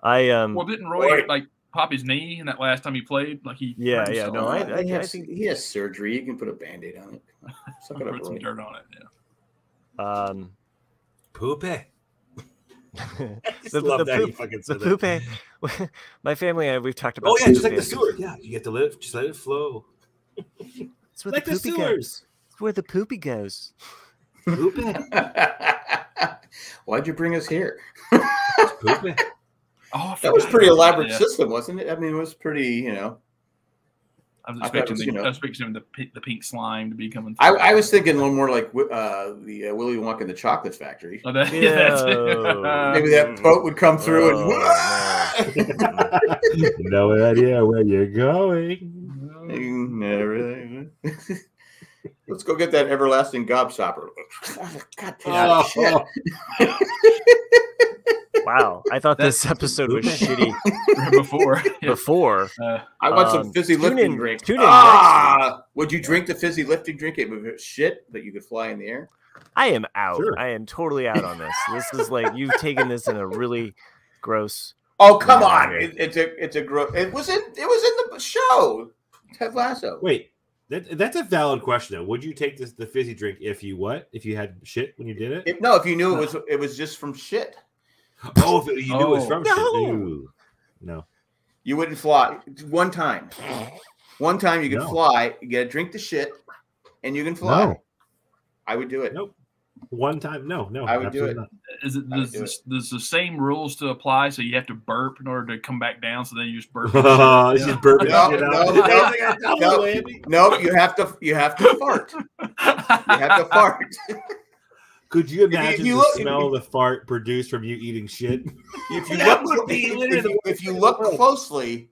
[SPEAKER 3] I um,
[SPEAKER 2] Well, didn't Roy
[SPEAKER 1] Roy-
[SPEAKER 2] like pop his knee in that last time he played? Like he
[SPEAKER 3] Yeah,
[SPEAKER 2] hurt
[SPEAKER 3] yeah,
[SPEAKER 2] himself?
[SPEAKER 3] no, I- I-
[SPEAKER 1] he
[SPEAKER 3] I
[SPEAKER 1] has-
[SPEAKER 3] think-
[SPEAKER 1] he has surgery. You can put a band-aid on it. Suck it up,
[SPEAKER 2] put some
[SPEAKER 1] Roy.
[SPEAKER 2] dirt on it. Yeah.
[SPEAKER 3] um,
[SPEAKER 4] Poopy. I just
[SPEAKER 3] The-
[SPEAKER 4] love
[SPEAKER 3] the
[SPEAKER 4] that he
[SPEAKER 3] poop-
[SPEAKER 4] fucking
[SPEAKER 3] the
[SPEAKER 4] said that.
[SPEAKER 3] poop. My family and I, we've talked about.
[SPEAKER 4] Oh yeah, just like the
[SPEAKER 3] poop.
[SPEAKER 4] sewer. Yeah, you get to live. Just let it flow.
[SPEAKER 3] It's where the poopy goes. It's where the poopy goes.
[SPEAKER 4] Poopy.
[SPEAKER 1] Why'd you bring us here?
[SPEAKER 4] Poopy.
[SPEAKER 2] Oh, I
[SPEAKER 1] That was
[SPEAKER 2] forgot
[SPEAKER 1] pretty
[SPEAKER 2] about
[SPEAKER 1] elaborate
[SPEAKER 2] Yeah,
[SPEAKER 1] system, wasn't it? I mean, it was pretty. You know,
[SPEAKER 2] I was
[SPEAKER 1] I thought it
[SPEAKER 2] expecting,
[SPEAKER 1] was,
[SPEAKER 2] the,
[SPEAKER 1] you know-
[SPEAKER 2] I was expecting the, pi- the pink slime to be coming.
[SPEAKER 1] I,
[SPEAKER 2] through.
[SPEAKER 1] I was thinking a little more like uh, the uh, Willy Wonka and the Chocolate Factory.
[SPEAKER 2] Oh, that, yeah, that's
[SPEAKER 3] Yo.
[SPEAKER 1] Maybe that boat would come through
[SPEAKER 3] Oh,
[SPEAKER 1] and.
[SPEAKER 4] no idea where you're going.
[SPEAKER 2] it.
[SPEAKER 1] Never- Let's go get that everlasting gobstopper. God damn
[SPEAKER 4] Oh,
[SPEAKER 1] shit.
[SPEAKER 3] wow, I thought
[SPEAKER 2] That's-
[SPEAKER 3] this episode was shitty
[SPEAKER 2] Right before. Yeah.
[SPEAKER 3] before.
[SPEAKER 2] Uh,
[SPEAKER 1] I want
[SPEAKER 3] Um,
[SPEAKER 1] some fizzy
[SPEAKER 3] tune
[SPEAKER 1] lifting
[SPEAKER 3] in-
[SPEAKER 1] drink.
[SPEAKER 3] tune in
[SPEAKER 1] ah, would you drink the fizzy lifting drink? It would be shit that you could fly in the air.
[SPEAKER 3] I am out.
[SPEAKER 4] Sure.
[SPEAKER 3] I am totally out on this. This is like you've taken this in a really gross.
[SPEAKER 1] Oh come
[SPEAKER 3] Yeah.
[SPEAKER 1] on! It, it's a it's a gross. It was in it was in the show. Ted Lasso.
[SPEAKER 4] Wait, that, that's a valid question though. Would you take this the fizzy drink if you what? If you had shit when you did it?
[SPEAKER 1] If- no, if you knew it was it was just from shit,
[SPEAKER 4] oh, if it- you knew it was
[SPEAKER 2] Oh.
[SPEAKER 4] from
[SPEAKER 3] No.
[SPEAKER 4] shit. Ooh. No.
[SPEAKER 1] you wouldn't fly. One time, one time you could
[SPEAKER 4] No.
[SPEAKER 1] fly. You get a drink the shit, and you can fly.
[SPEAKER 4] No.
[SPEAKER 1] I would do it.
[SPEAKER 4] Nope. One time. No, no.
[SPEAKER 1] I would do
[SPEAKER 4] absolutely
[SPEAKER 1] it.
[SPEAKER 4] not.
[SPEAKER 2] is it
[SPEAKER 1] I would
[SPEAKER 2] does,
[SPEAKER 1] do it.
[SPEAKER 2] this- does the same rules to apply? So you have to burp in order to come back down. So then you just burp.
[SPEAKER 4] Oh, she's burping
[SPEAKER 1] No,
[SPEAKER 4] shit
[SPEAKER 1] no,
[SPEAKER 4] out.
[SPEAKER 1] no, no.
[SPEAKER 4] Double whammy.
[SPEAKER 1] No, you have to you have to fart. You have to fart.
[SPEAKER 4] Could you
[SPEAKER 1] you-
[SPEAKER 4] imagine
[SPEAKER 1] you
[SPEAKER 4] the
[SPEAKER 1] look-
[SPEAKER 4] smell of the fart produced from you eating shit?
[SPEAKER 1] If you
[SPEAKER 4] That
[SPEAKER 1] look,
[SPEAKER 4] would be
[SPEAKER 1] if-
[SPEAKER 4] literally
[SPEAKER 1] if
[SPEAKER 4] the
[SPEAKER 1] you- if you look closely,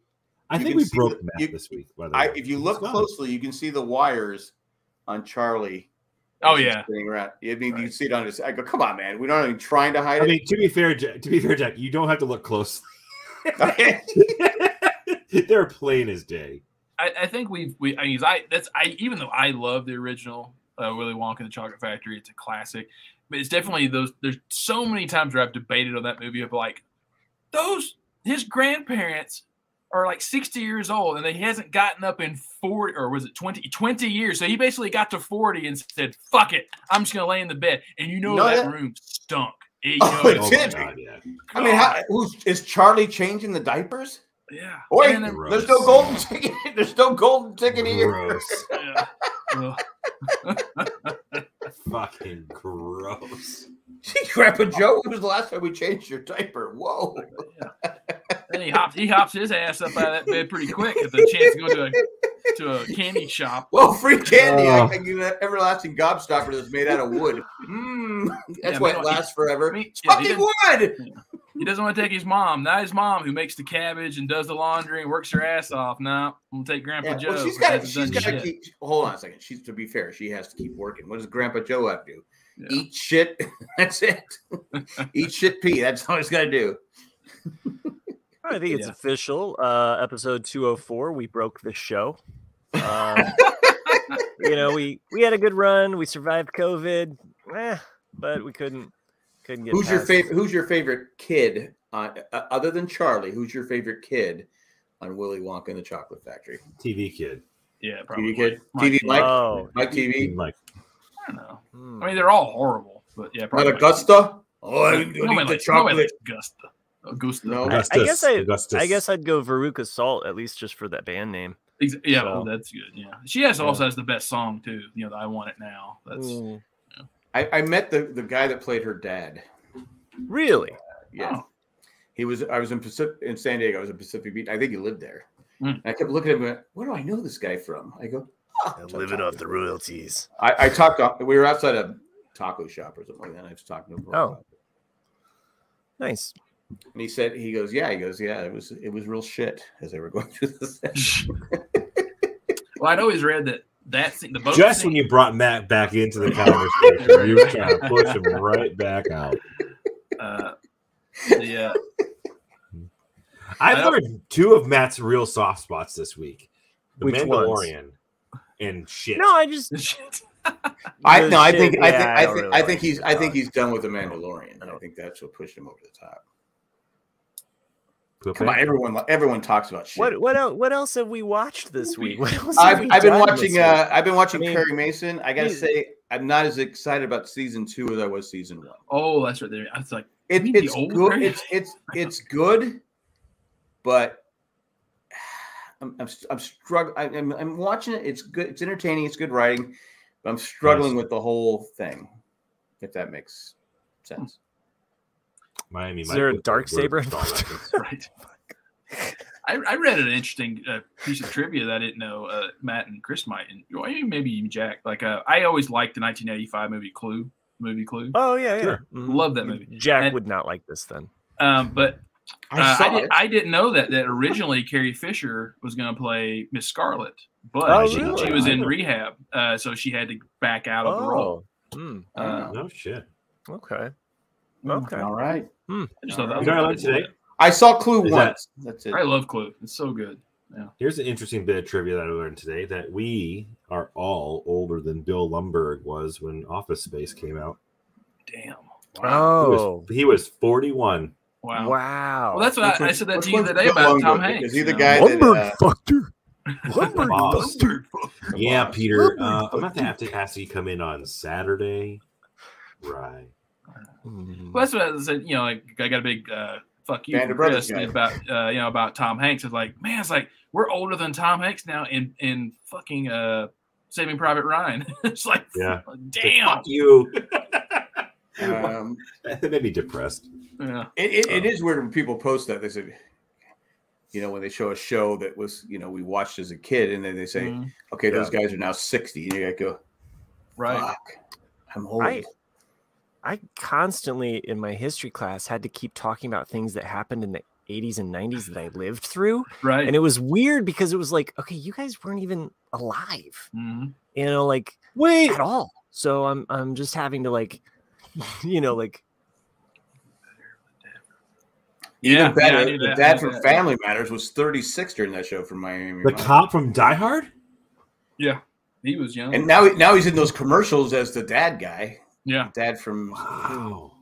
[SPEAKER 4] I
[SPEAKER 1] You
[SPEAKER 4] think
[SPEAKER 1] can
[SPEAKER 4] we
[SPEAKER 1] see
[SPEAKER 4] broke
[SPEAKER 1] the-
[SPEAKER 4] math
[SPEAKER 1] you-
[SPEAKER 4] this week. By the
[SPEAKER 1] I,
[SPEAKER 4] way,
[SPEAKER 1] if you look
[SPEAKER 4] Smell.
[SPEAKER 1] closely, you can see the wires on Charlie.
[SPEAKER 2] Oh,
[SPEAKER 1] as he's
[SPEAKER 2] yeah.
[SPEAKER 1] spinning around. I mean, you
[SPEAKER 2] Right.
[SPEAKER 1] can see it on his. I go, come on, man. We're not even trying to hide
[SPEAKER 4] I mean, to be fair, Jack, to be fair, Jack, you don't have to look close.
[SPEAKER 1] it.
[SPEAKER 4] They're plain as day.
[SPEAKER 2] I, I think we've we I mean 'cause I that's I even though I love the original uh, Willy Wonka and the Chocolate Factory, it's a classic. But it's definitely those. There's so many times where I've debated on that movie of like those his grandparents are like 60 years old and they hasn't gotten up in 40 or was it 20 20 years. So he basically got to 40 and said, "Fuck it, I'm just gonna lay in the bed." And you know
[SPEAKER 1] No,
[SPEAKER 2] that
[SPEAKER 1] that-
[SPEAKER 2] room stunk. It, you
[SPEAKER 1] Oh,
[SPEAKER 2] know,
[SPEAKER 1] It's
[SPEAKER 4] Oh
[SPEAKER 2] it's-
[SPEAKER 4] my
[SPEAKER 1] it.
[SPEAKER 4] God, yeah.
[SPEAKER 1] I mean, how, who's is Charlie changing the diapers?
[SPEAKER 2] yeah.
[SPEAKER 1] Or
[SPEAKER 2] And then-
[SPEAKER 4] Gross.
[SPEAKER 1] there's no golden ticket. There's no golden ticket here.
[SPEAKER 4] Gross.
[SPEAKER 2] yeah. Ugh.
[SPEAKER 4] Fucking gross.
[SPEAKER 1] Gee, Grandpa Joe, when was the last time we changed your diaper? Whoa.
[SPEAKER 2] Then he hops he hops his ass up out of that bed pretty quick at the chance to go to a to a candy shop.
[SPEAKER 1] Whoa, free candy.
[SPEAKER 4] Oh.
[SPEAKER 1] I can get an everlasting gobstopper that's made out of wood. Mm, that's
[SPEAKER 2] Yeah,
[SPEAKER 1] why
[SPEAKER 2] man,
[SPEAKER 1] it
[SPEAKER 2] he-
[SPEAKER 1] lasts forever.
[SPEAKER 2] he-
[SPEAKER 1] It's
[SPEAKER 2] yeah, he
[SPEAKER 1] fucking
[SPEAKER 2] didn't-
[SPEAKER 1] wood.
[SPEAKER 2] He doesn't want to take his mom. Not his mom who makes the cabbage and does the laundry and works her ass off. No, I'm gonna take Grandpa
[SPEAKER 1] Yeah,
[SPEAKER 2] Joe.
[SPEAKER 1] well, she's
[SPEAKER 2] who
[SPEAKER 1] got to.
[SPEAKER 2] hasn't
[SPEAKER 1] She's
[SPEAKER 2] done
[SPEAKER 1] got to
[SPEAKER 2] shit.
[SPEAKER 1] keep. Hold on a second. She's to be fair. She has to keep working. What does Grandpa Joe have to do?
[SPEAKER 2] Yeah.
[SPEAKER 1] Eat shit. That's it. Eat shit. Pee. That's all he's got to do.
[SPEAKER 3] I think it's
[SPEAKER 2] Yeah.
[SPEAKER 3] official. Uh, episode 204, we broke the show. Um, you know, we we had a good run. We survived COVID, eh, but we couldn't couldn't get.
[SPEAKER 1] Who's your
[SPEAKER 3] past-
[SPEAKER 1] favorite? Who's your favorite kid on uh, other than Charlie? Who's your favorite kid on Willy Wonka and the Chocolate Factory?
[SPEAKER 4] TV kid.
[SPEAKER 2] Yeah, probably.
[SPEAKER 1] kid?
[SPEAKER 2] Mike-
[SPEAKER 1] TV
[SPEAKER 2] Mike-
[SPEAKER 1] Mike?
[SPEAKER 3] Oh,
[SPEAKER 1] Mike TV.
[SPEAKER 4] Like
[SPEAKER 2] I don't know.
[SPEAKER 3] hmm.
[SPEAKER 2] I mean, they're all horrible, but yeah,
[SPEAKER 1] Not
[SPEAKER 2] probably.
[SPEAKER 1] Augusta. Oh, I
[SPEAKER 2] Nobody
[SPEAKER 1] didn't eat the
[SPEAKER 2] likes- nobody
[SPEAKER 1] chocolate.
[SPEAKER 2] likes Augusta. Augusta.
[SPEAKER 1] No.
[SPEAKER 3] I- I
[SPEAKER 4] Augustus.
[SPEAKER 3] guess I-
[SPEAKER 4] Augustus.
[SPEAKER 3] I guess I'd go Veruca Salt at least just for that band name.
[SPEAKER 2] Ex- Yeah,
[SPEAKER 3] So-
[SPEAKER 2] oh, that's good. Yeah, she has
[SPEAKER 4] Yeah.
[SPEAKER 2] also has the best song too. You know, the I want it now. That's
[SPEAKER 3] Mm.
[SPEAKER 1] I, I met the, the guy that played her dad.
[SPEAKER 3] Really?
[SPEAKER 1] Yeah.
[SPEAKER 2] Oh.
[SPEAKER 1] He was I was in Pacific in San Diego. I was in Pacific Beach. I think he lived there.
[SPEAKER 2] Hmm.
[SPEAKER 1] And I kept looking at him. and went, Where do I know this guy from? I go. "Ah, it's a taco shop."
[SPEAKER 3] royalties.
[SPEAKER 1] I, I talked. off- We were outside a taco shop or something like that. and I was talking to him. for a
[SPEAKER 3] Oh.
[SPEAKER 1] while.
[SPEAKER 3] Nice.
[SPEAKER 1] And he said, he goes, yeah. He goes, yeah. It was it was real shit as they were going through this. Mm.
[SPEAKER 2] well, I'd always read that that scene, the boat
[SPEAKER 4] just
[SPEAKER 2] scene,
[SPEAKER 4] when you brought Matt back into the conversation, you were trying to push him right back out.
[SPEAKER 2] uh, the, uh,
[SPEAKER 4] I've
[SPEAKER 2] I don't-
[SPEAKER 4] learned two of Matt's real soft spots this week: the
[SPEAKER 3] Which ones?
[SPEAKER 4] Mandalorian and shit.
[SPEAKER 3] No, I just.
[SPEAKER 2] the shit.
[SPEAKER 1] I
[SPEAKER 3] the
[SPEAKER 1] no, I
[SPEAKER 3] shit-
[SPEAKER 1] think I
[SPEAKER 3] yeah,
[SPEAKER 1] think I
[SPEAKER 3] don't
[SPEAKER 1] think
[SPEAKER 3] really
[SPEAKER 1] I
[SPEAKER 3] like
[SPEAKER 1] think he's
[SPEAKER 3] it.
[SPEAKER 1] I think
[SPEAKER 3] Uh,
[SPEAKER 1] he's done with the
[SPEAKER 3] I don't-
[SPEAKER 1] Mandalorian.
[SPEAKER 3] I
[SPEAKER 1] I
[SPEAKER 3] don't-
[SPEAKER 1] think that's what pushed him over the top.
[SPEAKER 4] Poop
[SPEAKER 1] Come on,
[SPEAKER 4] it.
[SPEAKER 1] everyone li- everyone talks about shit.
[SPEAKER 3] What what el- what else have we watched this week? What else have
[SPEAKER 1] I've,
[SPEAKER 3] we
[SPEAKER 1] I've been
[SPEAKER 3] done this
[SPEAKER 1] watching.
[SPEAKER 3] week?
[SPEAKER 1] Uh, I've been watching
[SPEAKER 3] I mean,
[SPEAKER 1] Perry Mason. I gotta
[SPEAKER 3] he's-
[SPEAKER 1] say, I'm not as excited about season two as I was season one.
[SPEAKER 2] Oh, that's right there. I was like,
[SPEAKER 1] It,
[SPEAKER 2] mean the
[SPEAKER 1] it's
[SPEAKER 2] old
[SPEAKER 1] good.
[SPEAKER 2] Perry?
[SPEAKER 1] It's it's it's good, but I'm I'm, st- I'm struggling. I'm I'm watching it. It's good. It's entertaining. It's good writing, but I'm struggling with the whole thing. If that makes sense.
[SPEAKER 4] Miami.
[SPEAKER 3] Is
[SPEAKER 4] Mike
[SPEAKER 3] there a
[SPEAKER 4] was
[SPEAKER 3] dark
[SPEAKER 4] word
[SPEAKER 3] saber
[SPEAKER 4] for all
[SPEAKER 3] involved?
[SPEAKER 4] that.
[SPEAKER 2] right. I, I read an interesting uh, piece of trivia that I didn't know uh, Matt and Chris might, and well, maybe even Jack. Like, uh, I always liked the 1985 movie Clue. Movie Clue.
[SPEAKER 3] Oh yeah, yeah.
[SPEAKER 4] Sure.
[SPEAKER 3] Mhm.
[SPEAKER 2] Love that movie.
[SPEAKER 3] Jack
[SPEAKER 2] And-
[SPEAKER 3] would not like this then.
[SPEAKER 2] Um, but
[SPEAKER 1] Hmm. I
[SPEAKER 2] uh,
[SPEAKER 1] saw
[SPEAKER 2] I, did,
[SPEAKER 1] it.
[SPEAKER 2] I didn't know that that originally Carrie Fisher was going to play Miss Scarlet, but
[SPEAKER 3] Oh,
[SPEAKER 2] she,
[SPEAKER 3] really?
[SPEAKER 2] she was in rehab, uh, so she had to back out of the role.
[SPEAKER 3] Oh, mm,
[SPEAKER 2] Uh,
[SPEAKER 4] No shit.
[SPEAKER 3] okay.
[SPEAKER 1] Mm,
[SPEAKER 3] Okay.
[SPEAKER 1] All right.
[SPEAKER 2] I just thought that
[SPEAKER 4] You
[SPEAKER 2] was
[SPEAKER 4] know what I
[SPEAKER 2] I,
[SPEAKER 4] learned today?
[SPEAKER 1] I saw Clue
[SPEAKER 4] Is that-
[SPEAKER 1] once. That's it.
[SPEAKER 2] I love Clue. It's so good.
[SPEAKER 4] Here's an interesting bit of trivia that I learned today: that we are all older than Bill Lumberg was when Office Space came out.
[SPEAKER 2] Damn.
[SPEAKER 1] Uh,
[SPEAKER 4] He was-
[SPEAKER 3] Oh,
[SPEAKER 4] he was 41.
[SPEAKER 2] Wow.
[SPEAKER 3] wow.
[SPEAKER 2] Well, that's
[SPEAKER 1] Oh, Which
[SPEAKER 2] what I, I
[SPEAKER 1] one-
[SPEAKER 2] said that
[SPEAKER 1] which
[SPEAKER 2] to you
[SPEAKER 1] one's
[SPEAKER 2] the other day
[SPEAKER 1] Bill
[SPEAKER 2] about
[SPEAKER 1] Lumberg?
[SPEAKER 2] Tom Hanks.
[SPEAKER 1] Is he
[SPEAKER 2] you
[SPEAKER 1] the
[SPEAKER 2] know?
[SPEAKER 1] guy- that,
[SPEAKER 3] Lumberg
[SPEAKER 1] uh,
[SPEAKER 3] fucker. Lumberg
[SPEAKER 4] Boss.
[SPEAKER 3] buster.
[SPEAKER 1] Come
[SPEAKER 4] yeah,
[SPEAKER 1] on.
[SPEAKER 4] Peter.
[SPEAKER 3] Lumberg
[SPEAKER 4] Uh, I'm going
[SPEAKER 3] fucking-
[SPEAKER 4] to have to ask you to come in on Saturday. Right.
[SPEAKER 3] Mm.
[SPEAKER 2] Well, that's what I said. You know, like I got a big uh, fuck you
[SPEAKER 1] Band
[SPEAKER 2] from
[SPEAKER 1] of Brothers
[SPEAKER 2] Chris
[SPEAKER 1] guy.
[SPEAKER 2] about uh, you know about Tom Hanks. It's like, man, it's like we're older than Tom Hanks now in in fucking uh, Saving Private Ryan. it's like,
[SPEAKER 4] Yeah.
[SPEAKER 2] damn.
[SPEAKER 4] Fuck you.
[SPEAKER 1] Um,
[SPEAKER 4] that made me depressed.
[SPEAKER 2] Yeah.
[SPEAKER 1] it, it,
[SPEAKER 2] Oh.
[SPEAKER 1] it is weird when people post that. They say, you know, when they show a show that was, you know, we watched as a kid, and then they say,
[SPEAKER 2] Mhm.
[SPEAKER 1] okay, those guys are now 60. And you go,
[SPEAKER 2] Right.
[SPEAKER 1] fuck, I'm old.
[SPEAKER 3] I- I constantly in my history class had to keep talking about things that happened in the 80s and 90s that I lived through,
[SPEAKER 2] right.
[SPEAKER 3] and it was weird because it was like, okay, you guys weren't even alive,
[SPEAKER 2] Mhm.
[SPEAKER 3] you know, like
[SPEAKER 4] Wait.
[SPEAKER 3] at all. So I'm I'm just having to like, you know, like
[SPEAKER 2] Yeah.
[SPEAKER 1] Even better,
[SPEAKER 2] yeah, I knew
[SPEAKER 1] the
[SPEAKER 2] that. I
[SPEAKER 1] dad
[SPEAKER 2] knew
[SPEAKER 1] from
[SPEAKER 2] that.
[SPEAKER 1] Family Matters was 36 during that show from Miami.
[SPEAKER 4] The
[SPEAKER 1] Vice.
[SPEAKER 4] cop from Die Hard?
[SPEAKER 2] Yeah. He was young.
[SPEAKER 1] and now, now he's in those commercials as the dad guy,
[SPEAKER 2] yeah.
[SPEAKER 1] dad from.
[SPEAKER 4] Wow.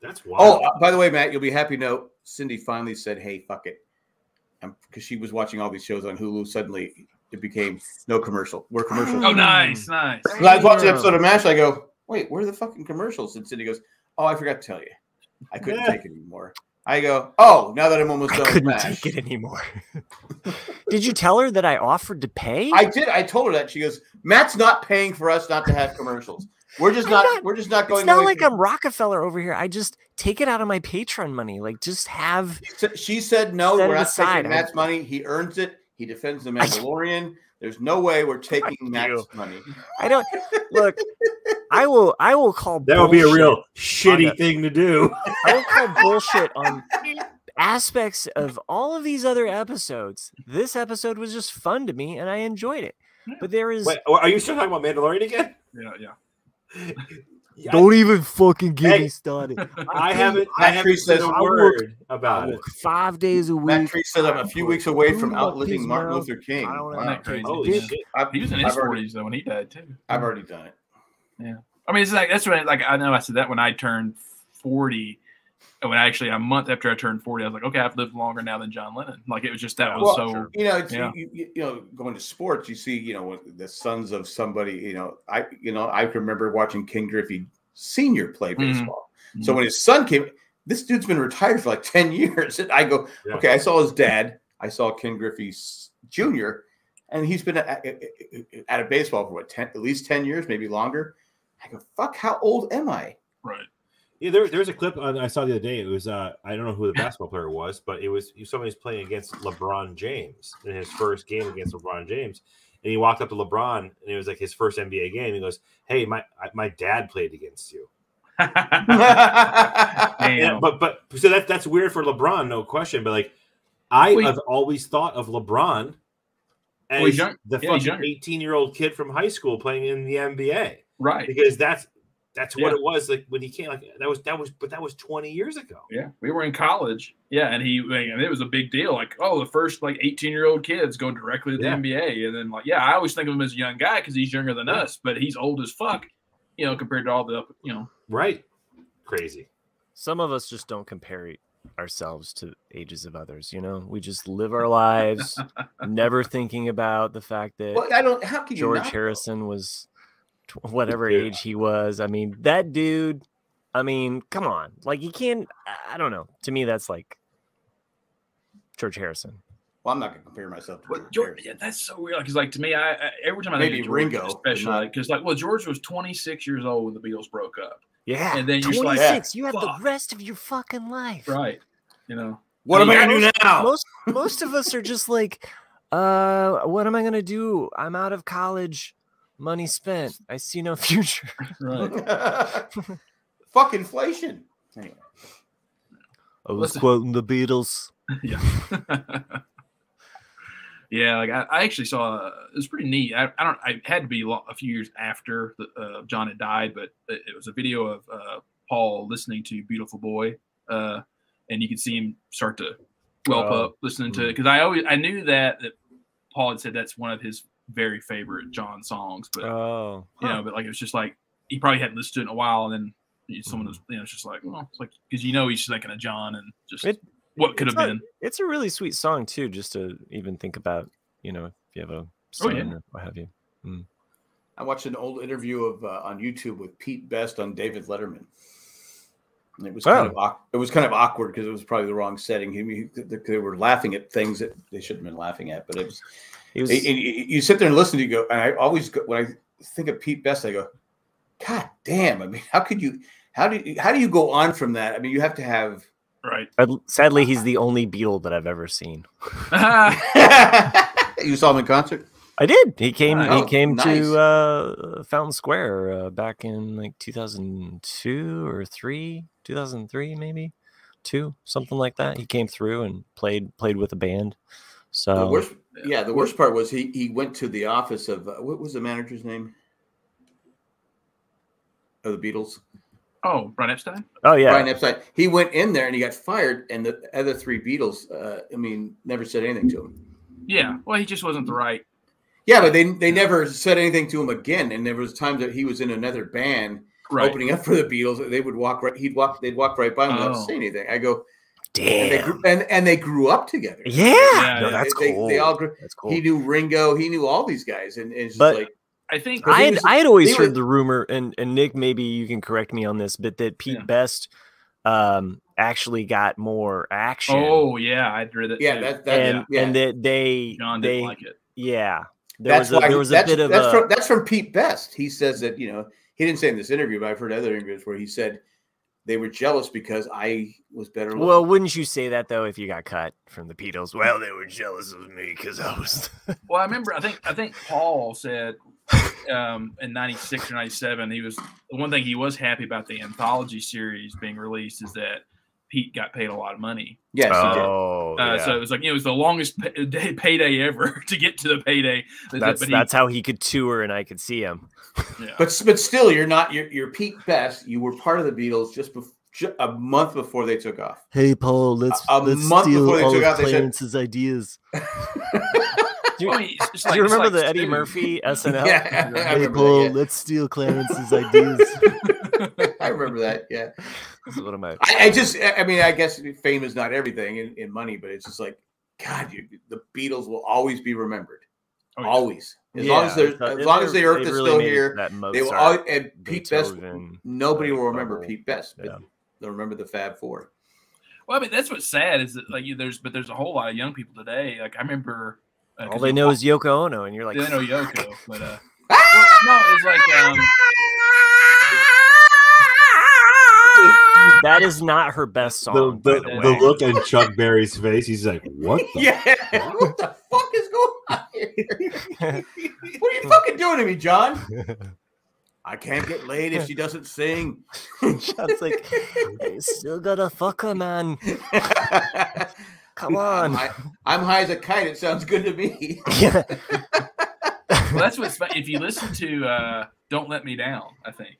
[SPEAKER 4] That's
[SPEAKER 1] Oh,
[SPEAKER 4] wild.
[SPEAKER 1] uh, by the way, Matt, you'll be happy to know Cindy finally said, "Hey, fuck it," because she was watching all these shows on Hulu. Suddenly, it became no commercial. We're commercial.
[SPEAKER 2] Oh, nice, nice.
[SPEAKER 1] When I was watching an episode of MASH. I go, wait, where are the fucking commercials? And Cindy goes, oh, I forgot to tell you. I couldn't
[SPEAKER 4] Yeah.
[SPEAKER 1] take it anymore. I go, oh, now that I'm almost
[SPEAKER 3] I
[SPEAKER 1] done with
[SPEAKER 3] couldn't
[SPEAKER 1] MASH.
[SPEAKER 3] take it anymore. Did you tell her that I offered to pay?
[SPEAKER 1] I did. I told her that. She goes, Matt's not paying for us not to have commercials. We're just
[SPEAKER 3] I'm
[SPEAKER 1] not,
[SPEAKER 3] not-
[SPEAKER 1] We're just not going.
[SPEAKER 3] it's not
[SPEAKER 1] away
[SPEAKER 3] like
[SPEAKER 1] from-"
[SPEAKER 3] I'm Rockefeller over here. I just take it out of my Patreon money. Like, just have.
[SPEAKER 1] She said- She said no.
[SPEAKER 3] Set
[SPEAKER 1] We're
[SPEAKER 3] it
[SPEAKER 1] not
[SPEAKER 3] aside.
[SPEAKER 1] taking
[SPEAKER 3] I-
[SPEAKER 1] Matt's money. He earns it. He defends the Mandalorian. There's no way we're taking Matt's
[SPEAKER 3] you.
[SPEAKER 1] money.
[SPEAKER 3] I don't look. I will. I will call.
[SPEAKER 4] that would be a
[SPEAKER 3] bullshit.
[SPEAKER 4] real shitty
[SPEAKER 3] that.
[SPEAKER 4] thing to do.
[SPEAKER 3] I will call bullshit on aspects of all of these other episodes. This episode was just fun to me, and I enjoyed it. But there is
[SPEAKER 4] oh, Wait, are you still talking about Mandalorian again?
[SPEAKER 2] Yeah. Yeah.
[SPEAKER 4] I-
[SPEAKER 3] Don't even fucking get
[SPEAKER 4] Hey.
[SPEAKER 3] me started.
[SPEAKER 4] I haven't. I
[SPEAKER 1] Matt Tree
[SPEAKER 4] haven't said
[SPEAKER 1] says,
[SPEAKER 4] a
[SPEAKER 1] "I
[SPEAKER 4] word
[SPEAKER 3] I
[SPEAKER 4] about it.
[SPEAKER 3] work five days a
[SPEAKER 1] Matt
[SPEAKER 3] week.
[SPEAKER 1] Tree says I'm a few weeks away from outliving Martin Luther King.
[SPEAKER 3] I don't
[SPEAKER 1] Wow.
[SPEAKER 3] have
[SPEAKER 2] Isn't that crazy?
[SPEAKER 4] Holy
[SPEAKER 3] Yeah.
[SPEAKER 4] shit!
[SPEAKER 1] I've,
[SPEAKER 2] He was in his
[SPEAKER 1] I've already,
[SPEAKER 2] forties though when he died too.
[SPEAKER 1] I've already done it.
[SPEAKER 2] I mean, it's like that's when like I know I said that when I turned forty, and when I actually a month after I turned forty, I was like, okay, I've lived longer now than John Lennon. Like it was just that was
[SPEAKER 1] Well,
[SPEAKER 2] so.
[SPEAKER 1] You know, it's,
[SPEAKER 2] Yeah.
[SPEAKER 1] you, you, you know, going to sports, you see, you know, what- the sons of somebody. You know, I, you know, I can remember watching King Griffey Senior play
[SPEAKER 2] Mhm.
[SPEAKER 1] baseball. So when his son came, this dude's been retired for like ten years, and I go,
[SPEAKER 4] Yeah.
[SPEAKER 1] okay, I saw his dad, I saw Ken Griffey Junior, and he's been at, at- at a baseball for what ten, at least ten years, maybe longer. I go, fuck, how old am I?
[SPEAKER 2] right.
[SPEAKER 4] Yeah, there, there was a clip on, I saw the other day. It was uh, I don't know who the basketball player was, but it was somebody's playing against LeBron James in his first game against LeBron James, and he walked up to LeBron, and it was like his first NBA game. He goes, "Hey, my I- my dad played against you."
[SPEAKER 1] I
[SPEAKER 4] Yeah,
[SPEAKER 2] Damn.
[SPEAKER 4] but but so that that's weird for LeBron, no question. But like, I
[SPEAKER 2] Well, he-
[SPEAKER 4] have always thought of LeBron as
[SPEAKER 2] Well, he's young-
[SPEAKER 4] the
[SPEAKER 2] yeah, he's
[SPEAKER 4] fucking
[SPEAKER 2] younger.
[SPEAKER 4] eighteen year old kid from high school playing in the NBA
[SPEAKER 2] right.
[SPEAKER 4] because that's that's what
[SPEAKER 2] Yeah.
[SPEAKER 4] it was like when he came. Like that was that was but that was twenty years ago.
[SPEAKER 2] Yeah, we were in college. Yeah, and he and it was a big deal. Like, oh, the first like eighteen year old kids go directly to the
[SPEAKER 4] Yeah.
[SPEAKER 2] NBA, and then like, yeah, I always think of him as a young guy because he's younger than
[SPEAKER 4] Yeah.
[SPEAKER 2] us, but he's old as fuck, you know, compared to all the you know.
[SPEAKER 4] Right. Crazy.
[SPEAKER 3] Some of us just don't compare e, ourselves to ages of others. You know, we just live our lives, never thinking about the fact that
[SPEAKER 1] well, I don't. How can you
[SPEAKER 3] George
[SPEAKER 1] not?
[SPEAKER 3] Harrison was tw- whatever
[SPEAKER 4] Yeah.
[SPEAKER 3] age he was. I mean, that dude, I mean, come on. Like, you can't, I- I don't know. To me, that's like George Harrison.
[SPEAKER 1] Well, I'm not going to compare myself to
[SPEAKER 2] But
[SPEAKER 1] George
[SPEAKER 2] George,
[SPEAKER 1] Harrison.
[SPEAKER 2] yeah, that's so weird. Because like to me, I, I every time I
[SPEAKER 1] Maybe
[SPEAKER 2] think of George,
[SPEAKER 1] Ringo, but
[SPEAKER 2] especially
[SPEAKER 1] not-
[SPEAKER 2] because like, well, George was twenty six years old when the Beatles broke up,
[SPEAKER 3] Yeah.
[SPEAKER 2] And then you're just like,
[SPEAKER 3] 26, you have
[SPEAKER 2] fuck.
[SPEAKER 3] the rest of your fucking life.
[SPEAKER 2] right? You know,
[SPEAKER 1] What am I
[SPEAKER 2] Yeah,
[SPEAKER 1] going to do now?
[SPEAKER 3] Most, most of us are just like, uh, what am I going to do? I'm out of college. Money spent. I see no future.
[SPEAKER 2] right?
[SPEAKER 1] Fuck inflation. Anyway.
[SPEAKER 3] I
[SPEAKER 2] was Listen.
[SPEAKER 3] quoting the Beatles.
[SPEAKER 2] yeah, like I, I actually saw uh, it was pretty neat. I, I don't, I had to be lo- a few years after the, uh, John had died, but it, it was a video of uh, Paul listening to "Beautiful Boy," uh, and you could see him start to whelp
[SPEAKER 3] Oh,
[SPEAKER 2] up listening to it
[SPEAKER 1] Mm-hmm.
[SPEAKER 2] because I always I knew that that Paul had said that's one of his very favorite John songs, but
[SPEAKER 3] Oh,
[SPEAKER 2] you know, but like it was just like he probably hadn't listened to it in a while, and then you- someone was, you know, it's just like, well, it's like because you know he's thinking of John and just
[SPEAKER 3] It-
[SPEAKER 2] what could
[SPEAKER 3] it's
[SPEAKER 2] have
[SPEAKER 3] not-
[SPEAKER 2] been.
[SPEAKER 3] it's a really sweet song too just to even think about you know if you have a
[SPEAKER 2] Oh,
[SPEAKER 3] son
[SPEAKER 2] yeah.
[SPEAKER 3] or what have you
[SPEAKER 1] I watched an old interview of uh, on YouTube with Pete Best on David Letterman. And it was kind of awk- it was kind of awkward because it was probably the wrong setting. He, he- they- they were laughing at things that they shouldn't have been laughing at, but it was.
[SPEAKER 3] he was
[SPEAKER 1] and- and you you sit there and listen. You go, and I always go, when I think of Pete Best, I go, God damn! I mean, how could you? How do you, how do you go on from that? I mean, you have to have.
[SPEAKER 2] Right.
[SPEAKER 3] sad- sadly he's the only beatle that i've ever seen
[SPEAKER 1] you saw him in concert.
[SPEAKER 3] i did he came
[SPEAKER 1] Wow.
[SPEAKER 3] he came
[SPEAKER 1] Nice.
[SPEAKER 3] to uh fountain square uh, back in like 2002 or 3 2003 maybe 2 something like that he came through and played played with a band
[SPEAKER 1] The
[SPEAKER 3] so
[SPEAKER 1] worst, yeah, the worst part was he he went to the office of uh, what was the manager's name of the Beatles,
[SPEAKER 2] Oh, Brian Epstein.
[SPEAKER 3] oh yeah
[SPEAKER 1] Brian Epstein. He went in there and he got fired, and the other three Beatles, uh, I mean, never said anything to him.
[SPEAKER 2] Yeah. Well, he just wasn't the right.
[SPEAKER 1] Yeah, but they they never said anything to him again. And there was times that he was in another band
[SPEAKER 2] Right.
[SPEAKER 1] opening up for the Beatles. and They would walk right. He'd walk. They'd walk right by him without
[SPEAKER 2] Oh.
[SPEAKER 1] saying anything. I go, and they
[SPEAKER 3] damn
[SPEAKER 1] grew, and, and they grew up together.
[SPEAKER 3] yeah,
[SPEAKER 2] Yeah,
[SPEAKER 3] No,
[SPEAKER 2] yeah.
[SPEAKER 3] that's
[SPEAKER 1] they, they-
[SPEAKER 3] cool
[SPEAKER 1] They all grew.
[SPEAKER 3] that's cool
[SPEAKER 1] He knew Ringo. He knew all these guys, and, and it's just
[SPEAKER 3] But-
[SPEAKER 1] like
[SPEAKER 2] I think.
[SPEAKER 1] Because
[SPEAKER 3] I
[SPEAKER 1] he
[SPEAKER 3] had,
[SPEAKER 1] was-
[SPEAKER 3] I had always
[SPEAKER 1] he
[SPEAKER 3] heard
[SPEAKER 1] was-
[SPEAKER 3] the rumor, and, and Nick, maybe you can correct me on this, but that Pete
[SPEAKER 2] Yeah.
[SPEAKER 3] Best um, actually got more action.
[SPEAKER 2] Oh yeah, I'd read that.
[SPEAKER 1] yeah,
[SPEAKER 2] too.
[SPEAKER 1] that, that
[SPEAKER 3] and
[SPEAKER 1] yeah.
[SPEAKER 3] and that they
[SPEAKER 2] John
[SPEAKER 3] they
[SPEAKER 2] didn't like it.
[SPEAKER 3] yeah there was a,
[SPEAKER 1] why
[SPEAKER 3] there
[SPEAKER 1] he-
[SPEAKER 3] was a
[SPEAKER 1] that's,
[SPEAKER 3] bit of
[SPEAKER 1] that's
[SPEAKER 3] a
[SPEAKER 1] from, that's from Pete Best. He says that you know he didn't say in this interview, but I've heard other interviews where he said they were jealous because I was better. looking.
[SPEAKER 3] well wouldn't you say that though if you got cut from the Beatles? Well, they were jealous of me because I was
[SPEAKER 2] Well, I remember. I think. I think Paul said um, in '96 or '97, he was the one thing he was happy about the anthology series being released is that Pete got paid a lot of money.
[SPEAKER 1] Yes, he did.
[SPEAKER 3] Oh,
[SPEAKER 2] Uh,
[SPEAKER 3] yeah.
[SPEAKER 2] So it was like you know, it was the longest pay- day, payday ever to get to the payday. But-
[SPEAKER 3] that's
[SPEAKER 2] but he-
[SPEAKER 3] that's how he could tour and I could see him.
[SPEAKER 2] yeah.
[SPEAKER 1] But but still, you're not your your peak best. You were part of the Beatles just bef- ju- a month before they took off.
[SPEAKER 3] Hey Paul, let's
[SPEAKER 1] A- a let's month steal before they all took of out, they said-
[SPEAKER 3] ideas.
[SPEAKER 2] Well, I mean, it's just
[SPEAKER 3] Do
[SPEAKER 2] like-
[SPEAKER 3] you
[SPEAKER 2] it's
[SPEAKER 3] remember
[SPEAKER 2] like
[SPEAKER 3] the Eddie
[SPEAKER 2] Stu.
[SPEAKER 3] Murphy SNL?
[SPEAKER 1] Yeah, I
[SPEAKER 3] hey
[SPEAKER 1] remember
[SPEAKER 3] Paul,
[SPEAKER 1] that,
[SPEAKER 3] let's steal Clarence's ideas.
[SPEAKER 1] yeah. I remember that. Yeah,
[SPEAKER 3] This is one of my
[SPEAKER 1] I, I just I I mean I guess fame is not everything in, in money, but it's just like God, you, the Beatles will always be remembered.
[SPEAKER 2] Oh, yeah.
[SPEAKER 1] Always, as long as they're as long as the earth is still here,
[SPEAKER 3] Oh,
[SPEAKER 1] they will always and Pete Best. Nobody
[SPEAKER 3] like,
[SPEAKER 1] will remember
[SPEAKER 3] bubble.
[SPEAKER 1] Pete Best, but
[SPEAKER 3] Yeah.
[SPEAKER 1] they'll remember the Fab Four.
[SPEAKER 2] Well, I mean, that's what's sad is that like you, there's but there's a whole lot of young people today. Like I remember, uh, 'cause
[SPEAKER 3] All they
[SPEAKER 2] you-
[SPEAKER 3] know is Yoko Ono, and you're like, Ah!
[SPEAKER 2] they know Yoko, but uh, well, no, it's like um,
[SPEAKER 3] that is not her best song.
[SPEAKER 4] the,
[SPEAKER 3] by
[SPEAKER 4] the,
[SPEAKER 3] the
[SPEAKER 4] the
[SPEAKER 3] way.
[SPEAKER 4] look on Chuck Berry's face, he's like, "What? The
[SPEAKER 1] Yeah, what the fuck is going on here? what are you fucking doing to me, John? I can't get laid if she doesn't sing.
[SPEAKER 3] It's like, "I still gotta fuck her, man.
[SPEAKER 1] I'm,
[SPEAKER 3] Come on.
[SPEAKER 1] high, I'm high as a kite. It sounds good to me.
[SPEAKER 3] yeah.
[SPEAKER 2] well, that's what's if you listen to uh, "Don't Let Me Down," I think,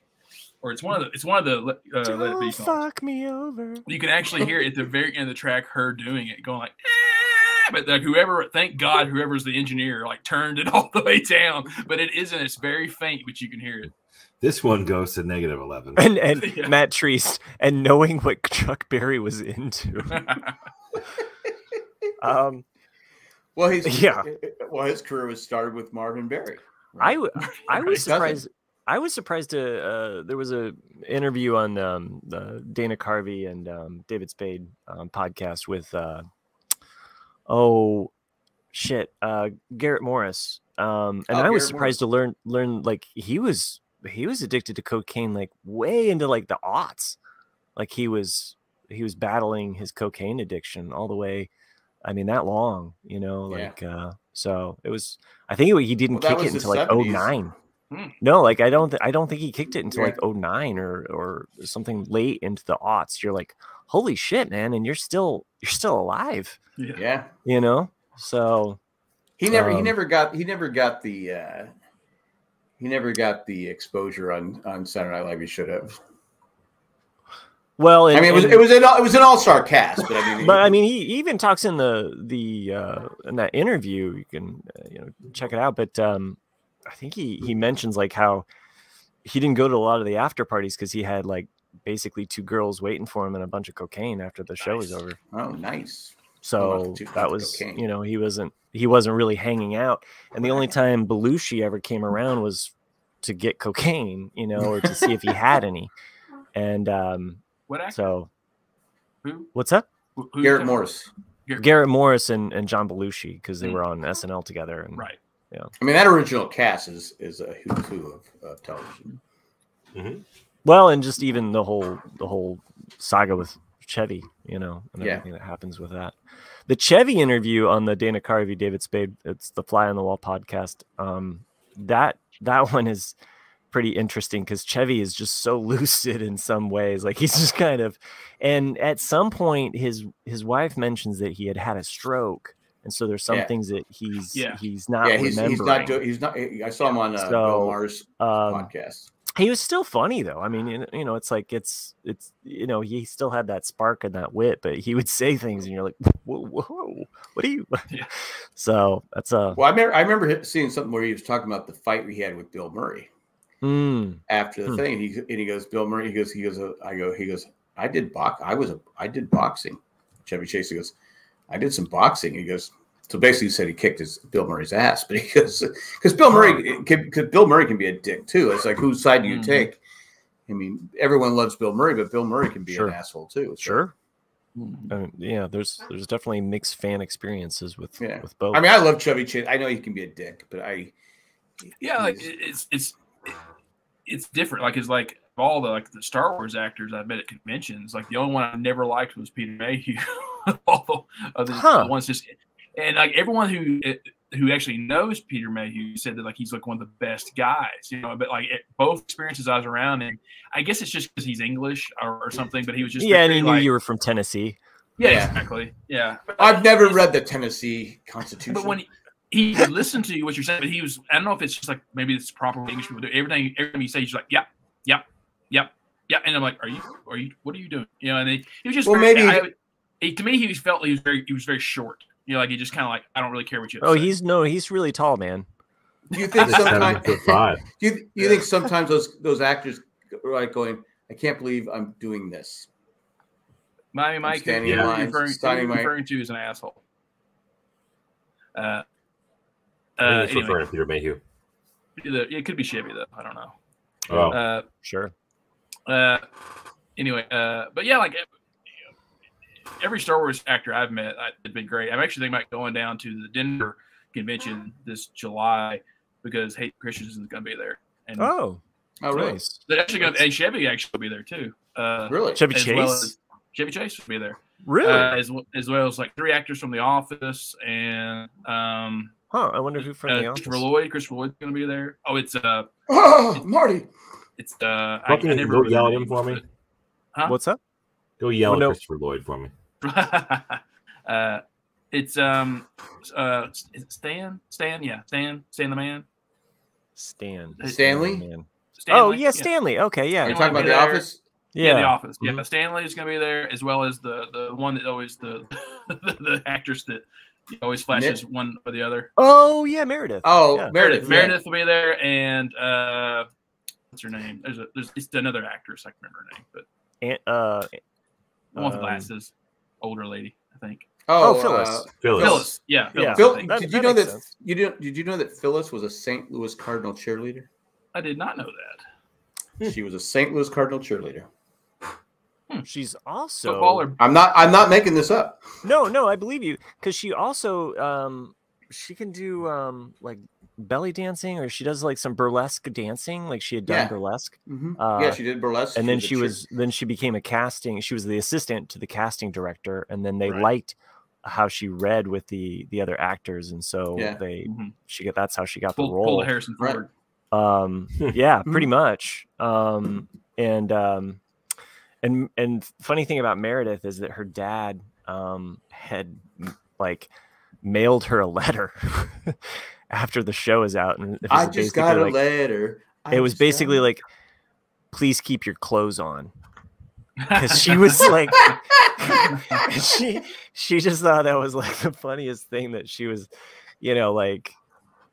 [SPEAKER 2] or it's one of the it's one of the uh, Let It Be
[SPEAKER 3] Don't
[SPEAKER 2] songs.
[SPEAKER 3] fuck me over.
[SPEAKER 2] You can actually hear at the very end of the track her doing it, going like, "Eh," but like whoever, thank God, whoever's the engineer, like turned it all the way down. But it isn't; it's very faint, but you can hear it.
[SPEAKER 4] This one goes to negative eleven.
[SPEAKER 3] And and
[SPEAKER 2] Yeah.
[SPEAKER 3] Matt Treese and knowing what Chuck Berry was into. Um,
[SPEAKER 1] Well, his
[SPEAKER 3] Yeah.
[SPEAKER 1] Well, his career was started with Marvin Berry.
[SPEAKER 3] I w- I
[SPEAKER 1] It
[SPEAKER 3] was
[SPEAKER 1] doesn't.
[SPEAKER 3] surprised. I was surprised to uh, there was a interview on um, the Dana Carvey and um, David Spade um, podcast with uh, oh shit uh, Garrett Morris, um,
[SPEAKER 1] Oh,
[SPEAKER 3] and I
[SPEAKER 1] Garrett
[SPEAKER 3] was surprised to learn learn like he was he was addicted to cocaine like way into like the aughts, like he was he was battling his cocaine addiction all the way. I mean that long, you know,
[SPEAKER 1] Yeah.
[SPEAKER 3] like uh, so it was. I think he didn't
[SPEAKER 1] Well, that
[SPEAKER 3] kick it
[SPEAKER 1] was the
[SPEAKER 3] until like
[SPEAKER 1] 70s.
[SPEAKER 3] 09.
[SPEAKER 2] Hmm.
[SPEAKER 3] No, like I don't, th- I don't think he kicked it until
[SPEAKER 1] Yeah.
[SPEAKER 3] like 09 or or something late into the aughts. You're like, holy shit, man, and you're still you're still alive,
[SPEAKER 2] yeah.
[SPEAKER 1] Yeah.
[SPEAKER 3] you know. So
[SPEAKER 1] He never he
[SPEAKER 3] Um,
[SPEAKER 1] never got he never got the uh he never got the exposure on on Saturday Night Live he should have.
[SPEAKER 3] well, and,
[SPEAKER 1] I mean it was
[SPEAKER 3] and-
[SPEAKER 1] it was an all it was an all star cast, but I mean
[SPEAKER 3] but I mean, he he even talks in the the uh, in that interview. You can uh, you know check it out. But um, I think he he mentions like how he didn't go to a lot of the after parties because he had like basically two girls waiting for him and a bunch of cocaine after the show was
[SPEAKER 2] Nice.
[SPEAKER 3] over.
[SPEAKER 1] oh nice. Well,
[SPEAKER 3] So
[SPEAKER 1] not too much
[SPEAKER 3] that was,
[SPEAKER 1] cocaine.
[SPEAKER 3] you know, he wasn't he wasn't really hanging out, and the only time Belushi ever came around was to get cocaine, you know, or to see if he had any. And um,
[SPEAKER 2] What actor?
[SPEAKER 3] so,
[SPEAKER 2] Who?
[SPEAKER 3] what's up?
[SPEAKER 2] who who-
[SPEAKER 1] Garrett Morris.
[SPEAKER 3] Garrett Morris and, and John Belushi because they
[SPEAKER 2] Mm.
[SPEAKER 3] were on SNL together. And
[SPEAKER 2] Right.
[SPEAKER 1] I mean that original cast is is a who's who of, of television.
[SPEAKER 3] well, and just even the whole the whole saga with Chevy, you know, and
[SPEAKER 1] Yeah.
[SPEAKER 3] everything that happens with that. The Chevy interview on the Dana Carvey David Spade, it's the Fly on the Wall podcast. Um, that that one is pretty interesting because Chevy is just so lucid in some ways. Like he's just kind of, and at some point his his wife mentions that he had had a stroke, and so there's some
[SPEAKER 1] Yeah.
[SPEAKER 3] things that he's
[SPEAKER 2] Yeah.
[SPEAKER 3] he's not
[SPEAKER 1] yeah, he's
[SPEAKER 3] remembering.
[SPEAKER 1] he's not doing he's not I saw him on uh,
[SPEAKER 3] So,
[SPEAKER 1] Bill Maher's
[SPEAKER 3] um,
[SPEAKER 1] podcast.
[SPEAKER 3] he was still funny though. I mean, you you know, it's like it's it's you know, he still had that spark and that wit, but he would say things, and you're like, whoa, whoa what are you?
[SPEAKER 2] Yeah.
[SPEAKER 3] So that's a
[SPEAKER 1] Well, I remember I remember hi- seeing something where he was talking about the fight we had with Bill Murray.
[SPEAKER 3] mm,
[SPEAKER 1] after the
[SPEAKER 3] Hmm.
[SPEAKER 1] thing. And he and he goes, Bill Murray. He goes, he goes. uh, I go. He goes. I did box. I was a. I did boxing. Chevy Chase. He goes. I did some boxing. He goes. So basically, he said he kicked his Bill Murray's ass, but he goes because Bill Murray because Bill Murray can be a dick too. It's like whose side do you
[SPEAKER 3] Mm-hmm.
[SPEAKER 2] Mhm.
[SPEAKER 1] take? I mean, everyone loves Bill Murray, but Bill Murray can be
[SPEAKER 3] Sure.
[SPEAKER 1] an asshole too. So,
[SPEAKER 3] sure.
[SPEAKER 2] Mhm.
[SPEAKER 3] I mean, yeah, there's there's definitely mixed fan experiences with
[SPEAKER 1] Yeah.
[SPEAKER 3] with both.
[SPEAKER 1] I mean, I love Chevy Chase. I know he can be a dick, but I
[SPEAKER 2] Yeah, like
[SPEAKER 1] he's-
[SPEAKER 2] it- it's it's it's different. Like it's like of all the like the Star Wars actors I've met at conventions. Like the only one I never liked was Peter Mayhew. all the other
[SPEAKER 3] Huh.
[SPEAKER 2] ones just and like everyone who eh, who actually knows Peter Mayhew said that like he's like one of the best guys, you know. But like at both experiences I was around, and I guess it's just because he's English or, or something. But he was just
[SPEAKER 3] yeah, and
[SPEAKER 2] very,
[SPEAKER 3] he knew
[SPEAKER 2] like-
[SPEAKER 3] you were from Tennessee.
[SPEAKER 2] yeah,
[SPEAKER 1] Yeah.
[SPEAKER 2] exactly yeah. But,
[SPEAKER 1] I've never read the Tennessee Constitution.
[SPEAKER 2] but when he, he listened to you, what you're saying, but he was I don't know if it's just like maybe it's proper English people do everything. Everything you say, he's like yeah, yeah, yeah, yeah, and I'm like, are you are you what are you doing? You know, and he, he was just
[SPEAKER 1] Well,
[SPEAKER 2] very,
[SPEAKER 1] maybe-
[SPEAKER 2] I- he, to me he was felt he was very he was very short. You know, like he just kind of like I don't really care what you. have
[SPEAKER 3] Oh,
[SPEAKER 2] to say.
[SPEAKER 3] he's no, he's really tall, man.
[SPEAKER 1] do you think
[SPEAKER 4] Seven
[SPEAKER 1] sometimes
[SPEAKER 4] foot five.
[SPEAKER 1] do you, you think sometimes those those actors are like going, I can't believe I'm doing this.
[SPEAKER 2] Miami Mike, who
[SPEAKER 1] standing
[SPEAKER 4] in
[SPEAKER 2] you're
[SPEAKER 1] line,
[SPEAKER 2] referring, who
[SPEAKER 1] standing
[SPEAKER 2] you're
[SPEAKER 1] right-
[SPEAKER 2] referring to as an asshole. Uh, uh,
[SPEAKER 4] I think it's
[SPEAKER 2] anyway,
[SPEAKER 4] referring to Peter Mayhew.
[SPEAKER 2] the- it could be Chevy though. I don't know.
[SPEAKER 4] Oh,
[SPEAKER 2] Uh,
[SPEAKER 3] Sure.
[SPEAKER 2] uh, anyway, uh, but yeah, like every Star Wars actor I've met, I, it's been great. I'm actually thinking about going down to the Denver convention this July because Hayden Christensen's going to be there, and
[SPEAKER 3] Oh,
[SPEAKER 1] Oh, really?
[SPEAKER 3] nice.
[SPEAKER 2] they're actually going to and Chevy actually will be there too. Uh,
[SPEAKER 1] Really?
[SPEAKER 3] Chevy
[SPEAKER 2] as
[SPEAKER 3] Chase.
[SPEAKER 2] well as Chevy Chase will be there.
[SPEAKER 3] really?
[SPEAKER 2] uh, as, w- as well as like three actors from The Office and um,
[SPEAKER 3] huh. I wonder who from
[SPEAKER 2] uh,
[SPEAKER 3] the
[SPEAKER 2] Christopher
[SPEAKER 3] office.
[SPEAKER 2] Lloyd. Christopher Lloyd's going to be there. Oh, it's uh,
[SPEAKER 1] Oh, Marty.
[SPEAKER 2] it's uh, I, I
[SPEAKER 4] Fucking
[SPEAKER 2] never
[SPEAKER 4] go
[SPEAKER 2] remember
[SPEAKER 4] yell at
[SPEAKER 2] the
[SPEAKER 4] him for me.
[SPEAKER 2] Huh?
[SPEAKER 3] What's up?
[SPEAKER 4] Go yell
[SPEAKER 3] Oh, no.
[SPEAKER 4] at Christopher Lloyd for me.
[SPEAKER 2] names. uh, it's um, uh, is it Stan, Stan, yeah, Stan, Stan the man.
[SPEAKER 3] Stan.
[SPEAKER 2] Uh,
[SPEAKER 1] Stanley?
[SPEAKER 3] Man.
[SPEAKER 2] Stanley,
[SPEAKER 3] oh yeah, Stanley. Okay,
[SPEAKER 1] Are
[SPEAKER 3] yeah,
[SPEAKER 1] you
[SPEAKER 2] Stanley
[SPEAKER 1] talking
[SPEAKER 2] will
[SPEAKER 1] about
[SPEAKER 2] be
[SPEAKER 1] The
[SPEAKER 2] there.
[SPEAKER 1] Office?
[SPEAKER 2] Yeah,
[SPEAKER 3] yeah.
[SPEAKER 2] The Office. Yeah,
[SPEAKER 3] Mhm.
[SPEAKER 2] Stanley's going to be there as well as the the one that always the the, actress that always flashes one or the other.
[SPEAKER 3] Oh yeah, Meredith.
[SPEAKER 1] Oh,
[SPEAKER 3] Yeah.
[SPEAKER 1] Meredith. yeah.
[SPEAKER 2] Meredith will be there, and uh, what's her name? There's a there's it's another actress I can remember her name, but
[SPEAKER 3] And, uh,
[SPEAKER 2] the one with the
[SPEAKER 3] Um,
[SPEAKER 2] glasses, older lady, I think.
[SPEAKER 1] Oh,
[SPEAKER 3] oh, Phyllis.
[SPEAKER 1] uh,
[SPEAKER 4] Phyllis.
[SPEAKER 1] Phyllis.
[SPEAKER 2] Phyllis, yeah, Phyllis.
[SPEAKER 3] Yeah.
[SPEAKER 2] I,
[SPEAKER 1] Phil,
[SPEAKER 2] think.
[SPEAKER 3] That-
[SPEAKER 1] did you
[SPEAKER 3] that
[SPEAKER 1] know
[SPEAKER 3] makes
[SPEAKER 1] that
[SPEAKER 3] sense.
[SPEAKER 1] you did, did you know that Phyllis was a St. Louis Cardinal cheerleader?
[SPEAKER 2] I did not know that.
[SPEAKER 1] She was a St. Louis Cardinal cheerleader. hmm.
[SPEAKER 3] She's
[SPEAKER 2] So,
[SPEAKER 3] also
[SPEAKER 2] Footballer,
[SPEAKER 1] I'm not I'm not making this up.
[SPEAKER 3] No, no, I believe you because she also um she can do um like belly dancing or she does like some burlesque dancing like she had done
[SPEAKER 1] Yeah.
[SPEAKER 3] burlesque
[SPEAKER 1] Mhm.
[SPEAKER 3] Uh,
[SPEAKER 1] yeah, she did burlesque.
[SPEAKER 3] and then
[SPEAKER 1] a
[SPEAKER 3] she
[SPEAKER 1] cheer-
[SPEAKER 3] was then she became a casting she was the assistant to the casting director and then they
[SPEAKER 4] Right.
[SPEAKER 3] liked how she read with the the other actors and so
[SPEAKER 1] Yeah.
[SPEAKER 3] they
[SPEAKER 2] Mhm.
[SPEAKER 3] she got that's how she got
[SPEAKER 2] pulled,
[SPEAKER 3] the
[SPEAKER 2] pulled
[SPEAKER 3] role
[SPEAKER 2] Harrison
[SPEAKER 1] Right.
[SPEAKER 2] Ford.
[SPEAKER 3] um yeah pretty
[SPEAKER 1] Mm-hmm.
[SPEAKER 3] much um and um and and funny thing about meredith is that her dad um had like mailed her a letter after the show is out and it was
[SPEAKER 1] I just got a
[SPEAKER 3] basically like-
[SPEAKER 1] letter. I
[SPEAKER 3] it was
[SPEAKER 1] just got a-
[SPEAKER 3] basically like please keep your clothes on because she was like she she just thought that was like the funniest thing that she was you know like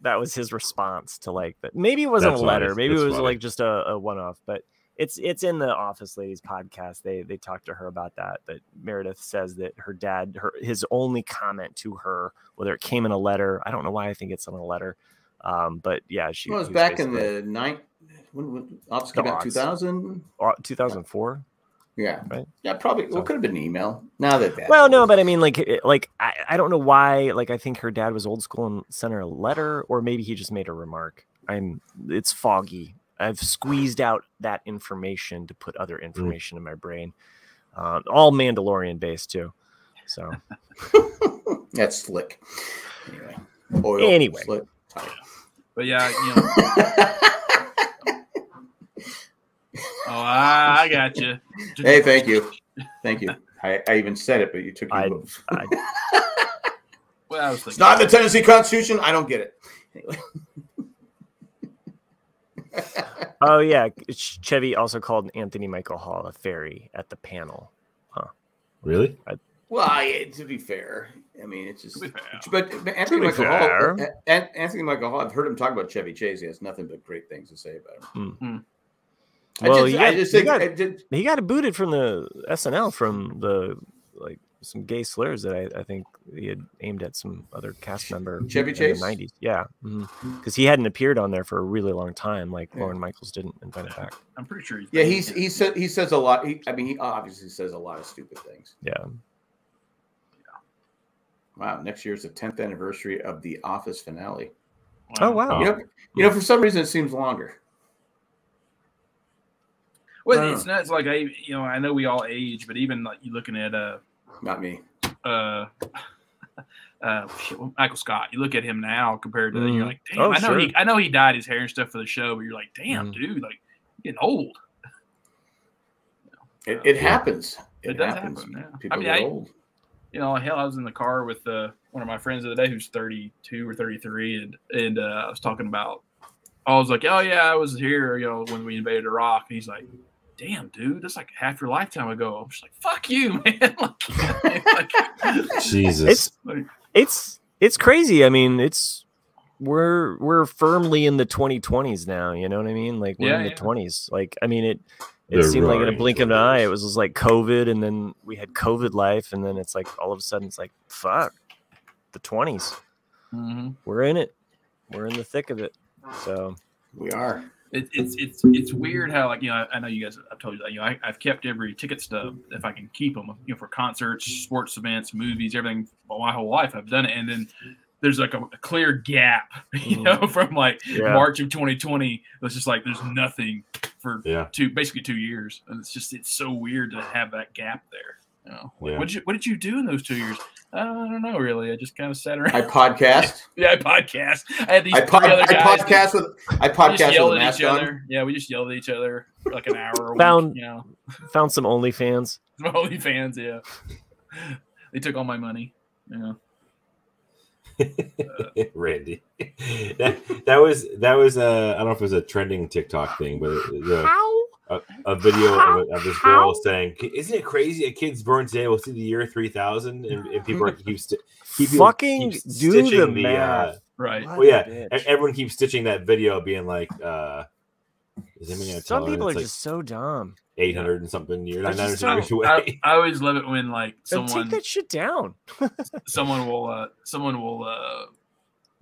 [SPEAKER 3] that was his response to like that maybe it wasn't
[SPEAKER 4] That's
[SPEAKER 3] a
[SPEAKER 4] funny.
[SPEAKER 3] letter maybe
[SPEAKER 4] That's
[SPEAKER 3] it was
[SPEAKER 4] funny.
[SPEAKER 3] like just a, a one-off but it's it's in the office ladies podcast they they talked to her about that that meredith says that her dad her his only comment to her whether it came in a letter i don't know why i think it's in a letter um but yeah she
[SPEAKER 1] Well, it was
[SPEAKER 3] he
[SPEAKER 1] back in
[SPEAKER 3] basically-
[SPEAKER 1] the ninth. When, when, obviously
[SPEAKER 3] The
[SPEAKER 1] about
[SPEAKER 3] aughts.
[SPEAKER 1] 2000.
[SPEAKER 3] uh, 2004
[SPEAKER 1] Yeah.
[SPEAKER 3] Right.
[SPEAKER 1] Yeah, probably. Well,
[SPEAKER 3] So-
[SPEAKER 1] it could have been an email. Now that that's
[SPEAKER 3] Well, no,
[SPEAKER 1] old.
[SPEAKER 3] but I mean, like, it- like I, I don't know why. Like, I think her dad was old school and sent her a letter, or maybe he just made a remark. I'm, it's foggy. I've squeezed out that information to put other information in my brain. Um, all Mandalorian based too. So
[SPEAKER 1] that's slick. Anyway. Oil,
[SPEAKER 3] Anyway.
[SPEAKER 1] slick,
[SPEAKER 2] but yeah, you know.
[SPEAKER 1] tire.
[SPEAKER 2] Oh, I, I got you.
[SPEAKER 1] Hey, thank you. Thank you. I, I even said it, but you took your
[SPEAKER 3] I-
[SPEAKER 1] move.
[SPEAKER 2] Well, I was thinking.
[SPEAKER 1] It's not in the Tennessee Constitution. I don't get it.
[SPEAKER 3] oh yeah, Ch- Chevy also called Anthony Michael Hall a fairy at the panel.
[SPEAKER 4] Really?
[SPEAKER 1] Well, I, to be fair, I mean, it's just.
[SPEAKER 2] To be fair.
[SPEAKER 1] But but Anthony
[SPEAKER 3] be
[SPEAKER 1] Michael
[SPEAKER 3] fair.
[SPEAKER 1] Hall, and Anthony Michael Hall, I've heard him talk about Chevy Chase. He has nothing but great things to say about him. Hmm. I
[SPEAKER 3] Hmm. Well,
[SPEAKER 1] just,
[SPEAKER 3] you
[SPEAKER 1] I
[SPEAKER 3] got-
[SPEAKER 1] just
[SPEAKER 3] you
[SPEAKER 1] think
[SPEAKER 3] got-
[SPEAKER 1] I did-
[SPEAKER 3] He got booted from the SNL from the like some gay slurs that I, I think he had aimed at some other cast member.
[SPEAKER 1] Chevy
[SPEAKER 3] in the
[SPEAKER 1] Chase?
[SPEAKER 3] 90s. Yeah, because he hadn't appeared on there for a really long time. Like
[SPEAKER 1] Yeah.
[SPEAKER 3] Lauren Michaels didn't invite him back.
[SPEAKER 2] I'm pretty sure. He's
[SPEAKER 1] yeah, he's he said he says a lot. He, I mean, he obviously says a lot of stupid things.
[SPEAKER 3] Yeah.
[SPEAKER 1] Wow, next year's the tenth anniversary of the Office finale.
[SPEAKER 3] Oh wow.
[SPEAKER 1] You know, you know, for some reason it seems longer.
[SPEAKER 2] Well,
[SPEAKER 1] Wow.
[SPEAKER 2] it's not. It's like I, you know, I know we all age, but even like you looking at uh,
[SPEAKER 1] Not me.
[SPEAKER 2] uh, uh, shit, well, Michael Scott. You look at him now compared to,
[SPEAKER 3] Mhm.
[SPEAKER 2] you're like, damn,
[SPEAKER 3] Oh,
[SPEAKER 2] I know
[SPEAKER 3] sure.
[SPEAKER 2] he, I know he dyed his hair and stuff for the show, but you're like, damn,
[SPEAKER 3] Mhm.
[SPEAKER 2] dude, like you're getting old.
[SPEAKER 1] It, it happens. It,
[SPEAKER 2] It, does
[SPEAKER 1] happens.
[SPEAKER 2] happen. Yeah.
[SPEAKER 1] People
[SPEAKER 2] I mean,
[SPEAKER 1] get
[SPEAKER 2] I,
[SPEAKER 1] old.
[SPEAKER 2] you know, hell, I was in the car with uh, one of my friends the other day who's 32 or 33, and and uh, I was talking about, I was like, oh yeah, I was here, you know, when we invaded Iraq, and he's like, damn, dude, that's like half your lifetime ago. I'm just like, fuck you, man. like, like,
[SPEAKER 4] Jesus.
[SPEAKER 3] It's it's it's crazy. I mean, it's we're we're firmly in the 2020s now. You know what I mean? Like we're
[SPEAKER 2] Yeah,
[SPEAKER 3] in the
[SPEAKER 2] yeah.
[SPEAKER 3] 20s. Like I mean, it it
[SPEAKER 4] The
[SPEAKER 3] seemed like in a
[SPEAKER 4] roaring
[SPEAKER 3] blink of an eye, it
[SPEAKER 4] 20s.
[SPEAKER 3] was just like COVID, and then we had COVID life, and then it's like all of a sudden it's like fuck, the 20s.
[SPEAKER 2] mhm.
[SPEAKER 3] We're in it. We're in the thick of it. So
[SPEAKER 1] We are.
[SPEAKER 2] It, it's it's it's weird how like you know I, I know you guys I've told you that you know I, I've kept every ticket stub if I can keep them you know for concerts sports events movies everything well, my whole life I've done it and then there's like a, a clear gap you
[SPEAKER 1] Mm-hmm.
[SPEAKER 3] Mhm.
[SPEAKER 2] know from like
[SPEAKER 3] Yeah.
[SPEAKER 2] March of 2020 it's just like there's nothing for
[SPEAKER 4] yeah.
[SPEAKER 2] two basically two years and it's just it's so weird to have that gap there you know Like,
[SPEAKER 4] Yeah.
[SPEAKER 2] what did you what did you do in those two years I don't know really I just kind of sat around
[SPEAKER 1] I podcast.
[SPEAKER 2] yeah I podcast I had these
[SPEAKER 1] I, pod,
[SPEAKER 2] three
[SPEAKER 1] I
[SPEAKER 2] other guys that-
[SPEAKER 1] podcast with. I
[SPEAKER 2] we just
[SPEAKER 1] podcast
[SPEAKER 2] yelled
[SPEAKER 1] with a
[SPEAKER 2] at
[SPEAKER 1] mask
[SPEAKER 2] each
[SPEAKER 1] on.
[SPEAKER 2] other. Yeah, we just yelled at each other for like an hour. A
[SPEAKER 3] Found-
[SPEAKER 2] week, you know,
[SPEAKER 3] found some OnlyFans.
[SPEAKER 2] Holy fans. Yeah, they took all my money. Yeah,
[SPEAKER 4] Randy. that, that was that was a I don't know if it was a trending TikTok thing, but it, the, a, a video of, a- of this girl saying, "Isn't it crazy? A kid's born today. We'll see the year 3000, and, and people are keep sti- keep- keep
[SPEAKER 3] Fucking do the
[SPEAKER 4] stitching the, uh,
[SPEAKER 3] math.
[SPEAKER 2] right.
[SPEAKER 3] What
[SPEAKER 4] well, yeah,
[SPEAKER 3] a
[SPEAKER 4] e-
[SPEAKER 3] bitch.
[SPEAKER 4] everyone keeps stitching that video, being like, uh, is anybody gonna
[SPEAKER 3] Some
[SPEAKER 4] tell her
[SPEAKER 3] people are
[SPEAKER 4] it's like
[SPEAKER 3] just so dumb.
[SPEAKER 4] 800 and something year,
[SPEAKER 3] They're
[SPEAKER 4] 900
[SPEAKER 3] just
[SPEAKER 4] years
[SPEAKER 3] so-
[SPEAKER 2] I,
[SPEAKER 4] away."
[SPEAKER 2] I always love it when like
[SPEAKER 3] They'll
[SPEAKER 2] someone
[SPEAKER 3] take that shit down.
[SPEAKER 2] someone will uh someone will uh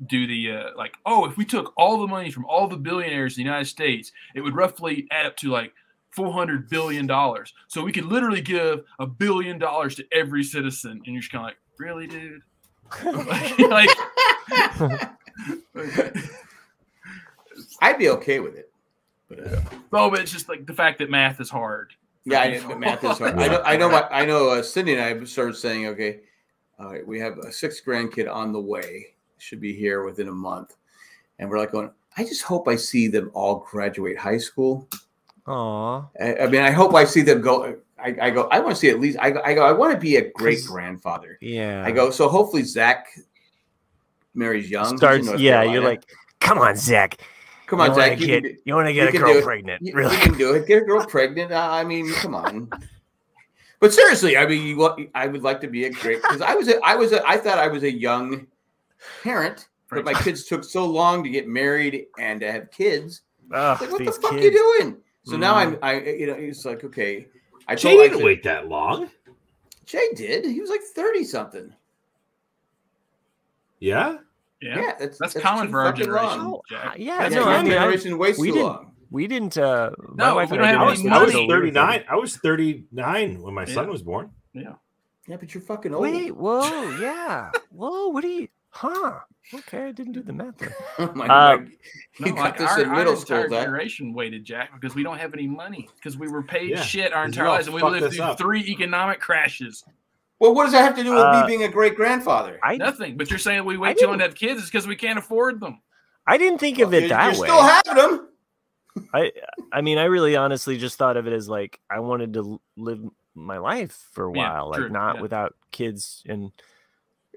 [SPEAKER 2] do the uh like oh if we took all the money from all the billionaires in the United States it would roughly add up to like 400 billion dollars so we could literally give a billion dollars to every citizen and you're just kind of like really dude like
[SPEAKER 1] I'd be okay with it. But, uh,
[SPEAKER 2] No, oh, but it's just like the fact that math is hard.
[SPEAKER 1] yeah, I, the math is hard. I know. I know. My, I know. Uh, Cindy and I started saying, okay, all right, we have a sixth grandkid on the way. Should be here within a month, and we're like going. I just hope I see them all graduate high school.
[SPEAKER 3] Aw.
[SPEAKER 1] I, I mean, I hope I see them go. I, I go. I want to see at least. I, go- I go. I want to be a great grandfather.
[SPEAKER 3] Yeah.
[SPEAKER 1] I go. So hopefully Zach marries young. he's in
[SPEAKER 3] starts.
[SPEAKER 1] North
[SPEAKER 3] Yeah, you're
[SPEAKER 1] Carolina.
[SPEAKER 3] like, come on, Zach.
[SPEAKER 1] come on,
[SPEAKER 3] you wanna
[SPEAKER 1] Zach. You,
[SPEAKER 3] get,
[SPEAKER 1] can, do-
[SPEAKER 3] you want to
[SPEAKER 1] you
[SPEAKER 3] get a
[SPEAKER 1] can
[SPEAKER 3] girl
[SPEAKER 1] do it.
[SPEAKER 3] pregnant?
[SPEAKER 1] you,
[SPEAKER 3] really?
[SPEAKER 1] you can do it. Get a girl pregnant. Uh, I mean, come on. But seriously, I mean, you want, I would like to be a great because I was a, I was a, I thought I was a young parent, but my kids took so long to get married and to have kids.
[SPEAKER 3] Ugh,
[SPEAKER 1] It's like, what the
[SPEAKER 3] these
[SPEAKER 1] fuck
[SPEAKER 3] kids.
[SPEAKER 1] you doing? So now I'm,
[SPEAKER 2] Mm-hmm.
[SPEAKER 1] I, you know, it's like, okay, I
[SPEAKER 4] Jay
[SPEAKER 1] told I
[SPEAKER 4] didn't
[SPEAKER 1] said,
[SPEAKER 4] wait that long.
[SPEAKER 1] Jay did. He was like thirty something.
[SPEAKER 4] Yeah,
[SPEAKER 2] Yeah,
[SPEAKER 1] Yeah, that's
[SPEAKER 2] that's,
[SPEAKER 1] that's
[SPEAKER 2] common
[SPEAKER 1] too
[SPEAKER 2] for our
[SPEAKER 1] fucking
[SPEAKER 2] generation.
[SPEAKER 1] long.
[SPEAKER 3] Uh,
[SPEAKER 2] Jack.
[SPEAKER 3] Yeah,
[SPEAKER 1] Yeah,
[SPEAKER 3] no,
[SPEAKER 1] your
[SPEAKER 3] I mean, I-
[SPEAKER 1] generation waits
[SPEAKER 3] we
[SPEAKER 1] too
[SPEAKER 3] didn't-
[SPEAKER 1] long.
[SPEAKER 3] we didn't. Uh, my
[SPEAKER 2] No,
[SPEAKER 3] wife
[SPEAKER 2] we
[SPEAKER 3] and I
[SPEAKER 2] don't have any
[SPEAKER 3] didn't actually
[SPEAKER 4] I
[SPEAKER 3] go
[SPEAKER 4] was
[SPEAKER 3] to
[SPEAKER 2] money.
[SPEAKER 3] Louisville.
[SPEAKER 4] 39. I was 39 when my son
[SPEAKER 2] Yeah.
[SPEAKER 4] was born.
[SPEAKER 2] Yeah,
[SPEAKER 1] Yeah, but you're fucking old.
[SPEAKER 3] Wait, whoa, yeah, whoa, what do you? Huh? Okay, I didn't do the math. There.
[SPEAKER 1] Oh My
[SPEAKER 3] Uh,
[SPEAKER 1] God.
[SPEAKER 2] no,
[SPEAKER 1] He got
[SPEAKER 2] like
[SPEAKER 1] this
[SPEAKER 2] our,
[SPEAKER 1] in
[SPEAKER 2] our
[SPEAKER 1] middle
[SPEAKER 2] entire
[SPEAKER 1] school, Zach.
[SPEAKER 2] generation waited, Jack, because we don't have any money because we were paid
[SPEAKER 4] Yeah,
[SPEAKER 2] shit our
[SPEAKER 4] 'cause
[SPEAKER 2] entire
[SPEAKER 4] y'all
[SPEAKER 2] lives, and we
[SPEAKER 4] fucked
[SPEAKER 2] lived
[SPEAKER 4] us
[SPEAKER 2] through
[SPEAKER 4] up.
[SPEAKER 2] three economic crashes.
[SPEAKER 1] Well, what does that have to do with
[SPEAKER 3] Uh,
[SPEAKER 1] me being a great grandfather?
[SPEAKER 3] I
[SPEAKER 2] Nothing. But you're saying we wait too long to have kids is because we can't afford them.
[SPEAKER 3] I didn't think of
[SPEAKER 1] Well,
[SPEAKER 3] it
[SPEAKER 1] you're,
[SPEAKER 3] that
[SPEAKER 1] you're
[SPEAKER 3] way.
[SPEAKER 1] still having them.
[SPEAKER 3] I I mean, I really honestly just thought of it as like I wanted to l- live my life for a
[SPEAKER 2] Yeah,
[SPEAKER 3] while,
[SPEAKER 2] true,
[SPEAKER 3] like not
[SPEAKER 2] yeah.
[SPEAKER 3] without kids and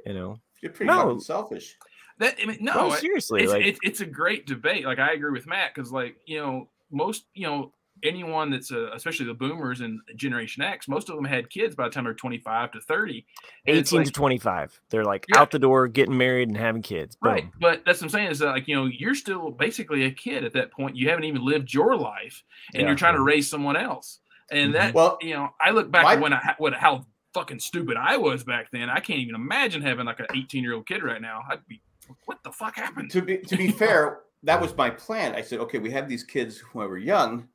[SPEAKER 3] you know.
[SPEAKER 1] You're pretty
[SPEAKER 3] No.
[SPEAKER 1] fucking selfish.
[SPEAKER 2] That I mean, no,
[SPEAKER 3] No,
[SPEAKER 2] it-
[SPEAKER 3] seriously,
[SPEAKER 2] it's,
[SPEAKER 3] like
[SPEAKER 2] it's, it's a great debate. Like I agree with Matt because like you know most you know anyone that's uh especially the boomers and Generation X, most of them had kids by the time they're twenty five to thirty. and it's
[SPEAKER 3] 18
[SPEAKER 2] like-
[SPEAKER 3] to 25. They're like
[SPEAKER 2] Yeah.
[SPEAKER 3] out the door, getting married, and having kids. Boom.
[SPEAKER 2] Right. But that's what I'm saying is that, like, you know, you're still basically a kid at that point. You haven't even lived your life and
[SPEAKER 3] Yeah. Mm-hmm.
[SPEAKER 2] you're trying to raise someone else. And that,
[SPEAKER 1] Well,
[SPEAKER 2] you know, I look back
[SPEAKER 1] my-
[SPEAKER 2] at when I, what, how fucking stupid I was back then. I can't even imagine having like an 18 year old kid right now. I'd be, what the fuck happened?
[SPEAKER 1] To be to be fair, that was my plan. I said, okay, we have these kids when we're young.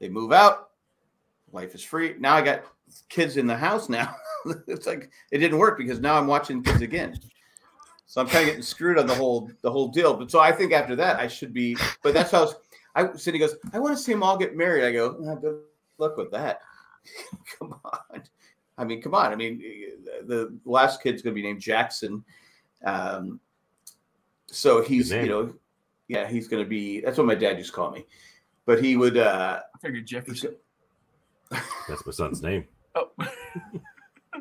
[SPEAKER 1] They move out. Life is free. Now I got kids in the house now. it's like it didn't work because now I'm watching kids again. So I'm kind of getting screwed on the whole the whole deal. But so I think after that I should be. But that's how I was. I Cindy goes. I want to see them all get married. I go. "Ah, good luck with that. come on. I mean, come on. I mean, the the last kid's going to be named Jackson. Um, so he's, you
[SPEAKER 4] Good name.
[SPEAKER 1] know, yeah, he's going to be. That's what my dad used to call me. But he would. Uh,
[SPEAKER 2] I figured
[SPEAKER 1] he's
[SPEAKER 2] Jefferson.
[SPEAKER 1] go-
[SPEAKER 4] That's my son's name.
[SPEAKER 2] Oh,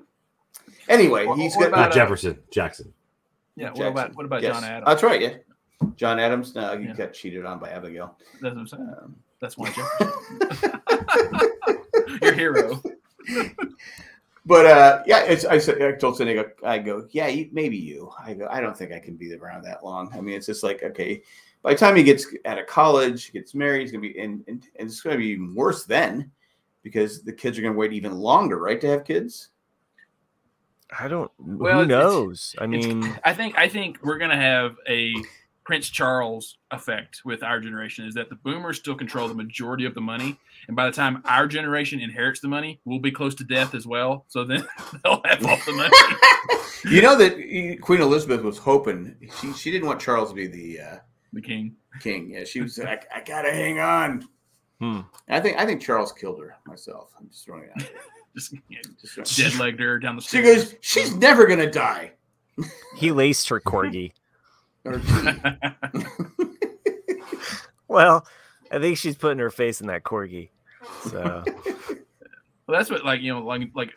[SPEAKER 1] anyway,
[SPEAKER 2] What-
[SPEAKER 1] he's
[SPEAKER 2] what
[SPEAKER 1] got.
[SPEAKER 2] about,
[SPEAKER 4] Not
[SPEAKER 3] uh,
[SPEAKER 4] Jefferson, Jackson.
[SPEAKER 2] yeah. What
[SPEAKER 1] Jackson.
[SPEAKER 2] about what about
[SPEAKER 1] yes.
[SPEAKER 2] John Adams?
[SPEAKER 1] That's right. Yeah, John Adams. No, he
[SPEAKER 2] Yeah.
[SPEAKER 1] got cheated on by Abigail.
[SPEAKER 2] That's what I'm saying.
[SPEAKER 1] Um,
[SPEAKER 2] That's why Jefferson. Your hero.
[SPEAKER 1] but uh, yeah, it's, I said I told Cindy, I go- I go, yeah, you, maybe you. I go, I don't think I can be around that long. I mean, it's just like okay, by the time he gets out of college, gets married, he's gonna be and and, and it's gonna be even worse then because the kids are gonna wait even longer, right, to have kids.
[SPEAKER 3] I don't.
[SPEAKER 2] Well,
[SPEAKER 3] who
[SPEAKER 2] it's-
[SPEAKER 3] knows? I
[SPEAKER 2] it's-
[SPEAKER 3] mean,
[SPEAKER 2] I think I think we're gonna have a Prince Charles effect with our generation is that the boomers still control the majority of the money, and by the time our generation inherits the money, we'll be close to death as well. So then they'll have all the money.
[SPEAKER 1] You know that eh, Queen Elizabeth was hoping she she didn't want Charles to be the uh,
[SPEAKER 2] the king.
[SPEAKER 1] king. Yeah, she was like, I gotta hang on.
[SPEAKER 3] hmm.
[SPEAKER 1] And I think I think Charles killed her myself. I'm just throwing it out. there.
[SPEAKER 2] Just
[SPEAKER 1] Just throwing-
[SPEAKER 2] dead legged her down the
[SPEAKER 1] She
[SPEAKER 2] stairs.
[SPEAKER 1] goes, she's never gonna die.
[SPEAKER 3] he laced her corgi.
[SPEAKER 1] Or
[SPEAKER 3] Well, I think she's putting her face in that corgi. So
[SPEAKER 2] Well, that's what like you know like like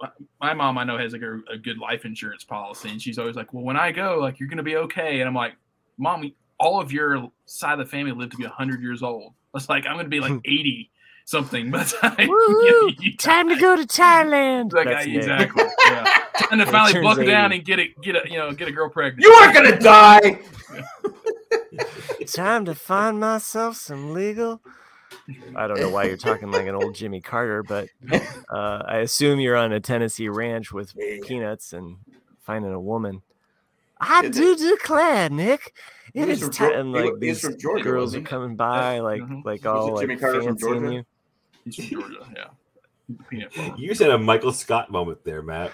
[SPEAKER 2] uh, my mom I know has like a, a good life insurance policy, and she's always like, "Well, when I go, like you're gonna be okay." And I'm like, "Mom, all of your side of the family lived to be hundred years old. It's like I'm gonna be
[SPEAKER 3] Hmm.
[SPEAKER 2] like eighty something by the time
[SPEAKER 3] Woohoo,
[SPEAKER 2] you die."
[SPEAKER 3] time to go to Thailand.
[SPEAKER 2] It's like,
[SPEAKER 3] That's
[SPEAKER 2] I-
[SPEAKER 3] Nick.
[SPEAKER 2] exactly. Yeah. Time to
[SPEAKER 3] When he
[SPEAKER 2] finally
[SPEAKER 3] turns
[SPEAKER 2] buck
[SPEAKER 3] 80.
[SPEAKER 2] down and get a get a you know get a girl pregnant.
[SPEAKER 1] you aren't gonna die.
[SPEAKER 3] Time to find myself some legal. I don't know why you're talking like an old Jimmy Carter, but uh, I assume you're on a Tennessee ranch with peanuts and finding a woman. I
[SPEAKER 1] Is
[SPEAKER 3] do declare, Nick.
[SPEAKER 1] He
[SPEAKER 3] It
[SPEAKER 1] was
[SPEAKER 3] is
[SPEAKER 1] from Geor-
[SPEAKER 3] time.
[SPEAKER 1] he wa-
[SPEAKER 3] Like
[SPEAKER 1] he was
[SPEAKER 3] these
[SPEAKER 1] from Georgia,
[SPEAKER 3] girls are
[SPEAKER 1] wasn't he? Mm-hmm.
[SPEAKER 3] coming by, like
[SPEAKER 2] mhm.
[SPEAKER 3] like
[SPEAKER 1] Was
[SPEAKER 3] all
[SPEAKER 1] it
[SPEAKER 3] like
[SPEAKER 1] Jimmy Carter from
[SPEAKER 3] fancying
[SPEAKER 1] Georgia?
[SPEAKER 3] you.
[SPEAKER 2] He's from Georgia. Yeah. Peanut farmer.
[SPEAKER 4] You just had a Michael Scott moment there, Matt.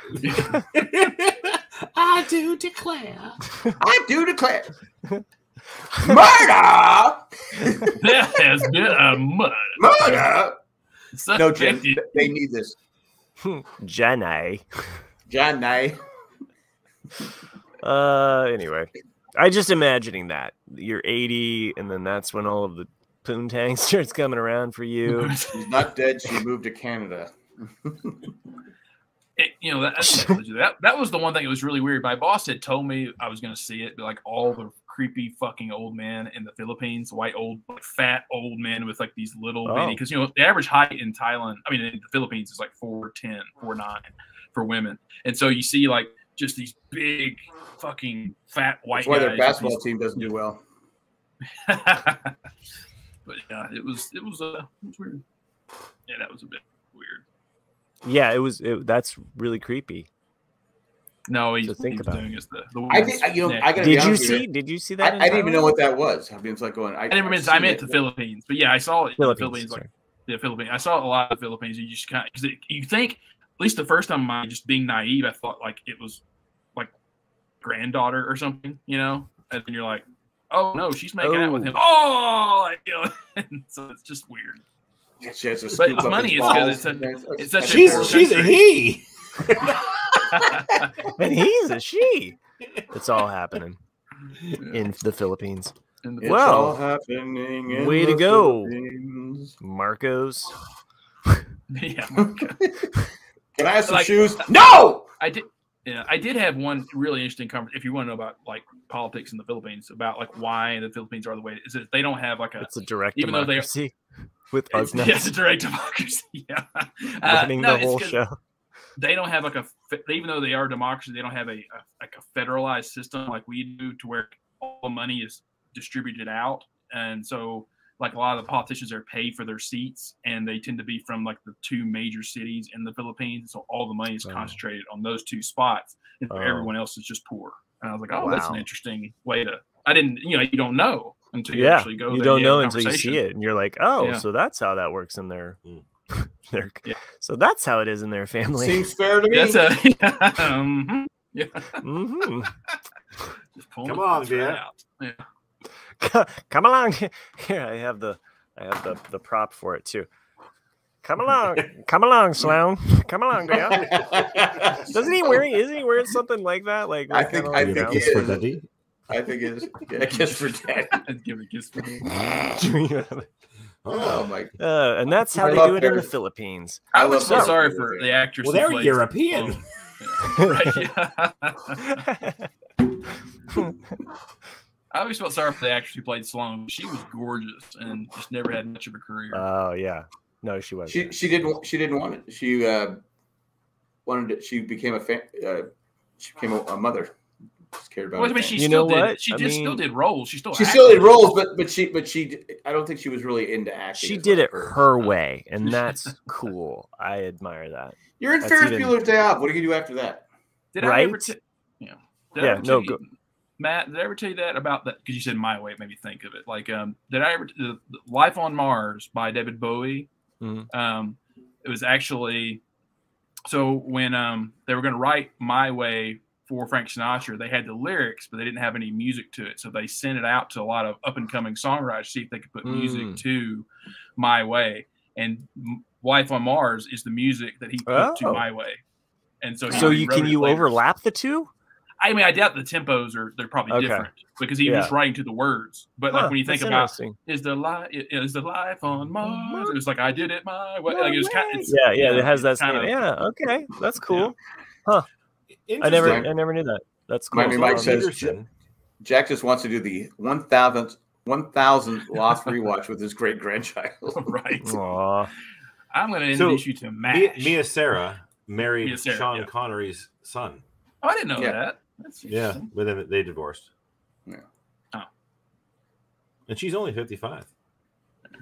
[SPEAKER 4] I do declare.
[SPEAKER 1] I do declare murder,
[SPEAKER 2] That has been a mud.
[SPEAKER 1] murder. No, Jim,
[SPEAKER 2] Subjective-
[SPEAKER 1] they need this.
[SPEAKER 3] Jenny.
[SPEAKER 1] John Nye.
[SPEAKER 3] Uh, anyway, I just imagining that you're 80, and then that's when all of the poontang starts coming around for you.
[SPEAKER 1] She's not dead. She moved to Canada.
[SPEAKER 2] it, you know that, that's what I told you. that that was the one thing that was really weird. My boss had told me I was going to see it, but like all the creepy fucking old men in the Philippines, white old like fat old men with like these little
[SPEAKER 3] Oh.
[SPEAKER 2] because you know the average height in Thailand, I mean in the Philippines is like 4'10", 4'9", for women, and so you see like just these big fucking fat white
[SPEAKER 1] That's why their
[SPEAKER 2] guys with
[SPEAKER 1] basketball
[SPEAKER 2] these-
[SPEAKER 1] team doesn't do well.
[SPEAKER 2] but yeah, it was it was uh, it was weird. Yeah, that was a bit weird.
[SPEAKER 3] yeah, it was. It, that's really creepy.
[SPEAKER 2] No, he's,
[SPEAKER 3] So think
[SPEAKER 2] he's
[SPEAKER 3] about it.
[SPEAKER 2] doing is the, the
[SPEAKER 1] I
[SPEAKER 2] women's
[SPEAKER 1] think you know.
[SPEAKER 2] neck.
[SPEAKER 1] I gotta be
[SPEAKER 3] Did you
[SPEAKER 1] honest with
[SPEAKER 3] see? Did you see that?
[SPEAKER 1] I,
[SPEAKER 3] in
[SPEAKER 1] I didn't even know
[SPEAKER 3] Thailand?
[SPEAKER 1] what that was. I mean, it's like going. I,
[SPEAKER 2] I never been.
[SPEAKER 1] I've
[SPEAKER 2] I
[SPEAKER 1] seen
[SPEAKER 2] meant
[SPEAKER 1] it,
[SPEAKER 2] the
[SPEAKER 1] but-
[SPEAKER 2] Philippines, but yeah, I saw it in the
[SPEAKER 3] Philippines.
[SPEAKER 2] Philippines, like
[SPEAKER 3] sorry.
[SPEAKER 2] the Philippines. I saw a lot of Philippines. You just kind of you think at least the first time, I just being naive, I thought like it was like granddaughter or something, you know. And then you're like, oh no, she's making out with
[SPEAKER 3] Oh.
[SPEAKER 2] him. Oh, like, you know, and so it's just weird.
[SPEAKER 1] She has to
[SPEAKER 2] But
[SPEAKER 1] scoop
[SPEAKER 2] it's
[SPEAKER 1] up
[SPEAKER 2] money,
[SPEAKER 1] his
[SPEAKER 2] it's 'cause
[SPEAKER 1] balls.
[SPEAKER 2] it's such- it's such a
[SPEAKER 1] She's-
[SPEAKER 4] She's
[SPEAKER 2] She's-
[SPEAKER 4] she's
[SPEAKER 2] she's
[SPEAKER 4] a
[SPEAKER 2] a
[SPEAKER 4] he.
[SPEAKER 3] And he's a she. It's all happening in the Philippines.
[SPEAKER 2] And
[SPEAKER 1] It's
[SPEAKER 2] the-
[SPEAKER 3] Well,
[SPEAKER 1] all happening in
[SPEAKER 3] way to
[SPEAKER 1] the
[SPEAKER 3] go.
[SPEAKER 1] Philippines.
[SPEAKER 3] Marcos.
[SPEAKER 2] yeah,
[SPEAKER 1] Can I have some
[SPEAKER 2] Like- uh,
[SPEAKER 1] shoes? No.
[SPEAKER 2] I did. Yeah, I did have one really interesting conversation. If you want to know about like politics in the Philippines, about like why the Philippines are the way is that they don't have like a
[SPEAKER 3] It's a direct
[SPEAKER 2] Even though they-
[SPEAKER 3] democracy with
[SPEAKER 2] It's,
[SPEAKER 3] Ugna
[SPEAKER 2] yes, direct democracy. Yeah, Uh,
[SPEAKER 3] running
[SPEAKER 2] no,
[SPEAKER 3] the
[SPEAKER 2] it's
[SPEAKER 3] whole
[SPEAKER 2] 'cause
[SPEAKER 3] show.
[SPEAKER 2] They don't have like a fe- even though they are a democracy, they don't have a, a like a federalized system like we do, to where all the money is distributed out, and so like a lot of the politicians are paid for their seats, and they tend to be from like the two major cities in the Philippines, so all the money is
[SPEAKER 3] Oh.
[SPEAKER 2] concentrated on those two spots, and so
[SPEAKER 3] Oh.
[SPEAKER 2] everyone else is just poor. And I was like, oh, that's an
[SPEAKER 3] Wow.
[SPEAKER 2] interesting way to. I didn't, you know, you don't know until you
[SPEAKER 3] Yeah,
[SPEAKER 2] actually go.
[SPEAKER 3] you
[SPEAKER 2] there
[SPEAKER 3] don't
[SPEAKER 2] and have a
[SPEAKER 3] know until you
[SPEAKER 2] conversation.
[SPEAKER 3] see it, and you're like, oh,
[SPEAKER 2] Yeah.
[SPEAKER 3] so that's how that works in their
[SPEAKER 1] Hmm.
[SPEAKER 4] Mm.
[SPEAKER 3] their.
[SPEAKER 2] Yeah.
[SPEAKER 3] So that's how it is in their family.
[SPEAKER 1] Seems fair to me.
[SPEAKER 2] That's a. um,
[SPEAKER 3] hmm
[SPEAKER 2] Just pulling
[SPEAKER 4] Come
[SPEAKER 2] the
[SPEAKER 4] on,
[SPEAKER 2] fucks right
[SPEAKER 4] man.
[SPEAKER 2] out. Yeah.
[SPEAKER 3] Come along. Here, I have the I have the the prop for it too. Come along, come along, Sloan. Come along, Dale. Doesn't he wearing? Isn't he wearing something like that? Like
[SPEAKER 1] I
[SPEAKER 3] like,
[SPEAKER 1] think-
[SPEAKER 3] kinda
[SPEAKER 1] I
[SPEAKER 3] like
[SPEAKER 1] think
[SPEAKER 3] down-
[SPEAKER 1] he is.
[SPEAKER 4] Daddy?
[SPEAKER 1] I think it's yeah, kiss for daddy.
[SPEAKER 2] I'd give a kiss for me.
[SPEAKER 1] Oh my!
[SPEAKER 3] Uh, and that's how
[SPEAKER 1] I
[SPEAKER 3] they
[SPEAKER 1] love
[SPEAKER 3] do it in the
[SPEAKER 1] Paris.
[SPEAKER 3] Philippines.
[SPEAKER 1] I
[SPEAKER 2] I'm
[SPEAKER 1] love
[SPEAKER 2] so
[SPEAKER 1] that.
[SPEAKER 2] sorry for the actress.
[SPEAKER 4] Well,
[SPEAKER 2] who
[SPEAKER 4] they're
[SPEAKER 2] plays-
[SPEAKER 4] European.
[SPEAKER 2] Oh, right, yeah. I always felt sorry for the actress who played Sloan. She was gorgeous and just never had much of a career.
[SPEAKER 4] Uh,
[SPEAKER 3] Oh yeah, no, she was.
[SPEAKER 1] She she didn't she didn't want it. She uh, wanted it. She became a fan. Uh, she became a, a mother. Just cared about.
[SPEAKER 2] well, I
[SPEAKER 1] her
[SPEAKER 2] mean,
[SPEAKER 1] family.
[SPEAKER 2] she
[SPEAKER 3] You
[SPEAKER 2] still
[SPEAKER 3] know
[SPEAKER 2] did.
[SPEAKER 3] what?
[SPEAKER 2] She
[SPEAKER 3] I
[SPEAKER 2] just still
[SPEAKER 3] mean-
[SPEAKER 2] did roles. She still
[SPEAKER 1] She still did
[SPEAKER 2] acted.
[SPEAKER 1] roles, but but she but she I don't think she was really into acting.
[SPEAKER 3] She
[SPEAKER 1] as
[SPEAKER 3] did
[SPEAKER 1] well.
[SPEAKER 3] it her way, and that's cool. I admire that.
[SPEAKER 1] You're in
[SPEAKER 3] That's
[SPEAKER 1] Ferris
[SPEAKER 3] even-
[SPEAKER 1] Bueller's Day Off. What do you do after that?
[SPEAKER 2] Did I
[SPEAKER 3] Right?
[SPEAKER 2] ever? T- yeah. Did I
[SPEAKER 3] Yeah,
[SPEAKER 2] ever
[SPEAKER 3] no,
[SPEAKER 2] tell
[SPEAKER 3] go-
[SPEAKER 2] you- Matt, did I ever tell you that about that? Because you said my way, it made me think of it. Like, um, did I ever the, the Life on Mars by David Bowie?
[SPEAKER 3] Mhm.
[SPEAKER 2] Um, it was actually so when um they were going to write My Way for Frank Sinatra, they had the lyrics, but they didn't have any music to it. So they sent it out to a lot of up and coming songwriters to see if they could put music
[SPEAKER 3] Mm.
[SPEAKER 2] to My Way. And M- Life on Mars is the music that he put
[SPEAKER 3] Oh.
[SPEAKER 2] to My Way. And so, he
[SPEAKER 3] So you
[SPEAKER 2] rewrote
[SPEAKER 3] can
[SPEAKER 2] it
[SPEAKER 3] you
[SPEAKER 2] later.
[SPEAKER 3] overlap the two?
[SPEAKER 2] I mean, I doubt the tempos are they're probably
[SPEAKER 3] Okay.
[SPEAKER 2] different because he was
[SPEAKER 3] Yeah.
[SPEAKER 2] just writing to the words. But
[SPEAKER 3] Huh,
[SPEAKER 2] like when you think
[SPEAKER 3] that's
[SPEAKER 2] about
[SPEAKER 3] interesting.
[SPEAKER 2] is the life is the life on Mars, it was like I did it my way. Like it was kind of, it's,
[SPEAKER 3] yeah, yeah,
[SPEAKER 2] you
[SPEAKER 3] it
[SPEAKER 2] know,
[SPEAKER 3] has that.
[SPEAKER 2] it's kind
[SPEAKER 3] same-
[SPEAKER 2] of-
[SPEAKER 3] yeah, okay, that's cool. I
[SPEAKER 4] Interesting.
[SPEAKER 3] never,
[SPEAKER 1] Interesting.
[SPEAKER 3] I never knew that. That's cool.
[SPEAKER 1] Miami
[SPEAKER 3] So,
[SPEAKER 1] Mike
[SPEAKER 3] um,
[SPEAKER 1] says-
[SPEAKER 4] Peterson.
[SPEAKER 1] Jack just wants to do the one thousandth one thousandth lost rewatch with his great grandchild.
[SPEAKER 2] right.
[SPEAKER 3] Mm. aw.
[SPEAKER 2] I'm going to
[SPEAKER 4] So,
[SPEAKER 2] introduce you to Matt.
[SPEAKER 4] Mia, Mia Sarah married
[SPEAKER 2] Mia Sarah,
[SPEAKER 4] Sean
[SPEAKER 2] yeah.
[SPEAKER 4] Connery's son.
[SPEAKER 2] oh, I didn't know
[SPEAKER 1] Yeah.
[SPEAKER 2] that. That's
[SPEAKER 4] Yeah,
[SPEAKER 2] interesting.
[SPEAKER 4] but then they divorced.
[SPEAKER 1] Yeah.
[SPEAKER 2] Oh.
[SPEAKER 4] And she's only fifty-five.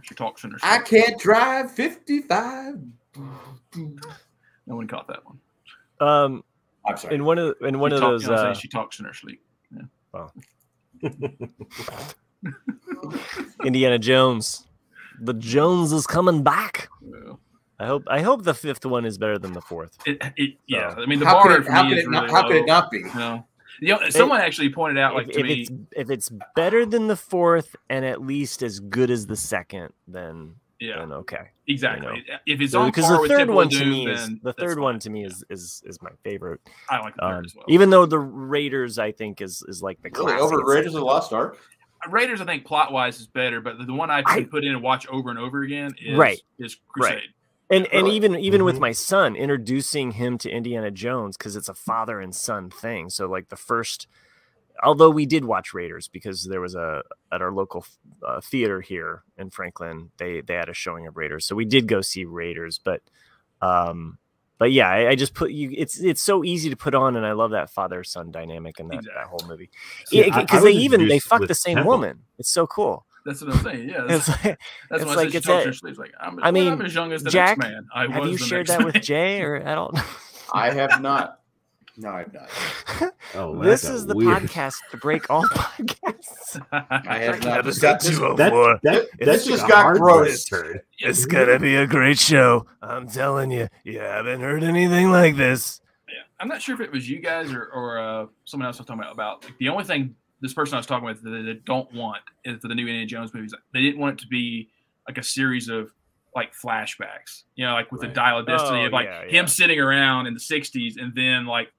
[SPEAKER 2] She talks in her.
[SPEAKER 1] I
[SPEAKER 2] sleep.
[SPEAKER 1] can't drive fifty five.
[SPEAKER 2] No one caught that one.
[SPEAKER 3] Um,
[SPEAKER 1] I'm sorry.
[SPEAKER 3] in one of, in one
[SPEAKER 2] She
[SPEAKER 3] of
[SPEAKER 2] talked-
[SPEAKER 3] those,
[SPEAKER 2] I was saying
[SPEAKER 3] uh,
[SPEAKER 2] she talks in her sleep.
[SPEAKER 3] Indiana Jones, the Jones is coming back.
[SPEAKER 2] Well,
[SPEAKER 3] I hope, I hope the fifth one is better than the fourth.
[SPEAKER 2] It, it, yeah, I mean the
[SPEAKER 1] how
[SPEAKER 2] bar
[SPEAKER 1] could it,
[SPEAKER 2] for
[SPEAKER 1] how
[SPEAKER 2] me
[SPEAKER 1] could
[SPEAKER 2] is
[SPEAKER 1] it not,
[SPEAKER 2] really
[SPEAKER 1] how could it
[SPEAKER 2] low.
[SPEAKER 1] not be?
[SPEAKER 2] No. You know, someone actually pointed out, like
[SPEAKER 3] if,
[SPEAKER 2] to
[SPEAKER 3] if
[SPEAKER 2] me,
[SPEAKER 3] it's, if it's better than the fourth and at least as good as the second, then,
[SPEAKER 2] yeah,
[SPEAKER 3] then okay.
[SPEAKER 2] exactly. If it's on
[SPEAKER 3] Because
[SPEAKER 2] par
[SPEAKER 3] the
[SPEAKER 2] with
[SPEAKER 3] third
[SPEAKER 2] Temple
[SPEAKER 3] one
[SPEAKER 2] of
[SPEAKER 3] to
[SPEAKER 2] Doom,
[SPEAKER 3] me is
[SPEAKER 2] then
[SPEAKER 3] the
[SPEAKER 2] that's
[SPEAKER 3] third
[SPEAKER 2] fine.
[SPEAKER 3] one to me
[SPEAKER 2] Yeah.
[SPEAKER 3] is is is my favorite.
[SPEAKER 2] I like the third
[SPEAKER 3] Um,
[SPEAKER 2] as well.
[SPEAKER 3] Even though the Raiders, I think, is is like the
[SPEAKER 1] Really
[SPEAKER 3] classic.
[SPEAKER 1] over
[SPEAKER 3] It's like-
[SPEAKER 1] Raiders of the Lost Ark?
[SPEAKER 2] Uh, Raiders, I think plot wise is better, but the one I
[SPEAKER 3] I-
[SPEAKER 2] can put in and watch over and over again is
[SPEAKER 3] Right.
[SPEAKER 2] is
[SPEAKER 3] Right.
[SPEAKER 2] Crusade.
[SPEAKER 3] and and
[SPEAKER 1] Really?
[SPEAKER 3] even even with
[SPEAKER 4] Mhm.
[SPEAKER 3] my son introducing him to indiana jones because it's a father and son thing so like the first although we did watch raiders because there was a at our local uh, theater here in franklin they they had a showing of raiders so we did go see raiders but um but yeah i, I just put you it's it's so easy to put on and i love that father son dynamic in that, that whole movie
[SPEAKER 4] See, I- I
[SPEAKER 3] because they
[SPEAKER 4] was
[SPEAKER 3] even they
[SPEAKER 4] introduced
[SPEAKER 3] fuck
[SPEAKER 4] with
[SPEAKER 3] the same
[SPEAKER 4] Temple.
[SPEAKER 3] woman it's so cool
[SPEAKER 2] That's what I'm saying. Yeah,
[SPEAKER 3] it's
[SPEAKER 2] that's,
[SPEAKER 3] like
[SPEAKER 2] that's
[SPEAKER 3] it's
[SPEAKER 2] what
[SPEAKER 3] like
[SPEAKER 2] I said.
[SPEAKER 3] it's
[SPEAKER 2] She talks
[SPEAKER 3] a-
[SPEAKER 2] in her sleep, like, I'm,
[SPEAKER 3] I
[SPEAKER 2] well,
[SPEAKER 3] mean,
[SPEAKER 2] I'm as young as the
[SPEAKER 3] Jack,
[SPEAKER 2] next man. I was
[SPEAKER 3] have
[SPEAKER 2] the
[SPEAKER 3] you shared
[SPEAKER 2] next
[SPEAKER 3] that with
[SPEAKER 2] man.
[SPEAKER 3] jay or i don't
[SPEAKER 1] I have not. No, I've not.
[SPEAKER 4] Oh, well,
[SPEAKER 3] this
[SPEAKER 4] that got
[SPEAKER 3] is the
[SPEAKER 4] weird.
[SPEAKER 3] podcast to break all podcasts.
[SPEAKER 1] I have not.
[SPEAKER 3] Episode
[SPEAKER 1] This got- this-
[SPEAKER 3] two oh
[SPEAKER 4] That,
[SPEAKER 3] four.
[SPEAKER 4] that,
[SPEAKER 3] It
[SPEAKER 4] that
[SPEAKER 1] just
[SPEAKER 4] took a
[SPEAKER 1] got
[SPEAKER 4] hard
[SPEAKER 1] gross.
[SPEAKER 4] left turn.
[SPEAKER 2] Yeah.
[SPEAKER 3] It's gonna be a great show. I'm telling you, you haven't heard anything like this.
[SPEAKER 2] Yeah. I'm not sure if it was you guys or, or uh, someone else I was talking about. About like, the only thing this person I was talking with that they don't want is for the new Indiana Jones movies. Like, they didn't want it to be like a series of like flashbacks, you know, like with the
[SPEAKER 4] Right.
[SPEAKER 2] Dial of Destiny
[SPEAKER 3] Oh,
[SPEAKER 2] of like
[SPEAKER 3] yeah, yeah.
[SPEAKER 2] him sitting around in the '60s and then like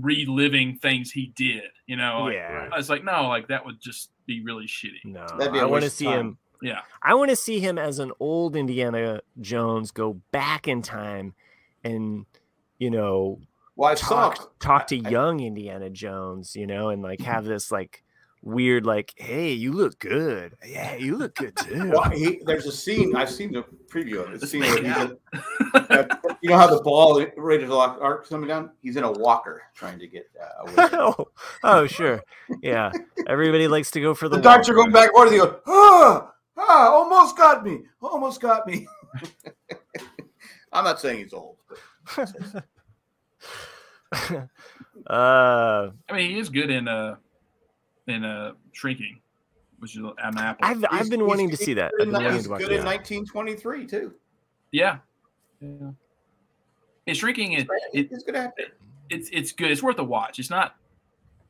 [SPEAKER 2] reliving things he did. You know, like,
[SPEAKER 3] yeah,
[SPEAKER 2] Oh,
[SPEAKER 3] Mm.
[SPEAKER 2] I was like, no, like that would just be really shitty.
[SPEAKER 3] no,
[SPEAKER 1] That'd be a
[SPEAKER 3] I want
[SPEAKER 1] waste
[SPEAKER 3] to
[SPEAKER 1] of
[SPEAKER 3] see
[SPEAKER 1] time.
[SPEAKER 3] him.
[SPEAKER 2] Yeah.
[SPEAKER 3] I want to see him as an old Indiana Jones go back in time, and you know,
[SPEAKER 1] Well, I saw.
[SPEAKER 3] talk talk to
[SPEAKER 1] I- Mm-hmm.
[SPEAKER 3] young Indiana Jones, you know, and like have this like weird like, hey, you look good. Yeah, you look good too.
[SPEAKER 1] Well, he, there's a scene. I've seen the preview of it. The
[SPEAKER 2] Let's
[SPEAKER 1] scene
[SPEAKER 2] make
[SPEAKER 1] where
[SPEAKER 2] it
[SPEAKER 1] he's
[SPEAKER 2] out.
[SPEAKER 1] in- you know how the ball Raiders of the Lost Ark coming down? He's in a walker trying to get uh, away.
[SPEAKER 3] oh, oh, sure. Yeah. Everybody likes to go for the,
[SPEAKER 1] the doctor
[SPEAKER 3] walker.
[SPEAKER 1] going back forth. He goes, ah, ah, almost got me, almost got me. I'm not saying he's old. But
[SPEAKER 3] uh,
[SPEAKER 2] I mean, he is good in uh in uh shrinking, which is an apple.
[SPEAKER 3] I've I've been
[SPEAKER 1] he's-
[SPEAKER 3] wanting to
[SPEAKER 1] he's
[SPEAKER 3] see that.
[SPEAKER 1] good
[SPEAKER 3] I've
[SPEAKER 1] in,
[SPEAKER 3] been wanting
[SPEAKER 1] he's
[SPEAKER 3] to
[SPEAKER 1] good
[SPEAKER 3] watch
[SPEAKER 1] in
[SPEAKER 3] that.
[SPEAKER 1] 1923 too.
[SPEAKER 2] yeah. Yeah. And shrinking it, it
[SPEAKER 1] It's gonna happen.
[SPEAKER 2] it's it's good. It's worth a watch. It's not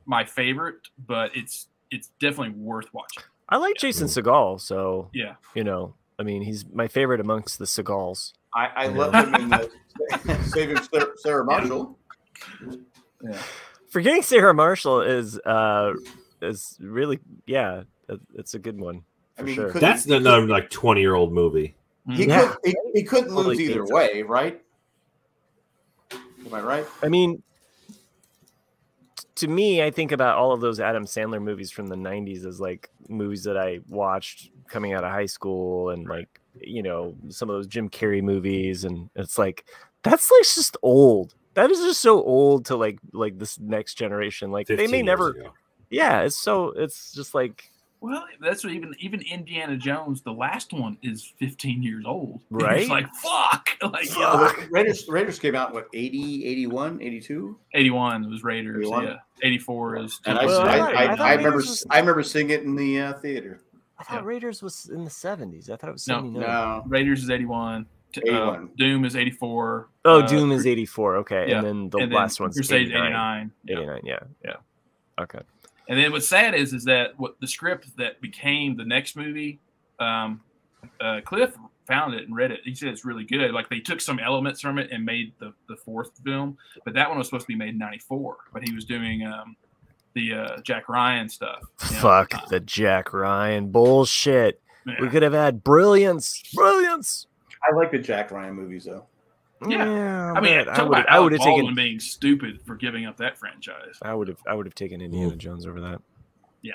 [SPEAKER 2] my favorite, but it's it's definitely worth watching.
[SPEAKER 3] I like Jason Segal, so
[SPEAKER 2] Yeah.
[SPEAKER 3] you know, I mean, he's my favorite amongst the Segals.
[SPEAKER 1] I, I
[SPEAKER 4] Yeah.
[SPEAKER 1] love him in the Saving Sarah, Sarah Marshall.
[SPEAKER 3] Forgetting Sarah Marshall is uh is really yeah, that- that's a good one.
[SPEAKER 1] I
[SPEAKER 3] For
[SPEAKER 1] mean, you
[SPEAKER 3] sure.
[SPEAKER 1] couldn't-
[SPEAKER 4] That's another like twenty year old movie.
[SPEAKER 1] He,
[SPEAKER 3] Yeah.
[SPEAKER 1] could, he, he couldn't
[SPEAKER 3] Totally
[SPEAKER 1] lose either
[SPEAKER 3] thinks-
[SPEAKER 1] way, right? Am I right?
[SPEAKER 3] I mean, t- to me, I think about all of those Adam Sandler movies from the '90s as like movies that I watched coming out of high school, and like you know some of those Jim Carrey movies, and it's like that's like just old. That is just so old to like like this next generation. Like they
[SPEAKER 4] 15
[SPEAKER 3] may
[SPEAKER 4] years
[SPEAKER 3] never.
[SPEAKER 4] ago.
[SPEAKER 3] Yeah, it's so it's just like
[SPEAKER 2] Well, that's what even even Indiana Jones, the last one, is 15 years old.
[SPEAKER 3] Right?
[SPEAKER 2] It's like fuck. Like
[SPEAKER 1] Yeah,
[SPEAKER 2] yeah,
[SPEAKER 1] well, Raiders, Raiders came out, what, 80, 81, 82?
[SPEAKER 2] 81 was Raiders.
[SPEAKER 1] 81?
[SPEAKER 2] Yeah, 84 is.
[SPEAKER 1] And I,
[SPEAKER 3] Well,
[SPEAKER 1] I,
[SPEAKER 3] right,
[SPEAKER 1] I,
[SPEAKER 3] I thought
[SPEAKER 1] I, remember
[SPEAKER 3] Raiders was-
[SPEAKER 1] I remember seeing it in the uh, theater.
[SPEAKER 3] I thought
[SPEAKER 2] Yeah.
[SPEAKER 3] Raiders was in the '70s. I thought it was
[SPEAKER 2] No,
[SPEAKER 3] '79.
[SPEAKER 1] No.
[SPEAKER 2] Raiders is 81. T- uh,
[SPEAKER 1] 81.
[SPEAKER 2] Doom is 84.
[SPEAKER 3] Oh,
[SPEAKER 2] uh,
[SPEAKER 3] Doom is '84. Okay,
[SPEAKER 2] yeah,
[SPEAKER 3] and then the
[SPEAKER 2] and then
[SPEAKER 3] last one's
[SPEAKER 2] Crusade is
[SPEAKER 3] 89.
[SPEAKER 2] 89. Yeah.
[SPEAKER 3] 89. Yeah, yeah. Okay.
[SPEAKER 2] And then what's sad is is that what the script that became the next movie, um, uh, Cliff found it and read it. He said it's really good. Like they took some elements from it and made the, the fourth film, but that one was supposed to be made in '94. But he was doing um, the uh, Jack Ryan stuff. you know?
[SPEAKER 3] Fuck the Jack Ryan bullshit.
[SPEAKER 2] Yeah.
[SPEAKER 3] We could have had brilliance, brilliance.
[SPEAKER 1] I like the Jack Ryan movies, though.
[SPEAKER 2] Yeah. I
[SPEAKER 3] man,
[SPEAKER 2] mean,
[SPEAKER 3] I
[SPEAKER 2] talk
[SPEAKER 3] would,
[SPEAKER 2] about
[SPEAKER 3] I would have
[SPEAKER 2] Alec Baldwin
[SPEAKER 3] taken,
[SPEAKER 2] being stupid for giving up that franchise.
[SPEAKER 3] I would have, I would have taken Indiana Jones over that.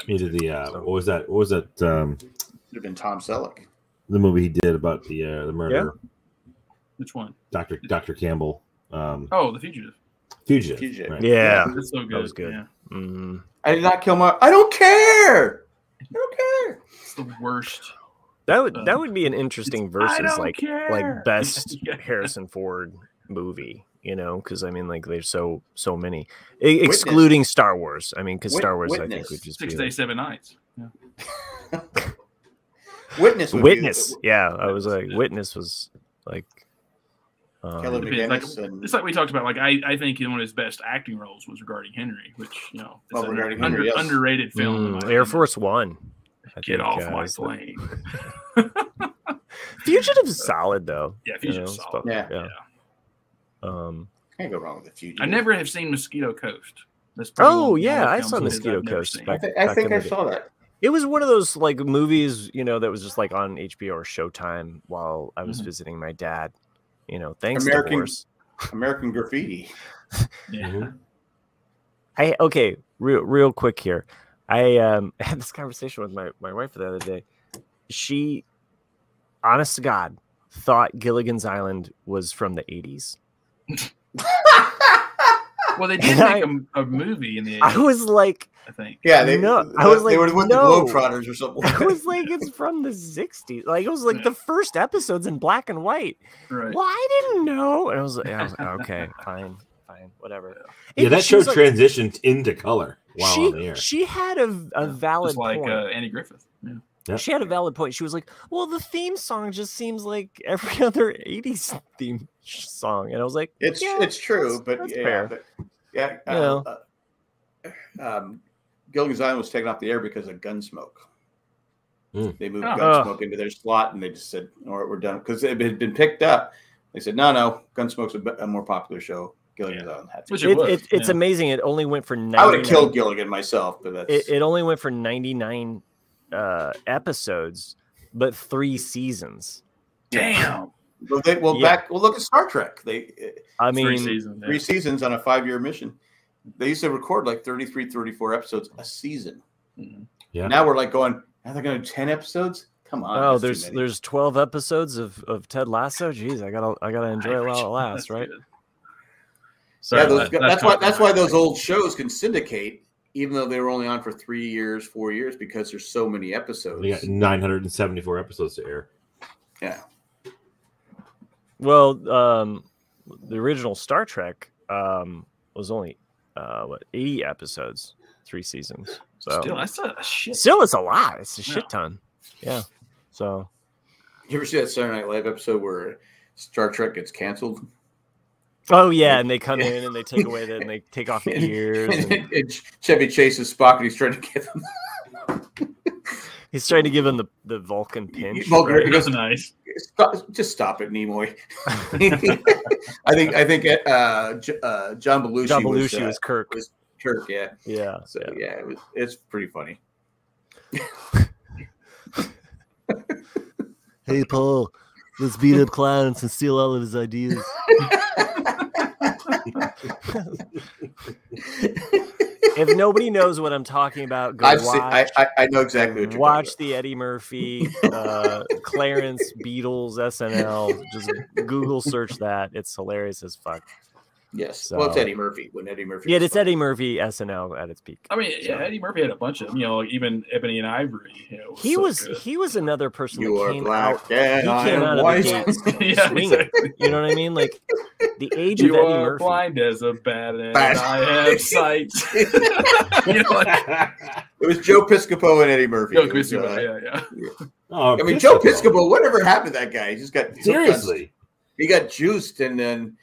[SPEAKER 4] Into the uh, what was that? What was that? Um,
[SPEAKER 1] Should have been Tom Selleck.
[SPEAKER 4] the movie he did about the uh, the murder,
[SPEAKER 2] Which one?
[SPEAKER 4] Doctor Doctor Campbell, um,
[SPEAKER 2] Oh, The Fugitive.
[SPEAKER 4] fugitive.
[SPEAKER 1] Fugitive.
[SPEAKER 4] right.
[SPEAKER 3] Yeah,
[SPEAKER 2] that's so good.
[SPEAKER 3] was good.
[SPEAKER 2] Yeah.
[SPEAKER 3] Mhm.
[SPEAKER 1] I did not kill my. I don't care. I don't care.
[SPEAKER 2] It's the worst.
[SPEAKER 3] that would, that
[SPEAKER 2] Um,
[SPEAKER 3] would be an interesting
[SPEAKER 2] I
[SPEAKER 3] versus
[SPEAKER 2] don't
[SPEAKER 3] like,
[SPEAKER 2] care.
[SPEAKER 3] like best
[SPEAKER 2] Yeah.
[SPEAKER 3] Harrison Ford movie. You know, because I mean, like, there's so, so many, E- excluding Star Wars. I mean, because
[SPEAKER 1] Wit-
[SPEAKER 3] Star Wars, I think,
[SPEAKER 1] Witness.
[SPEAKER 3] would just
[SPEAKER 2] Six
[SPEAKER 3] be
[SPEAKER 2] days, seven nights. Yeah.
[SPEAKER 1] Witness. would be-
[SPEAKER 3] Witness. yeah, I was like,
[SPEAKER 2] Yeah.
[SPEAKER 3] Witness was like. um,
[SPEAKER 1] Kelly
[SPEAKER 2] It'd be like-
[SPEAKER 1] McGinnis and
[SPEAKER 2] It's like we talked about. Like I, I think one of his best acting roles was regarding Henry, which you know,
[SPEAKER 1] Oh,
[SPEAKER 2] it's an
[SPEAKER 1] Regarding
[SPEAKER 2] under,
[SPEAKER 1] Henry, yes.
[SPEAKER 2] underrated film. in
[SPEAKER 3] Mm,
[SPEAKER 2] my
[SPEAKER 3] Air
[SPEAKER 2] opinion.
[SPEAKER 3] Force One. I
[SPEAKER 2] Get
[SPEAKER 3] think,
[SPEAKER 2] off
[SPEAKER 3] uh,
[SPEAKER 2] my
[SPEAKER 3] is the-
[SPEAKER 2] plane.
[SPEAKER 3] Fugitive is solid though.
[SPEAKER 2] Yeah,
[SPEAKER 3] you know,
[SPEAKER 2] Fugitive
[SPEAKER 3] it's
[SPEAKER 2] Solid.
[SPEAKER 3] fu-
[SPEAKER 1] Yeah.
[SPEAKER 3] yeah. Um,
[SPEAKER 1] can't go wrong with the fugitive.
[SPEAKER 2] I never have seen Mosquito Coast. That's probably
[SPEAKER 3] oh
[SPEAKER 2] one of the
[SPEAKER 3] yeah,
[SPEAKER 2] only
[SPEAKER 3] I
[SPEAKER 2] films
[SPEAKER 3] saw
[SPEAKER 2] of his
[SPEAKER 3] Mosquito
[SPEAKER 2] I've never
[SPEAKER 3] Coast.
[SPEAKER 2] seen.
[SPEAKER 1] I,
[SPEAKER 3] back-
[SPEAKER 1] thi-
[SPEAKER 3] back
[SPEAKER 1] I think
[SPEAKER 3] in
[SPEAKER 1] I
[SPEAKER 3] the day.
[SPEAKER 1] saw that.
[SPEAKER 3] It was one of those like movies, you know, that was just like on HBO or Showtime while I was
[SPEAKER 2] Mhm.
[SPEAKER 3] visiting my dad. You know, thanks American.
[SPEAKER 1] American-
[SPEAKER 3] divorce.
[SPEAKER 1] American Graffiti.
[SPEAKER 2] Yeah.
[SPEAKER 3] Mm-hmm.
[SPEAKER 4] Mhm.
[SPEAKER 3] I okay, real real quick here. I um had this conversation with my my wife the other day. She, honest to God, thought Gilligan's Island was from the '80s.
[SPEAKER 2] Well, they did
[SPEAKER 3] And I-
[SPEAKER 2] make a, a movie in the 80s,
[SPEAKER 3] I was like,
[SPEAKER 2] I think.
[SPEAKER 1] yeah, they.
[SPEAKER 3] No, I
[SPEAKER 1] they-
[SPEAKER 3] was
[SPEAKER 1] they
[SPEAKER 3] like,
[SPEAKER 1] were with
[SPEAKER 3] no.
[SPEAKER 1] the Globetrotters or something.
[SPEAKER 3] I was like, it's from the '60s. Like it was like the first episodes in black and white.
[SPEAKER 2] Right.
[SPEAKER 3] Well, I didn't know. And I was, I was like, okay, fine, fine, whatever.
[SPEAKER 4] Yeah,
[SPEAKER 3] It-
[SPEAKER 4] that
[SPEAKER 3] she
[SPEAKER 4] show
[SPEAKER 3] was like-
[SPEAKER 4] transitioned into color while on the
[SPEAKER 3] She
[SPEAKER 4] air.
[SPEAKER 3] she had a, a valid
[SPEAKER 2] Just like
[SPEAKER 3] point.
[SPEAKER 2] uh, Annie Griffith. Yeah.
[SPEAKER 4] Yeah.
[SPEAKER 3] She had a valid point. She was like, well, the theme song just seems like every other '80s theme sh- song, and I was like,
[SPEAKER 1] It's
[SPEAKER 3] yeah,
[SPEAKER 1] it's true,
[SPEAKER 3] that's-
[SPEAKER 1] but
[SPEAKER 3] that's
[SPEAKER 1] yeah,
[SPEAKER 3] fair.
[SPEAKER 1] but- yeah.
[SPEAKER 3] You know.
[SPEAKER 1] Uh, uh, um, Gilligan's Island was taken off the air because of Gunsmoke.
[SPEAKER 4] Mm.
[SPEAKER 1] They
[SPEAKER 3] Ah.
[SPEAKER 1] moved
[SPEAKER 2] Oh.
[SPEAKER 1] Gunsmoke into their slot, and they just said, "All right, we're done," because it had been picked up. They said, "No, no, Gunsmoke's a, be- a more popular show." Gilligan's Island had to.
[SPEAKER 2] Which
[SPEAKER 3] It,
[SPEAKER 2] it, was.
[SPEAKER 3] it- it's
[SPEAKER 2] yeah.
[SPEAKER 3] amazing. It only went for.
[SPEAKER 1] I would have
[SPEAKER 3] 99
[SPEAKER 1] killed Gilligan myself, but that's
[SPEAKER 3] it, it only went for 99 uh episodes but three seasons
[SPEAKER 2] Damn.
[SPEAKER 1] well, they, well
[SPEAKER 3] Yeah.
[SPEAKER 1] back. Well, look at Star Trek. They uh,
[SPEAKER 3] i
[SPEAKER 2] Three
[SPEAKER 3] mean
[SPEAKER 2] seasons. yeah.
[SPEAKER 1] three seasons on a five-year mission. They used to record like 33, 34 episodes a season.
[SPEAKER 2] Mhm.
[SPEAKER 4] Yeah.
[SPEAKER 1] Now we're like going. Now they're going to ten episodes. Come on.
[SPEAKER 3] oh
[SPEAKER 1] that's too
[SPEAKER 3] there's
[SPEAKER 1] many."
[SPEAKER 3] there's 12 episodes of of ted lasso jeez i gotta i gotta enjoy it while it
[SPEAKER 2] That's
[SPEAKER 3] lasts right
[SPEAKER 2] good.
[SPEAKER 3] so
[SPEAKER 1] yeah, those,
[SPEAKER 2] that-
[SPEAKER 1] that's
[SPEAKER 2] that's
[SPEAKER 1] why that's why those
[SPEAKER 2] compromising.
[SPEAKER 1] old shows can syndicate, even though they were only on for three years, four years, because there's so many episodes.
[SPEAKER 4] They got 974 episodes to air.
[SPEAKER 3] well um the original star trek um was only uh what 80 episodes three seasons
[SPEAKER 2] Still,
[SPEAKER 3] so still,
[SPEAKER 2] that's a shit.
[SPEAKER 3] it's a lot it's a
[SPEAKER 2] Yeah.
[SPEAKER 3] shit ton yeah so
[SPEAKER 1] You ever see that Saturday Night Live episode where Star Trek gets canceled?
[SPEAKER 3] oh yeah and they come in and they take away that and they take off the ears
[SPEAKER 1] and,
[SPEAKER 3] and
[SPEAKER 1] and Chevy chases Spock, and he's trying to get them.
[SPEAKER 3] He's trying to give him the, the Vulcan pinch.
[SPEAKER 1] Vulcan-
[SPEAKER 3] right?
[SPEAKER 2] That's nice.
[SPEAKER 1] Stop, just stop it, Nimoy. I think I think uh, J- uh, John Belushi,
[SPEAKER 3] John
[SPEAKER 1] was,
[SPEAKER 3] Belushi
[SPEAKER 1] uh,
[SPEAKER 3] was Kirk.
[SPEAKER 1] was Kirk. Yeah,
[SPEAKER 3] yeah.
[SPEAKER 1] so yeah, it was, it's pretty funny.
[SPEAKER 3] Hey Paul, let's beat up Clarence and steal all of his ideas. if nobody knows what I'm talking about, go
[SPEAKER 1] I've
[SPEAKER 3] watch.
[SPEAKER 1] seen, I, I I know exactly what you're
[SPEAKER 3] watch
[SPEAKER 1] talking
[SPEAKER 3] the Eddie Murphy, uh, Clarence Beatles SNL. Just Google search that. It's hilarious as fuck.
[SPEAKER 1] about. Yes,
[SPEAKER 3] so-
[SPEAKER 1] well, it's Eddie Murphy when Eddie Murphy.
[SPEAKER 3] Yeah,
[SPEAKER 1] was
[SPEAKER 3] it's
[SPEAKER 1] funny.
[SPEAKER 3] Eddie Murphy SNL at its peak.
[SPEAKER 2] I mean, yeah, Eddie Murphy had a bunch of them. You know, like even Ebony and Ivory. You know,
[SPEAKER 3] He
[SPEAKER 2] so
[SPEAKER 3] was
[SPEAKER 2] good.
[SPEAKER 3] he was another person
[SPEAKER 1] You
[SPEAKER 3] that
[SPEAKER 1] are
[SPEAKER 3] came
[SPEAKER 1] black,
[SPEAKER 3] out.
[SPEAKER 1] yeah,
[SPEAKER 3] he
[SPEAKER 1] I
[SPEAKER 3] came out
[SPEAKER 1] am
[SPEAKER 3] of
[SPEAKER 1] white.
[SPEAKER 3] the gate
[SPEAKER 2] yeah,
[SPEAKER 3] swinging.
[SPEAKER 2] exactly.
[SPEAKER 3] You know what I mean? Like the age of
[SPEAKER 2] You
[SPEAKER 3] Eddie
[SPEAKER 2] are
[SPEAKER 3] Murphy.
[SPEAKER 2] blind as a bat, and
[SPEAKER 1] Bat.
[SPEAKER 2] I have sight. you know, like,
[SPEAKER 1] It was Joe Piscopo and Eddie Murphy.
[SPEAKER 2] Yo,
[SPEAKER 1] It was,
[SPEAKER 2] Chrissy,
[SPEAKER 1] uh,
[SPEAKER 2] yeah, yeah.
[SPEAKER 4] oh,
[SPEAKER 1] I mean, Joe
[SPEAKER 4] Piscopo.
[SPEAKER 1] Piscopo. Whatever happened to that guy? He just got hooked on-
[SPEAKER 4] Seriously.
[SPEAKER 1] He got juiced, and then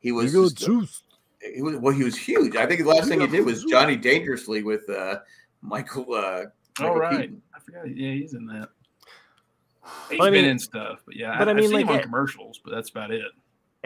[SPEAKER 1] he was
[SPEAKER 3] You go
[SPEAKER 1] just- uh,
[SPEAKER 3] juice.
[SPEAKER 1] he was well, he was huge. I think the last thing he did was Johnny Dangerously with uh, Michael. Uh, Michael
[SPEAKER 2] All right.
[SPEAKER 1] Keaton.
[SPEAKER 2] I forgot. Yeah, he's in that. He's
[SPEAKER 3] I mean-
[SPEAKER 2] been in stuff, but yeah,
[SPEAKER 3] but I
[SPEAKER 2] I, I
[SPEAKER 3] mean,
[SPEAKER 2] have seen him
[SPEAKER 3] like, eh
[SPEAKER 2] on
[SPEAKER 3] it-
[SPEAKER 2] commercials, but that's about it.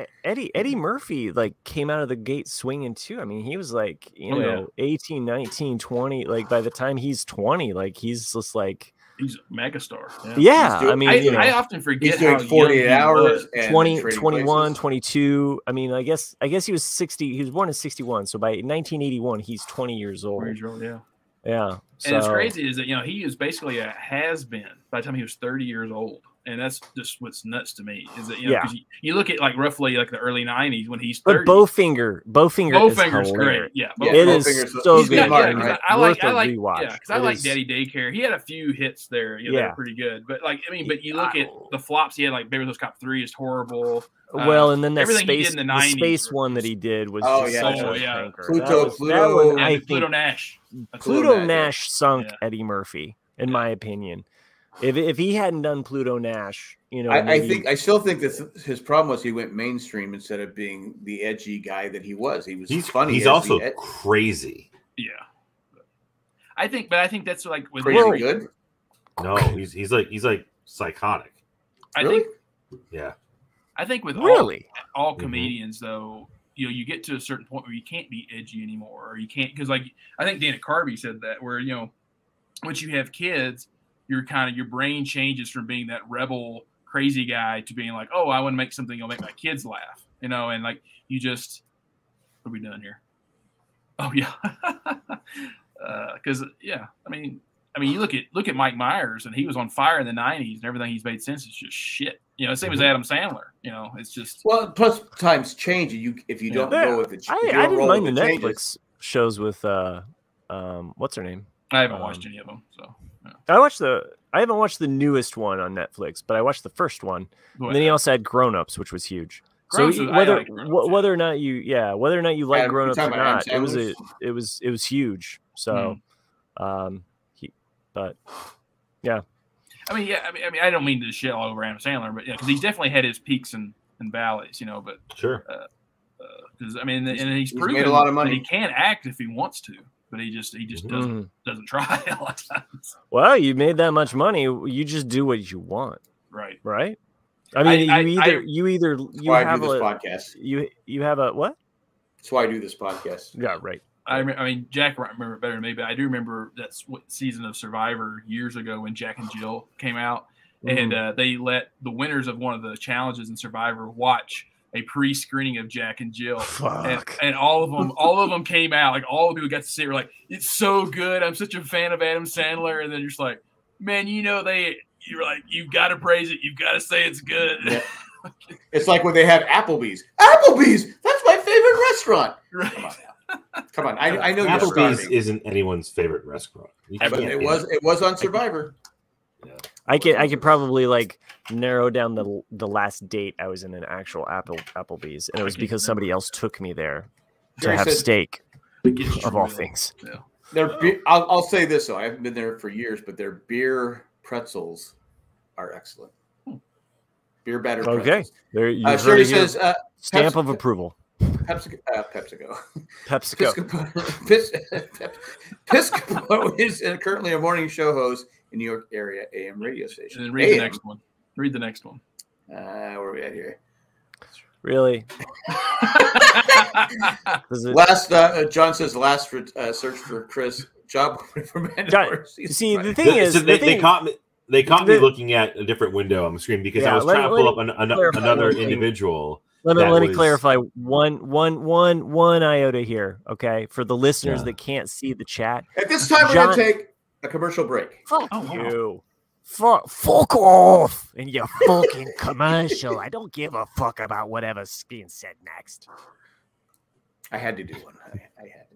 [SPEAKER 3] E- Eddie Eddie
[SPEAKER 2] Mm-hmm.
[SPEAKER 3] Murphy like came out of the gate swinging too. I mean, he was like, you
[SPEAKER 2] Oh, yeah.
[SPEAKER 3] know, 18, 19, 20, like by the time he's 20, like he's just like
[SPEAKER 2] He's a megastar. Yeah,
[SPEAKER 3] yeah,
[SPEAKER 1] doing-
[SPEAKER 3] I mean,
[SPEAKER 2] I,
[SPEAKER 3] you know,
[SPEAKER 2] I often
[SPEAKER 1] He's
[SPEAKER 2] forget how
[SPEAKER 1] doing
[SPEAKER 2] young
[SPEAKER 1] 48
[SPEAKER 2] he
[SPEAKER 1] hours,
[SPEAKER 2] was.
[SPEAKER 1] and
[SPEAKER 3] 20,
[SPEAKER 1] Trading
[SPEAKER 3] 21,
[SPEAKER 1] Places.
[SPEAKER 3] 22. I mean, I guess I guess he was 60. He was born in 61, so by 1981 he's 20 years old.
[SPEAKER 2] Pretty sure, Yeah,
[SPEAKER 3] Yeah. So
[SPEAKER 2] and it's crazy is that you know he is basically a has been by the time he was thirty years old, and that's just what's nuts to me is that you know
[SPEAKER 3] Yeah.
[SPEAKER 2] 'cause you, you look at like roughly like the early nineties when he's
[SPEAKER 3] but
[SPEAKER 2] thirty.
[SPEAKER 3] Bowfinger, Bowfinger
[SPEAKER 2] Bowfinger's
[SPEAKER 3] is
[SPEAKER 2] great.
[SPEAKER 3] great.
[SPEAKER 2] Yeah,
[SPEAKER 1] Yeah,
[SPEAKER 3] It
[SPEAKER 2] Bowfinger-
[SPEAKER 3] is
[SPEAKER 1] Bowfinger's-
[SPEAKER 3] so
[SPEAKER 1] he's
[SPEAKER 3] good.
[SPEAKER 1] got- yeah,
[SPEAKER 3] Martin,
[SPEAKER 1] he's
[SPEAKER 3] right?
[SPEAKER 2] because I, I like
[SPEAKER 3] Worth a
[SPEAKER 2] I like
[SPEAKER 3] rewatch.
[SPEAKER 2] yeah, because I
[SPEAKER 3] It
[SPEAKER 2] like
[SPEAKER 3] is-
[SPEAKER 2] Daddy Daycare. He had a few hits there, you know, that
[SPEAKER 3] Yeah.
[SPEAKER 2] were pretty good. But like I mean, but you
[SPEAKER 3] Yeah.
[SPEAKER 2] look at the flops he had, like Beverly Hills Cop Three is horrible. Uh,
[SPEAKER 3] Well, and then that
[SPEAKER 2] everything he did
[SPEAKER 3] space,
[SPEAKER 2] in the
[SPEAKER 3] the
[SPEAKER 2] 90s
[SPEAKER 3] space
[SPEAKER 2] were
[SPEAKER 3] one that he did was
[SPEAKER 1] Oh,
[SPEAKER 3] just
[SPEAKER 1] yeah.
[SPEAKER 3] such
[SPEAKER 2] Oh,
[SPEAKER 3] a
[SPEAKER 2] yeah.
[SPEAKER 3] tanker. that
[SPEAKER 1] Pluto,
[SPEAKER 3] was,
[SPEAKER 1] Pluto,
[SPEAKER 3] that one,
[SPEAKER 2] And
[SPEAKER 3] I
[SPEAKER 2] then
[SPEAKER 3] think
[SPEAKER 2] Pluto Nash. That's
[SPEAKER 1] Pluto
[SPEAKER 3] Pluto
[SPEAKER 1] Nash,
[SPEAKER 3] Nash sunk
[SPEAKER 2] Yeah.
[SPEAKER 3] Eddie Murphy, in my opinion. If if he hadn't done Pluto Nash, you know,
[SPEAKER 1] I, I
[SPEAKER 3] maybe-
[SPEAKER 1] think I still think that his problem was he went mainstream instead of being the edgy guy that he was. He was
[SPEAKER 4] He's
[SPEAKER 1] funny.
[SPEAKER 4] He's
[SPEAKER 1] as the
[SPEAKER 4] also
[SPEAKER 1] ed-
[SPEAKER 4] crazy.
[SPEAKER 2] Yeah, I think, but I think that's like with
[SPEAKER 1] crazy
[SPEAKER 2] every,
[SPEAKER 1] good.
[SPEAKER 4] No, he's he's like he's like psychotic.
[SPEAKER 2] I
[SPEAKER 1] Really?
[SPEAKER 2] think
[SPEAKER 4] Yeah.
[SPEAKER 2] I think with all
[SPEAKER 3] really
[SPEAKER 2] all
[SPEAKER 4] Mhm.
[SPEAKER 2] comedians though you know you get to a certain point where you can't be edgy anymore or you can't because like i think dana carvey said that where you know once you have kids your kind of your brain changes from being that rebel crazy guy to being like oh i want to make something that'll make my kids laugh you know and like you just what are we doing here oh yeah because yeah i mean i mean you look at look at mike myers and he was on fire in the 90s and everything he's made since is just shit you know same as
[SPEAKER 4] Mhm.
[SPEAKER 2] adam sandler you know it's just
[SPEAKER 1] Well, plus times change. You if you
[SPEAKER 2] Yeah.
[SPEAKER 1] don't
[SPEAKER 3] Yeah.
[SPEAKER 1] go with the. ch-
[SPEAKER 3] I,
[SPEAKER 1] if you
[SPEAKER 3] I
[SPEAKER 1] don't
[SPEAKER 3] didn't
[SPEAKER 1] roll
[SPEAKER 3] mind the
[SPEAKER 1] with
[SPEAKER 3] Netflix
[SPEAKER 1] changes-
[SPEAKER 3] shows with uh um what's her name?
[SPEAKER 2] I haven't
[SPEAKER 3] Um,
[SPEAKER 2] watched any of them, so.
[SPEAKER 3] I watched the I haven't watched the newest one on Netflix, but I watched the first one. And then he also had Grown Ups, which was huge.
[SPEAKER 2] Grown Ups
[SPEAKER 3] so
[SPEAKER 2] is-
[SPEAKER 3] e-
[SPEAKER 2] I
[SPEAKER 3] whether
[SPEAKER 2] like Grown
[SPEAKER 3] wh-
[SPEAKER 2] Ups, yeah.
[SPEAKER 3] whether or not you yeah whether or not you like
[SPEAKER 1] Adam-
[SPEAKER 3] Grown
[SPEAKER 1] you're
[SPEAKER 3] Ups or
[SPEAKER 1] talking about
[SPEAKER 3] not, it
[SPEAKER 1] Adam
[SPEAKER 3] was a
[SPEAKER 1] Sandler's?
[SPEAKER 3] it was it was huge. So, um, he but
[SPEAKER 2] I mean, yeah, I mean, I mean, I don't mean to shit all over Adam Sandler, but yeah, because he's definitely had his peaks and, and valleys, you know. But
[SPEAKER 4] Sure.
[SPEAKER 2] because I mean, and he's,
[SPEAKER 1] he's made
[SPEAKER 2] proven
[SPEAKER 1] a lot of
[SPEAKER 2] that
[SPEAKER 1] money. Mm-hmm.
[SPEAKER 2] he can act if he wants to, but he just he just doesn't
[SPEAKER 3] mhm.
[SPEAKER 2] doesn't try a lot of times.
[SPEAKER 3] well, you made that much money, you just do what you want,
[SPEAKER 2] Right.
[SPEAKER 3] right? I mean,
[SPEAKER 2] I-
[SPEAKER 3] you
[SPEAKER 2] I-
[SPEAKER 3] either
[SPEAKER 2] I-
[SPEAKER 3] you either
[SPEAKER 1] That's
[SPEAKER 3] you
[SPEAKER 1] why I do
[SPEAKER 3] have
[SPEAKER 1] this
[SPEAKER 3] a
[SPEAKER 1] podcast.
[SPEAKER 3] you you have a what?
[SPEAKER 1] That's why I do this podcast.
[SPEAKER 3] Yeah, right.
[SPEAKER 2] I, rem- I mean, Jack might remember it better than me, but I do remember that s- what season of Survivor years ago when Jack and Jill came out, and
[SPEAKER 1] Mm-hmm.
[SPEAKER 2] uh, they let the winners of one of the challenges in Survivor watch a pre-screening of Jack Oh, and Jill, and,
[SPEAKER 3] fuck.
[SPEAKER 2] and all of them, all of them came out. Like all the people got to see it. Were like, it's so good. I'm such a fan of Adam Sandler. And then you're just like, man, you know they. You're like, you've got to praise it. You've got to say it's good.
[SPEAKER 1] Yeah. It's like when they have Applebee's. Applebee's. That's my favorite restaurant.
[SPEAKER 2] right?
[SPEAKER 1] Come on, I, I know you're
[SPEAKER 4] Applebee's
[SPEAKER 1] starving.
[SPEAKER 4] isn't anyone's favorite restaurant. You
[SPEAKER 1] But
[SPEAKER 4] can't
[SPEAKER 1] it
[SPEAKER 4] be-
[SPEAKER 1] was it was on Survivor.
[SPEAKER 3] I could I could probably like narrow down the the last date I was in an actual Apple Applebee's, and it was
[SPEAKER 2] can't
[SPEAKER 3] because
[SPEAKER 2] remember.
[SPEAKER 3] somebody else took me there to
[SPEAKER 1] Jerry
[SPEAKER 3] have
[SPEAKER 1] says-
[SPEAKER 3] steak
[SPEAKER 2] It's
[SPEAKER 3] of all
[SPEAKER 2] true.
[SPEAKER 3] things.
[SPEAKER 1] Their be- I'll, I'll say this though, I haven't been there for years, but their beer pretzels are excellent.
[SPEAKER 2] Hmm.
[SPEAKER 1] Beer batter.
[SPEAKER 3] Okay.
[SPEAKER 1] Pretzels.
[SPEAKER 3] There you
[SPEAKER 1] Uh,
[SPEAKER 3] heard
[SPEAKER 1] Shirley
[SPEAKER 3] it here.
[SPEAKER 1] says uh,
[SPEAKER 3] stamp of
[SPEAKER 1] Pepsi-
[SPEAKER 3] approval.
[SPEAKER 1] Pepsi- uh, PepsiCo.
[SPEAKER 3] PepsiCo.
[SPEAKER 1] Piscopo, Pis, Piscopo is currently a uh, morning show host in New York area AM radio station.
[SPEAKER 2] And then read the
[SPEAKER 1] AM.
[SPEAKER 2] next one. Read the next one.
[SPEAKER 1] Uh, where are we at here?
[SPEAKER 3] Really? Does it,
[SPEAKER 1] Last, uh, uh, John says, last for, uh, search for Chris. Job for Mandalore. season
[SPEAKER 3] see,
[SPEAKER 1] five.
[SPEAKER 3] the thing
[SPEAKER 4] Th-
[SPEAKER 3] is,
[SPEAKER 4] so
[SPEAKER 3] the
[SPEAKER 4] they,
[SPEAKER 3] thing,
[SPEAKER 4] they caught me. They caught
[SPEAKER 3] the-
[SPEAKER 4] me looking at a different window on the screen because
[SPEAKER 3] Yeah,
[SPEAKER 4] I was
[SPEAKER 3] let-
[SPEAKER 4] trying to
[SPEAKER 3] let
[SPEAKER 4] pull
[SPEAKER 3] me
[SPEAKER 4] up an, an,
[SPEAKER 3] clarify
[SPEAKER 4] another
[SPEAKER 3] one thing.
[SPEAKER 4] individual.
[SPEAKER 3] let me
[SPEAKER 4] that
[SPEAKER 3] let me
[SPEAKER 4] was-
[SPEAKER 3] clarify one one one one iota here, okay? For the listeners
[SPEAKER 4] Yeah.
[SPEAKER 3] that can't see the chat.
[SPEAKER 1] At this time, we're
[SPEAKER 3] John-
[SPEAKER 1] going to take a commercial break.
[SPEAKER 3] Fuck
[SPEAKER 2] Oh, wow.
[SPEAKER 3] you. Fuck, fuck off in your fucking commercial. I don't give a fuck about whatever's being said next.
[SPEAKER 1] I had to do one. I, I had to.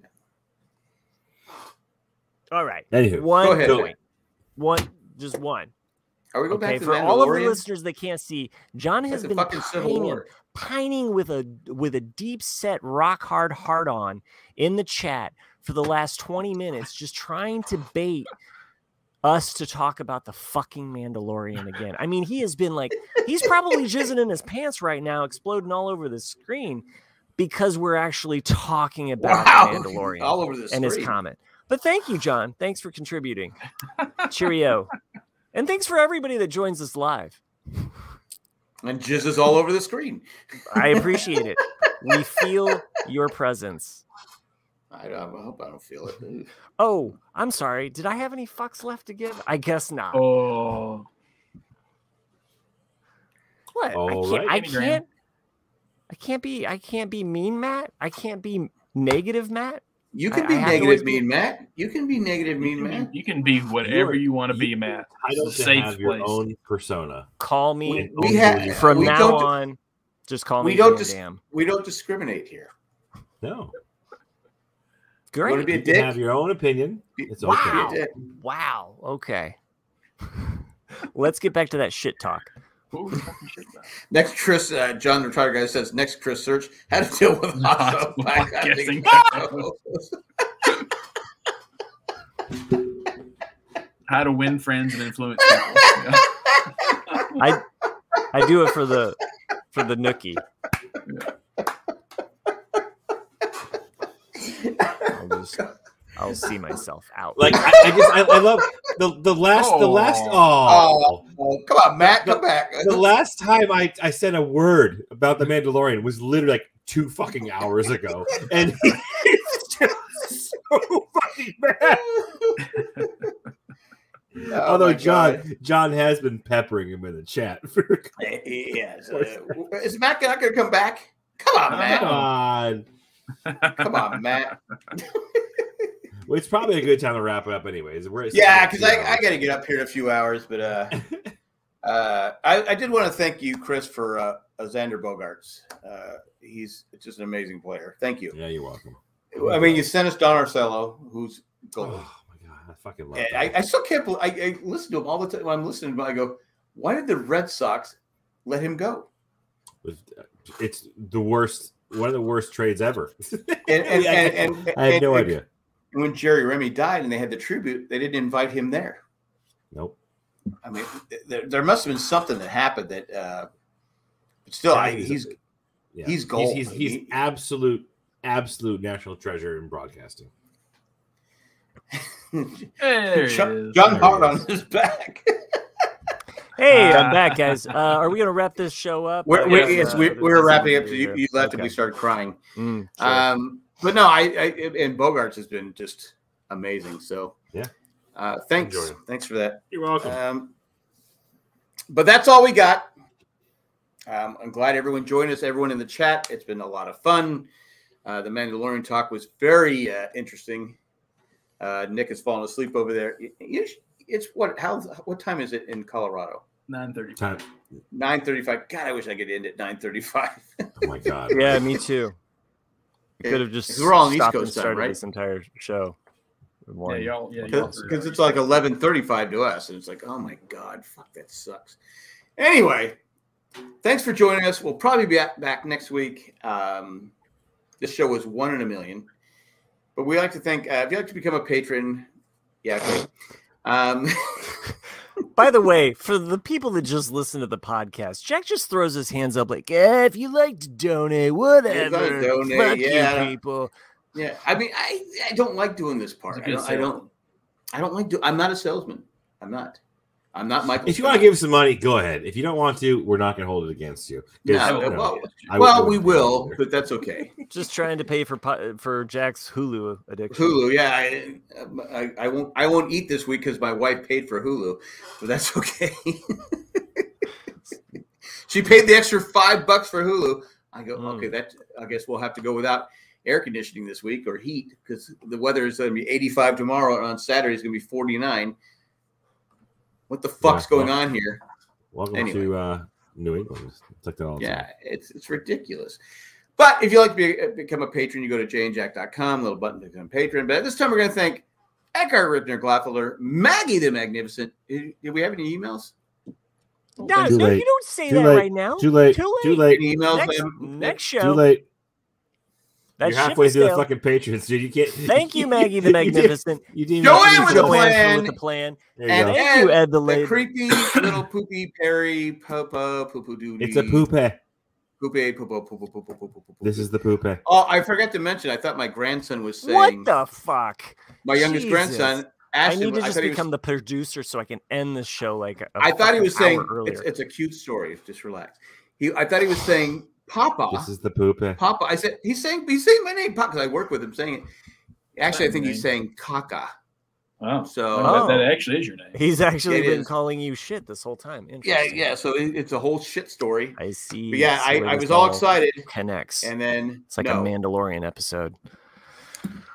[SPEAKER 3] All right.
[SPEAKER 4] Anywho,
[SPEAKER 3] One
[SPEAKER 1] Go ahead.
[SPEAKER 4] so-
[SPEAKER 1] Nick.
[SPEAKER 3] one just one.
[SPEAKER 1] Are we going
[SPEAKER 3] Okay,
[SPEAKER 1] back to
[SPEAKER 3] for
[SPEAKER 1] the
[SPEAKER 3] all of the
[SPEAKER 1] Mandalorian?
[SPEAKER 3] listeners that can't see, John
[SPEAKER 1] That's
[SPEAKER 3] has
[SPEAKER 1] a
[SPEAKER 3] been
[SPEAKER 1] fucking Civil
[SPEAKER 3] pining,
[SPEAKER 1] War.
[SPEAKER 3] pining with a with a deep set rock hard hard on in the chat for the last 20 minutes, just trying to bait us to talk about the fucking Mandalorian again. I mean, he has been like he's probably jizzing in his pants right now, exploding all over the screen because we're actually talking about
[SPEAKER 1] Wow.
[SPEAKER 3] the Mandalorian
[SPEAKER 1] All over the
[SPEAKER 3] and his
[SPEAKER 1] screen.
[SPEAKER 3] comment. But thank you, John. Thanks for contributing. Cheerio. And thanks for everybody that joins us live.
[SPEAKER 1] And jizzes all over the screen.
[SPEAKER 3] I appreciate it. We feel your presence.
[SPEAKER 1] I, don't, I hope I don't feel it.
[SPEAKER 3] Oh, I'm sorry. Did I have any fucks left to give? I guess not.
[SPEAKER 2] oh,
[SPEAKER 3] What? I
[SPEAKER 4] All
[SPEAKER 3] can't.
[SPEAKER 4] right.
[SPEAKER 3] I
[SPEAKER 2] Anagram.
[SPEAKER 3] can't. I can't be. I can't be mean, Matt. I can't be negative, Matt.
[SPEAKER 1] You can
[SPEAKER 3] I-
[SPEAKER 1] be
[SPEAKER 3] I have to always
[SPEAKER 1] negative,
[SPEAKER 3] be-
[SPEAKER 1] mean Matt. You can be negative,
[SPEAKER 2] you
[SPEAKER 1] mean
[SPEAKER 2] can,
[SPEAKER 1] Matt.
[SPEAKER 2] be, you can be whatever
[SPEAKER 4] You're-
[SPEAKER 2] you want to be,
[SPEAKER 4] you-
[SPEAKER 2] Matt.
[SPEAKER 4] I don't
[SPEAKER 2] It's a safe
[SPEAKER 4] have your
[SPEAKER 2] place.
[SPEAKER 4] own persona.
[SPEAKER 3] Call me
[SPEAKER 1] We,
[SPEAKER 4] Wait,
[SPEAKER 1] we
[SPEAKER 4] oh,
[SPEAKER 1] have
[SPEAKER 3] from
[SPEAKER 1] we
[SPEAKER 3] now
[SPEAKER 1] don't,
[SPEAKER 3] on. Just call
[SPEAKER 1] we
[SPEAKER 3] me.
[SPEAKER 1] don't
[SPEAKER 3] Van
[SPEAKER 1] dis-
[SPEAKER 3] Dam.
[SPEAKER 1] We don't discriminate here.
[SPEAKER 4] No,
[SPEAKER 1] You want to
[SPEAKER 3] Great.
[SPEAKER 1] be a
[SPEAKER 4] you can have
[SPEAKER 1] dick?
[SPEAKER 4] your own opinion. It's okay.
[SPEAKER 1] Be
[SPEAKER 3] Wow.
[SPEAKER 1] a dick.
[SPEAKER 3] Wow. Okay. Let's get back to that shit talk.
[SPEAKER 2] Ooh, fucking shit, Matt.
[SPEAKER 1] Next, Chris uh, John the retired guy says. Next, Chris search how to deal with
[SPEAKER 2] Lots
[SPEAKER 1] lots
[SPEAKER 2] of
[SPEAKER 1] of
[SPEAKER 2] podcasting.
[SPEAKER 1] podcasting.
[SPEAKER 3] Oh.
[SPEAKER 2] How to win friends and influence people. Yeah.
[SPEAKER 3] I I do it for the for the nookie. I'll just I'll see myself out.
[SPEAKER 4] Like I, I just I, I love the the last the last oh.
[SPEAKER 1] Oh. Oh, come on, Matt, come back.
[SPEAKER 4] The last time I, I said a word about the Mandalorian was literally like two fucking hours ago, and he's just so fucking mad.
[SPEAKER 1] Oh,
[SPEAKER 4] Although
[SPEAKER 1] my
[SPEAKER 4] John
[SPEAKER 1] God.
[SPEAKER 4] John has been peppering him in the chat. For,
[SPEAKER 1] yeah, is, uh, is Matt not going to come back? Come on,
[SPEAKER 4] come
[SPEAKER 1] Matt.
[SPEAKER 4] on,
[SPEAKER 1] Come on, Matt.
[SPEAKER 4] well, it's probably a good time to wrap it up, anyways. We're at
[SPEAKER 1] Yeah,
[SPEAKER 4] 72
[SPEAKER 1] because I, I
[SPEAKER 4] hours.
[SPEAKER 1] got to get up here in a few hours, but uh, uh, I, I did want to thank you, Chris, for uh, uh, Xander Bogarts. Uh, he's just an amazing player. Thank you.
[SPEAKER 4] yeah, you're welcome.
[SPEAKER 1] I mean, you sent us Don Arcello, who's gold.
[SPEAKER 4] Oh my god, I fucking love
[SPEAKER 1] And
[SPEAKER 4] that.
[SPEAKER 1] I, I still can't. bel- I, I listen to him all the time. When I'm listening, but I go, "Why did the Red Sox let him go?"
[SPEAKER 4] was- it's the worst one of the worst trades ever
[SPEAKER 1] And and
[SPEAKER 4] Yeah,
[SPEAKER 1] and, and,
[SPEAKER 4] i have
[SPEAKER 1] and-
[SPEAKER 4] no
[SPEAKER 1] and
[SPEAKER 4] idea
[SPEAKER 1] When Jerry Remy died, and they had the tribute, they didn't invite him there.
[SPEAKER 4] nope
[SPEAKER 1] I mean, th- there, there must have been something that happened that. Uh, but still, I,
[SPEAKER 4] Yeah, he's-
[SPEAKER 1] he's
[SPEAKER 4] yeah.
[SPEAKER 1] he's gold.
[SPEAKER 4] he's, he's,
[SPEAKER 1] He-
[SPEAKER 4] absolute absolute national treasure in broadcasting
[SPEAKER 2] There it
[SPEAKER 1] John, John
[SPEAKER 2] is.
[SPEAKER 4] There it
[SPEAKER 1] Hart on
[SPEAKER 4] is.
[SPEAKER 1] his back.
[SPEAKER 3] Hey, I'm back, guys. Uh, are we gonna wrap this show up?
[SPEAKER 1] We're,
[SPEAKER 3] I
[SPEAKER 1] we're,
[SPEAKER 3] guess,
[SPEAKER 1] it's,
[SPEAKER 3] uh,
[SPEAKER 1] we're,
[SPEAKER 3] there's
[SPEAKER 1] we're
[SPEAKER 3] nothing
[SPEAKER 1] wrapping up.
[SPEAKER 3] to
[SPEAKER 1] So
[SPEAKER 3] do
[SPEAKER 1] you,
[SPEAKER 3] here.
[SPEAKER 1] you left and we
[SPEAKER 3] Okay.
[SPEAKER 1] started crying.
[SPEAKER 3] Mm, sure.
[SPEAKER 1] Um, but no, I, I and Bogarts has been just amazing. So
[SPEAKER 4] Yeah.
[SPEAKER 1] uh, thanks,
[SPEAKER 4] Enjoy it.
[SPEAKER 1] thanks for that.
[SPEAKER 4] you're welcome
[SPEAKER 1] Um, but that's all we got. Um, I'm glad everyone joined us. Everyone in the chat, it's been a lot of fun. Uh, the Mandalorian talk was very uh, interesting. Uh, Nick has fallen asleep over there. Y- you sh- It's what? How? What time is it in Colorado?
[SPEAKER 2] Nine thirty.
[SPEAKER 4] Time-
[SPEAKER 1] Nine thirty-five. God, I wish I could end at nine thirty-five.
[SPEAKER 4] oh my god
[SPEAKER 3] yeah, me too.
[SPEAKER 1] Yeah,
[SPEAKER 3] Could have just
[SPEAKER 1] we're all on East
[SPEAKER 3] stopped and
[SPEAKER 1] Coast time,
[SPEAKER 3] started
[SPEAKER 1] right?
[SPEAKER 3] this entire show. in
[SPEAKER 2] Yeah,
[SPEAKER 3] one-
[SPEAKER 2] y'all. Yeah, y'all are-
[SPEAKER 1] because it's like 11.35 to us and it's like oh my god fuck that sucks anyway thanks for joining us we'll probably be at- back next week um, this show was one in a million but we like to thank uh, if you'd like to become a patron yeah okay. um,
[SPEAKER 3] By the way, for the people that just listen to the podcast, Jack just throws his hands up like, eh, if you like to donate, whatever.
[SPEAKER 1] donate,
[SPEAKER 3] Fuck
[SPEAKER 1] yeah, I
[SPEAKER 3] you
[SPEAKER 1] don't-
[SPEAKER 3] people.
[SPEAKER 1] yeah i mean I, I don't like doing this part I
[SPEAKER 2] It's a good
[SPEAKER 1] don't, I
[SPEAKER 2] sale.
[SPEAKER 1] don't i don't like do i'm not a salesman I'm not. I'm not Michael.
[SPEAKER 4] If you want to give us some money, go ahead. If you don't want to, we're not going to hold it against you. 'Cause,
[SPEAKER 1] No,
[SPEAKER 4] you know,
[SPEAKER 1] well,
[SPEAKER 4] I
[SPEAKER 1] well,
[SPEAKER 4] would-
[SPEAKER 1] we will, but that's okay.
[SPEAKER 3] Just trying to pay for po- for Jack's Hulu addiction.
[SPEAKER 1] Hulu, yeah, I, I, I won't, I won't eat this week because my wife paid for Hulu, but that's okay. she paid the extra five bucks for Hulu. I
[SPEAKER 4] Hmm.
[SPEAKER 1] go,
[SPEAKER 3] Mm.
[SPEAKER 1] okay, that I guess we'll have to go without air conditioning this week or heat because the weather is going to be 85 tomorrow and on Saturday it's going to be 49. What the fuck's
[SPEAKER 4] Yeah,
[SPEAKER 1] going
[SPEAKER 4] well,
[SPEAKER 1] on here?
[SPEAKER 4] Welcome
[SPEAKER 1] anyway.
[SPEAKER 4] to uh, New England. It's like that all the time.
[SPEAKER 1] Yeah, it's it's ridiculous. But if you'd like to be, uh, become a patron, you go to janejack.com, little button to become a patron. But this time we're going to thank Eckhart Rittner Glaffeler, Maggie the Magnificent. Did, did we have any emails?
[SPEAKER 3] Guys,
[SPEAKER 4] Too
[SPEAKER 3] no,
[SPEAKER 4] late.
[SPEAKER 3] you don't say
[SPEAKER 4] Too
[SPEAKER 3] that
[SPEAKER 4] late.
[SPEAKER 3] right now.
[SPEAKER 4] Too late.
[SPEAKER 3] Too
[SPEAKER 4] Too
[SPEAKER 3] late.
[SPEAKER 4] late.
[SPEAKER 1] Any emails?
[SPEAKER 3] Next,
[SPEAKER 1] ma'am?
[SPEAKER 3] next show.
[SPEAKER 4] Too late.
[SPEAKER 3] That
[SPEAKER 4] You're
[SPEAKER 3] ship
[SPEAKER 4] halfway
[SPEAKER 3] is
[SPEAKER 4] through the
[SPEAKER 3] sailed.
[SPEAKER 4] fucking Patriots, dude. You can't.
[SPEAKER 3] Thank you, Maggie the
[SPEAKER 4] you didn't-
[SPEAKER 3] Magnificent.
[SPEAKER 4] You didn't.
[SPEAKER 1] Joanne
[SPEAKER 4] even-
[SPEAKER 1] with the
[SPEAKER 3] Joanne
[SPEAKER 1] plan.
[SPEAKER 3] with the plan.
[SPEAKER 4] There you
[SPEAKER 1] And-
[SPEAKER 4] go.
[SPEAKER 3] Thank you, Ed the
[SPEAKER 1] The
[SPEAKER 3] lady.
[SPEAKER 1] creepy little poopy Perry Popo Poopoo Doo.
[SPEAKER 4] It's a poope.
[SPEAKER 1] Poopy Popo Popo Popo Popo Popo.
[SPEAKER 4] This is the poope.
[SPEAKER 1] Oh, I forgot to mention. I thought my grandson was saying.
[SPEAKER 3] what the fuck?
[SPEAKER 1] my youngest
[SPEAKER 3] Jesus.
[SPEAKER 1] grandson
[SPEAKER 3] I
[SPEAKER 1] asked
[SPEAKER 3] need
[SPEAKER 1] him.
[SPEAKER 3] to
[SPEAKER 1] I
[SPEAKER 3] just
[SPEAKER 1] thought he was-
[SPEAKER 3] become the producer so I can end this show like a
[SPEAKER 1] I thought he
[SPEAKER 3] fucking
[SPEAKER 1] was saying
[SPEAKER 3] hour earlier.
[SPEAKER 1] it's, it's a cute story. Just relax. He, I thought he was saying Papa.
[SPEAKER 4] This is the poope.
[SPEAKER 1] Papa. I said he's saying he's saying my name Papa because I work with him saying it. Actually, I think he's
[SPEAKER 2] Name.
[SPEAKER 1] saying Kaka.
[SPEAKER 2] Wow.
[SPEAKER 1] So
[SPEAKER 3] Oh.
[SPEAKER 2] That, that actually is your name.
[SPEAKER 3] He's actually
[SPEAKER 1] it
[SPEAKER 3] been
[SPEAKER 1] is.
[SPEAKER 3] calling you shit this whole time.
[SPEAKER 1] yeah,
[SPEAKER 3] Interesting.
[SPEAKER 1] yeah. So it, it's a whole shit story.
[SPEAKER 3] I see.
[SPEAKER 1] But yeah,
[SPEAKER 3] so
[SPEAKER 1] I,
[SPEAKER 3] it
[SPEAKER 1] I
[SPEAKER 3] is
[SPEAKER 1] was all
[SPEAKER 3] all
[SPEAKER 1] excited,
[SPEAKER 3] Connects.
[SPEAKER 1] and then
[SPEAKER 3] it's like
[SPEAKER 1] no.
[SPEAKER 3] a Mandalorian episode.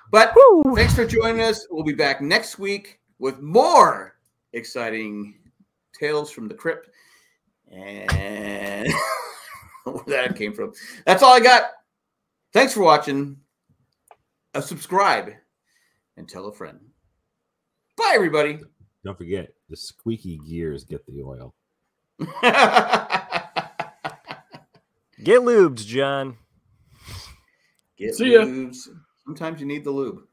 [SPEAKER 1] But
[SPEAKER 3] Woo!
[SPEAKER 1] thanks for joining us. We'll be back next week with more exciting tales from the crypt. And where that came from. That's all I got. Thanks for watching. Uh, subscribe and tell a friend. Bye, everybody.
[SPEAKER 4] Don't forget the squeaky gears get the oil.
[SPEAKER 3] Get lubed, John.
[SPEAKER 1] Get
[SPEAKER 2] See ya.
[SPEAKER 1] lubes. Sometimes you need the lube.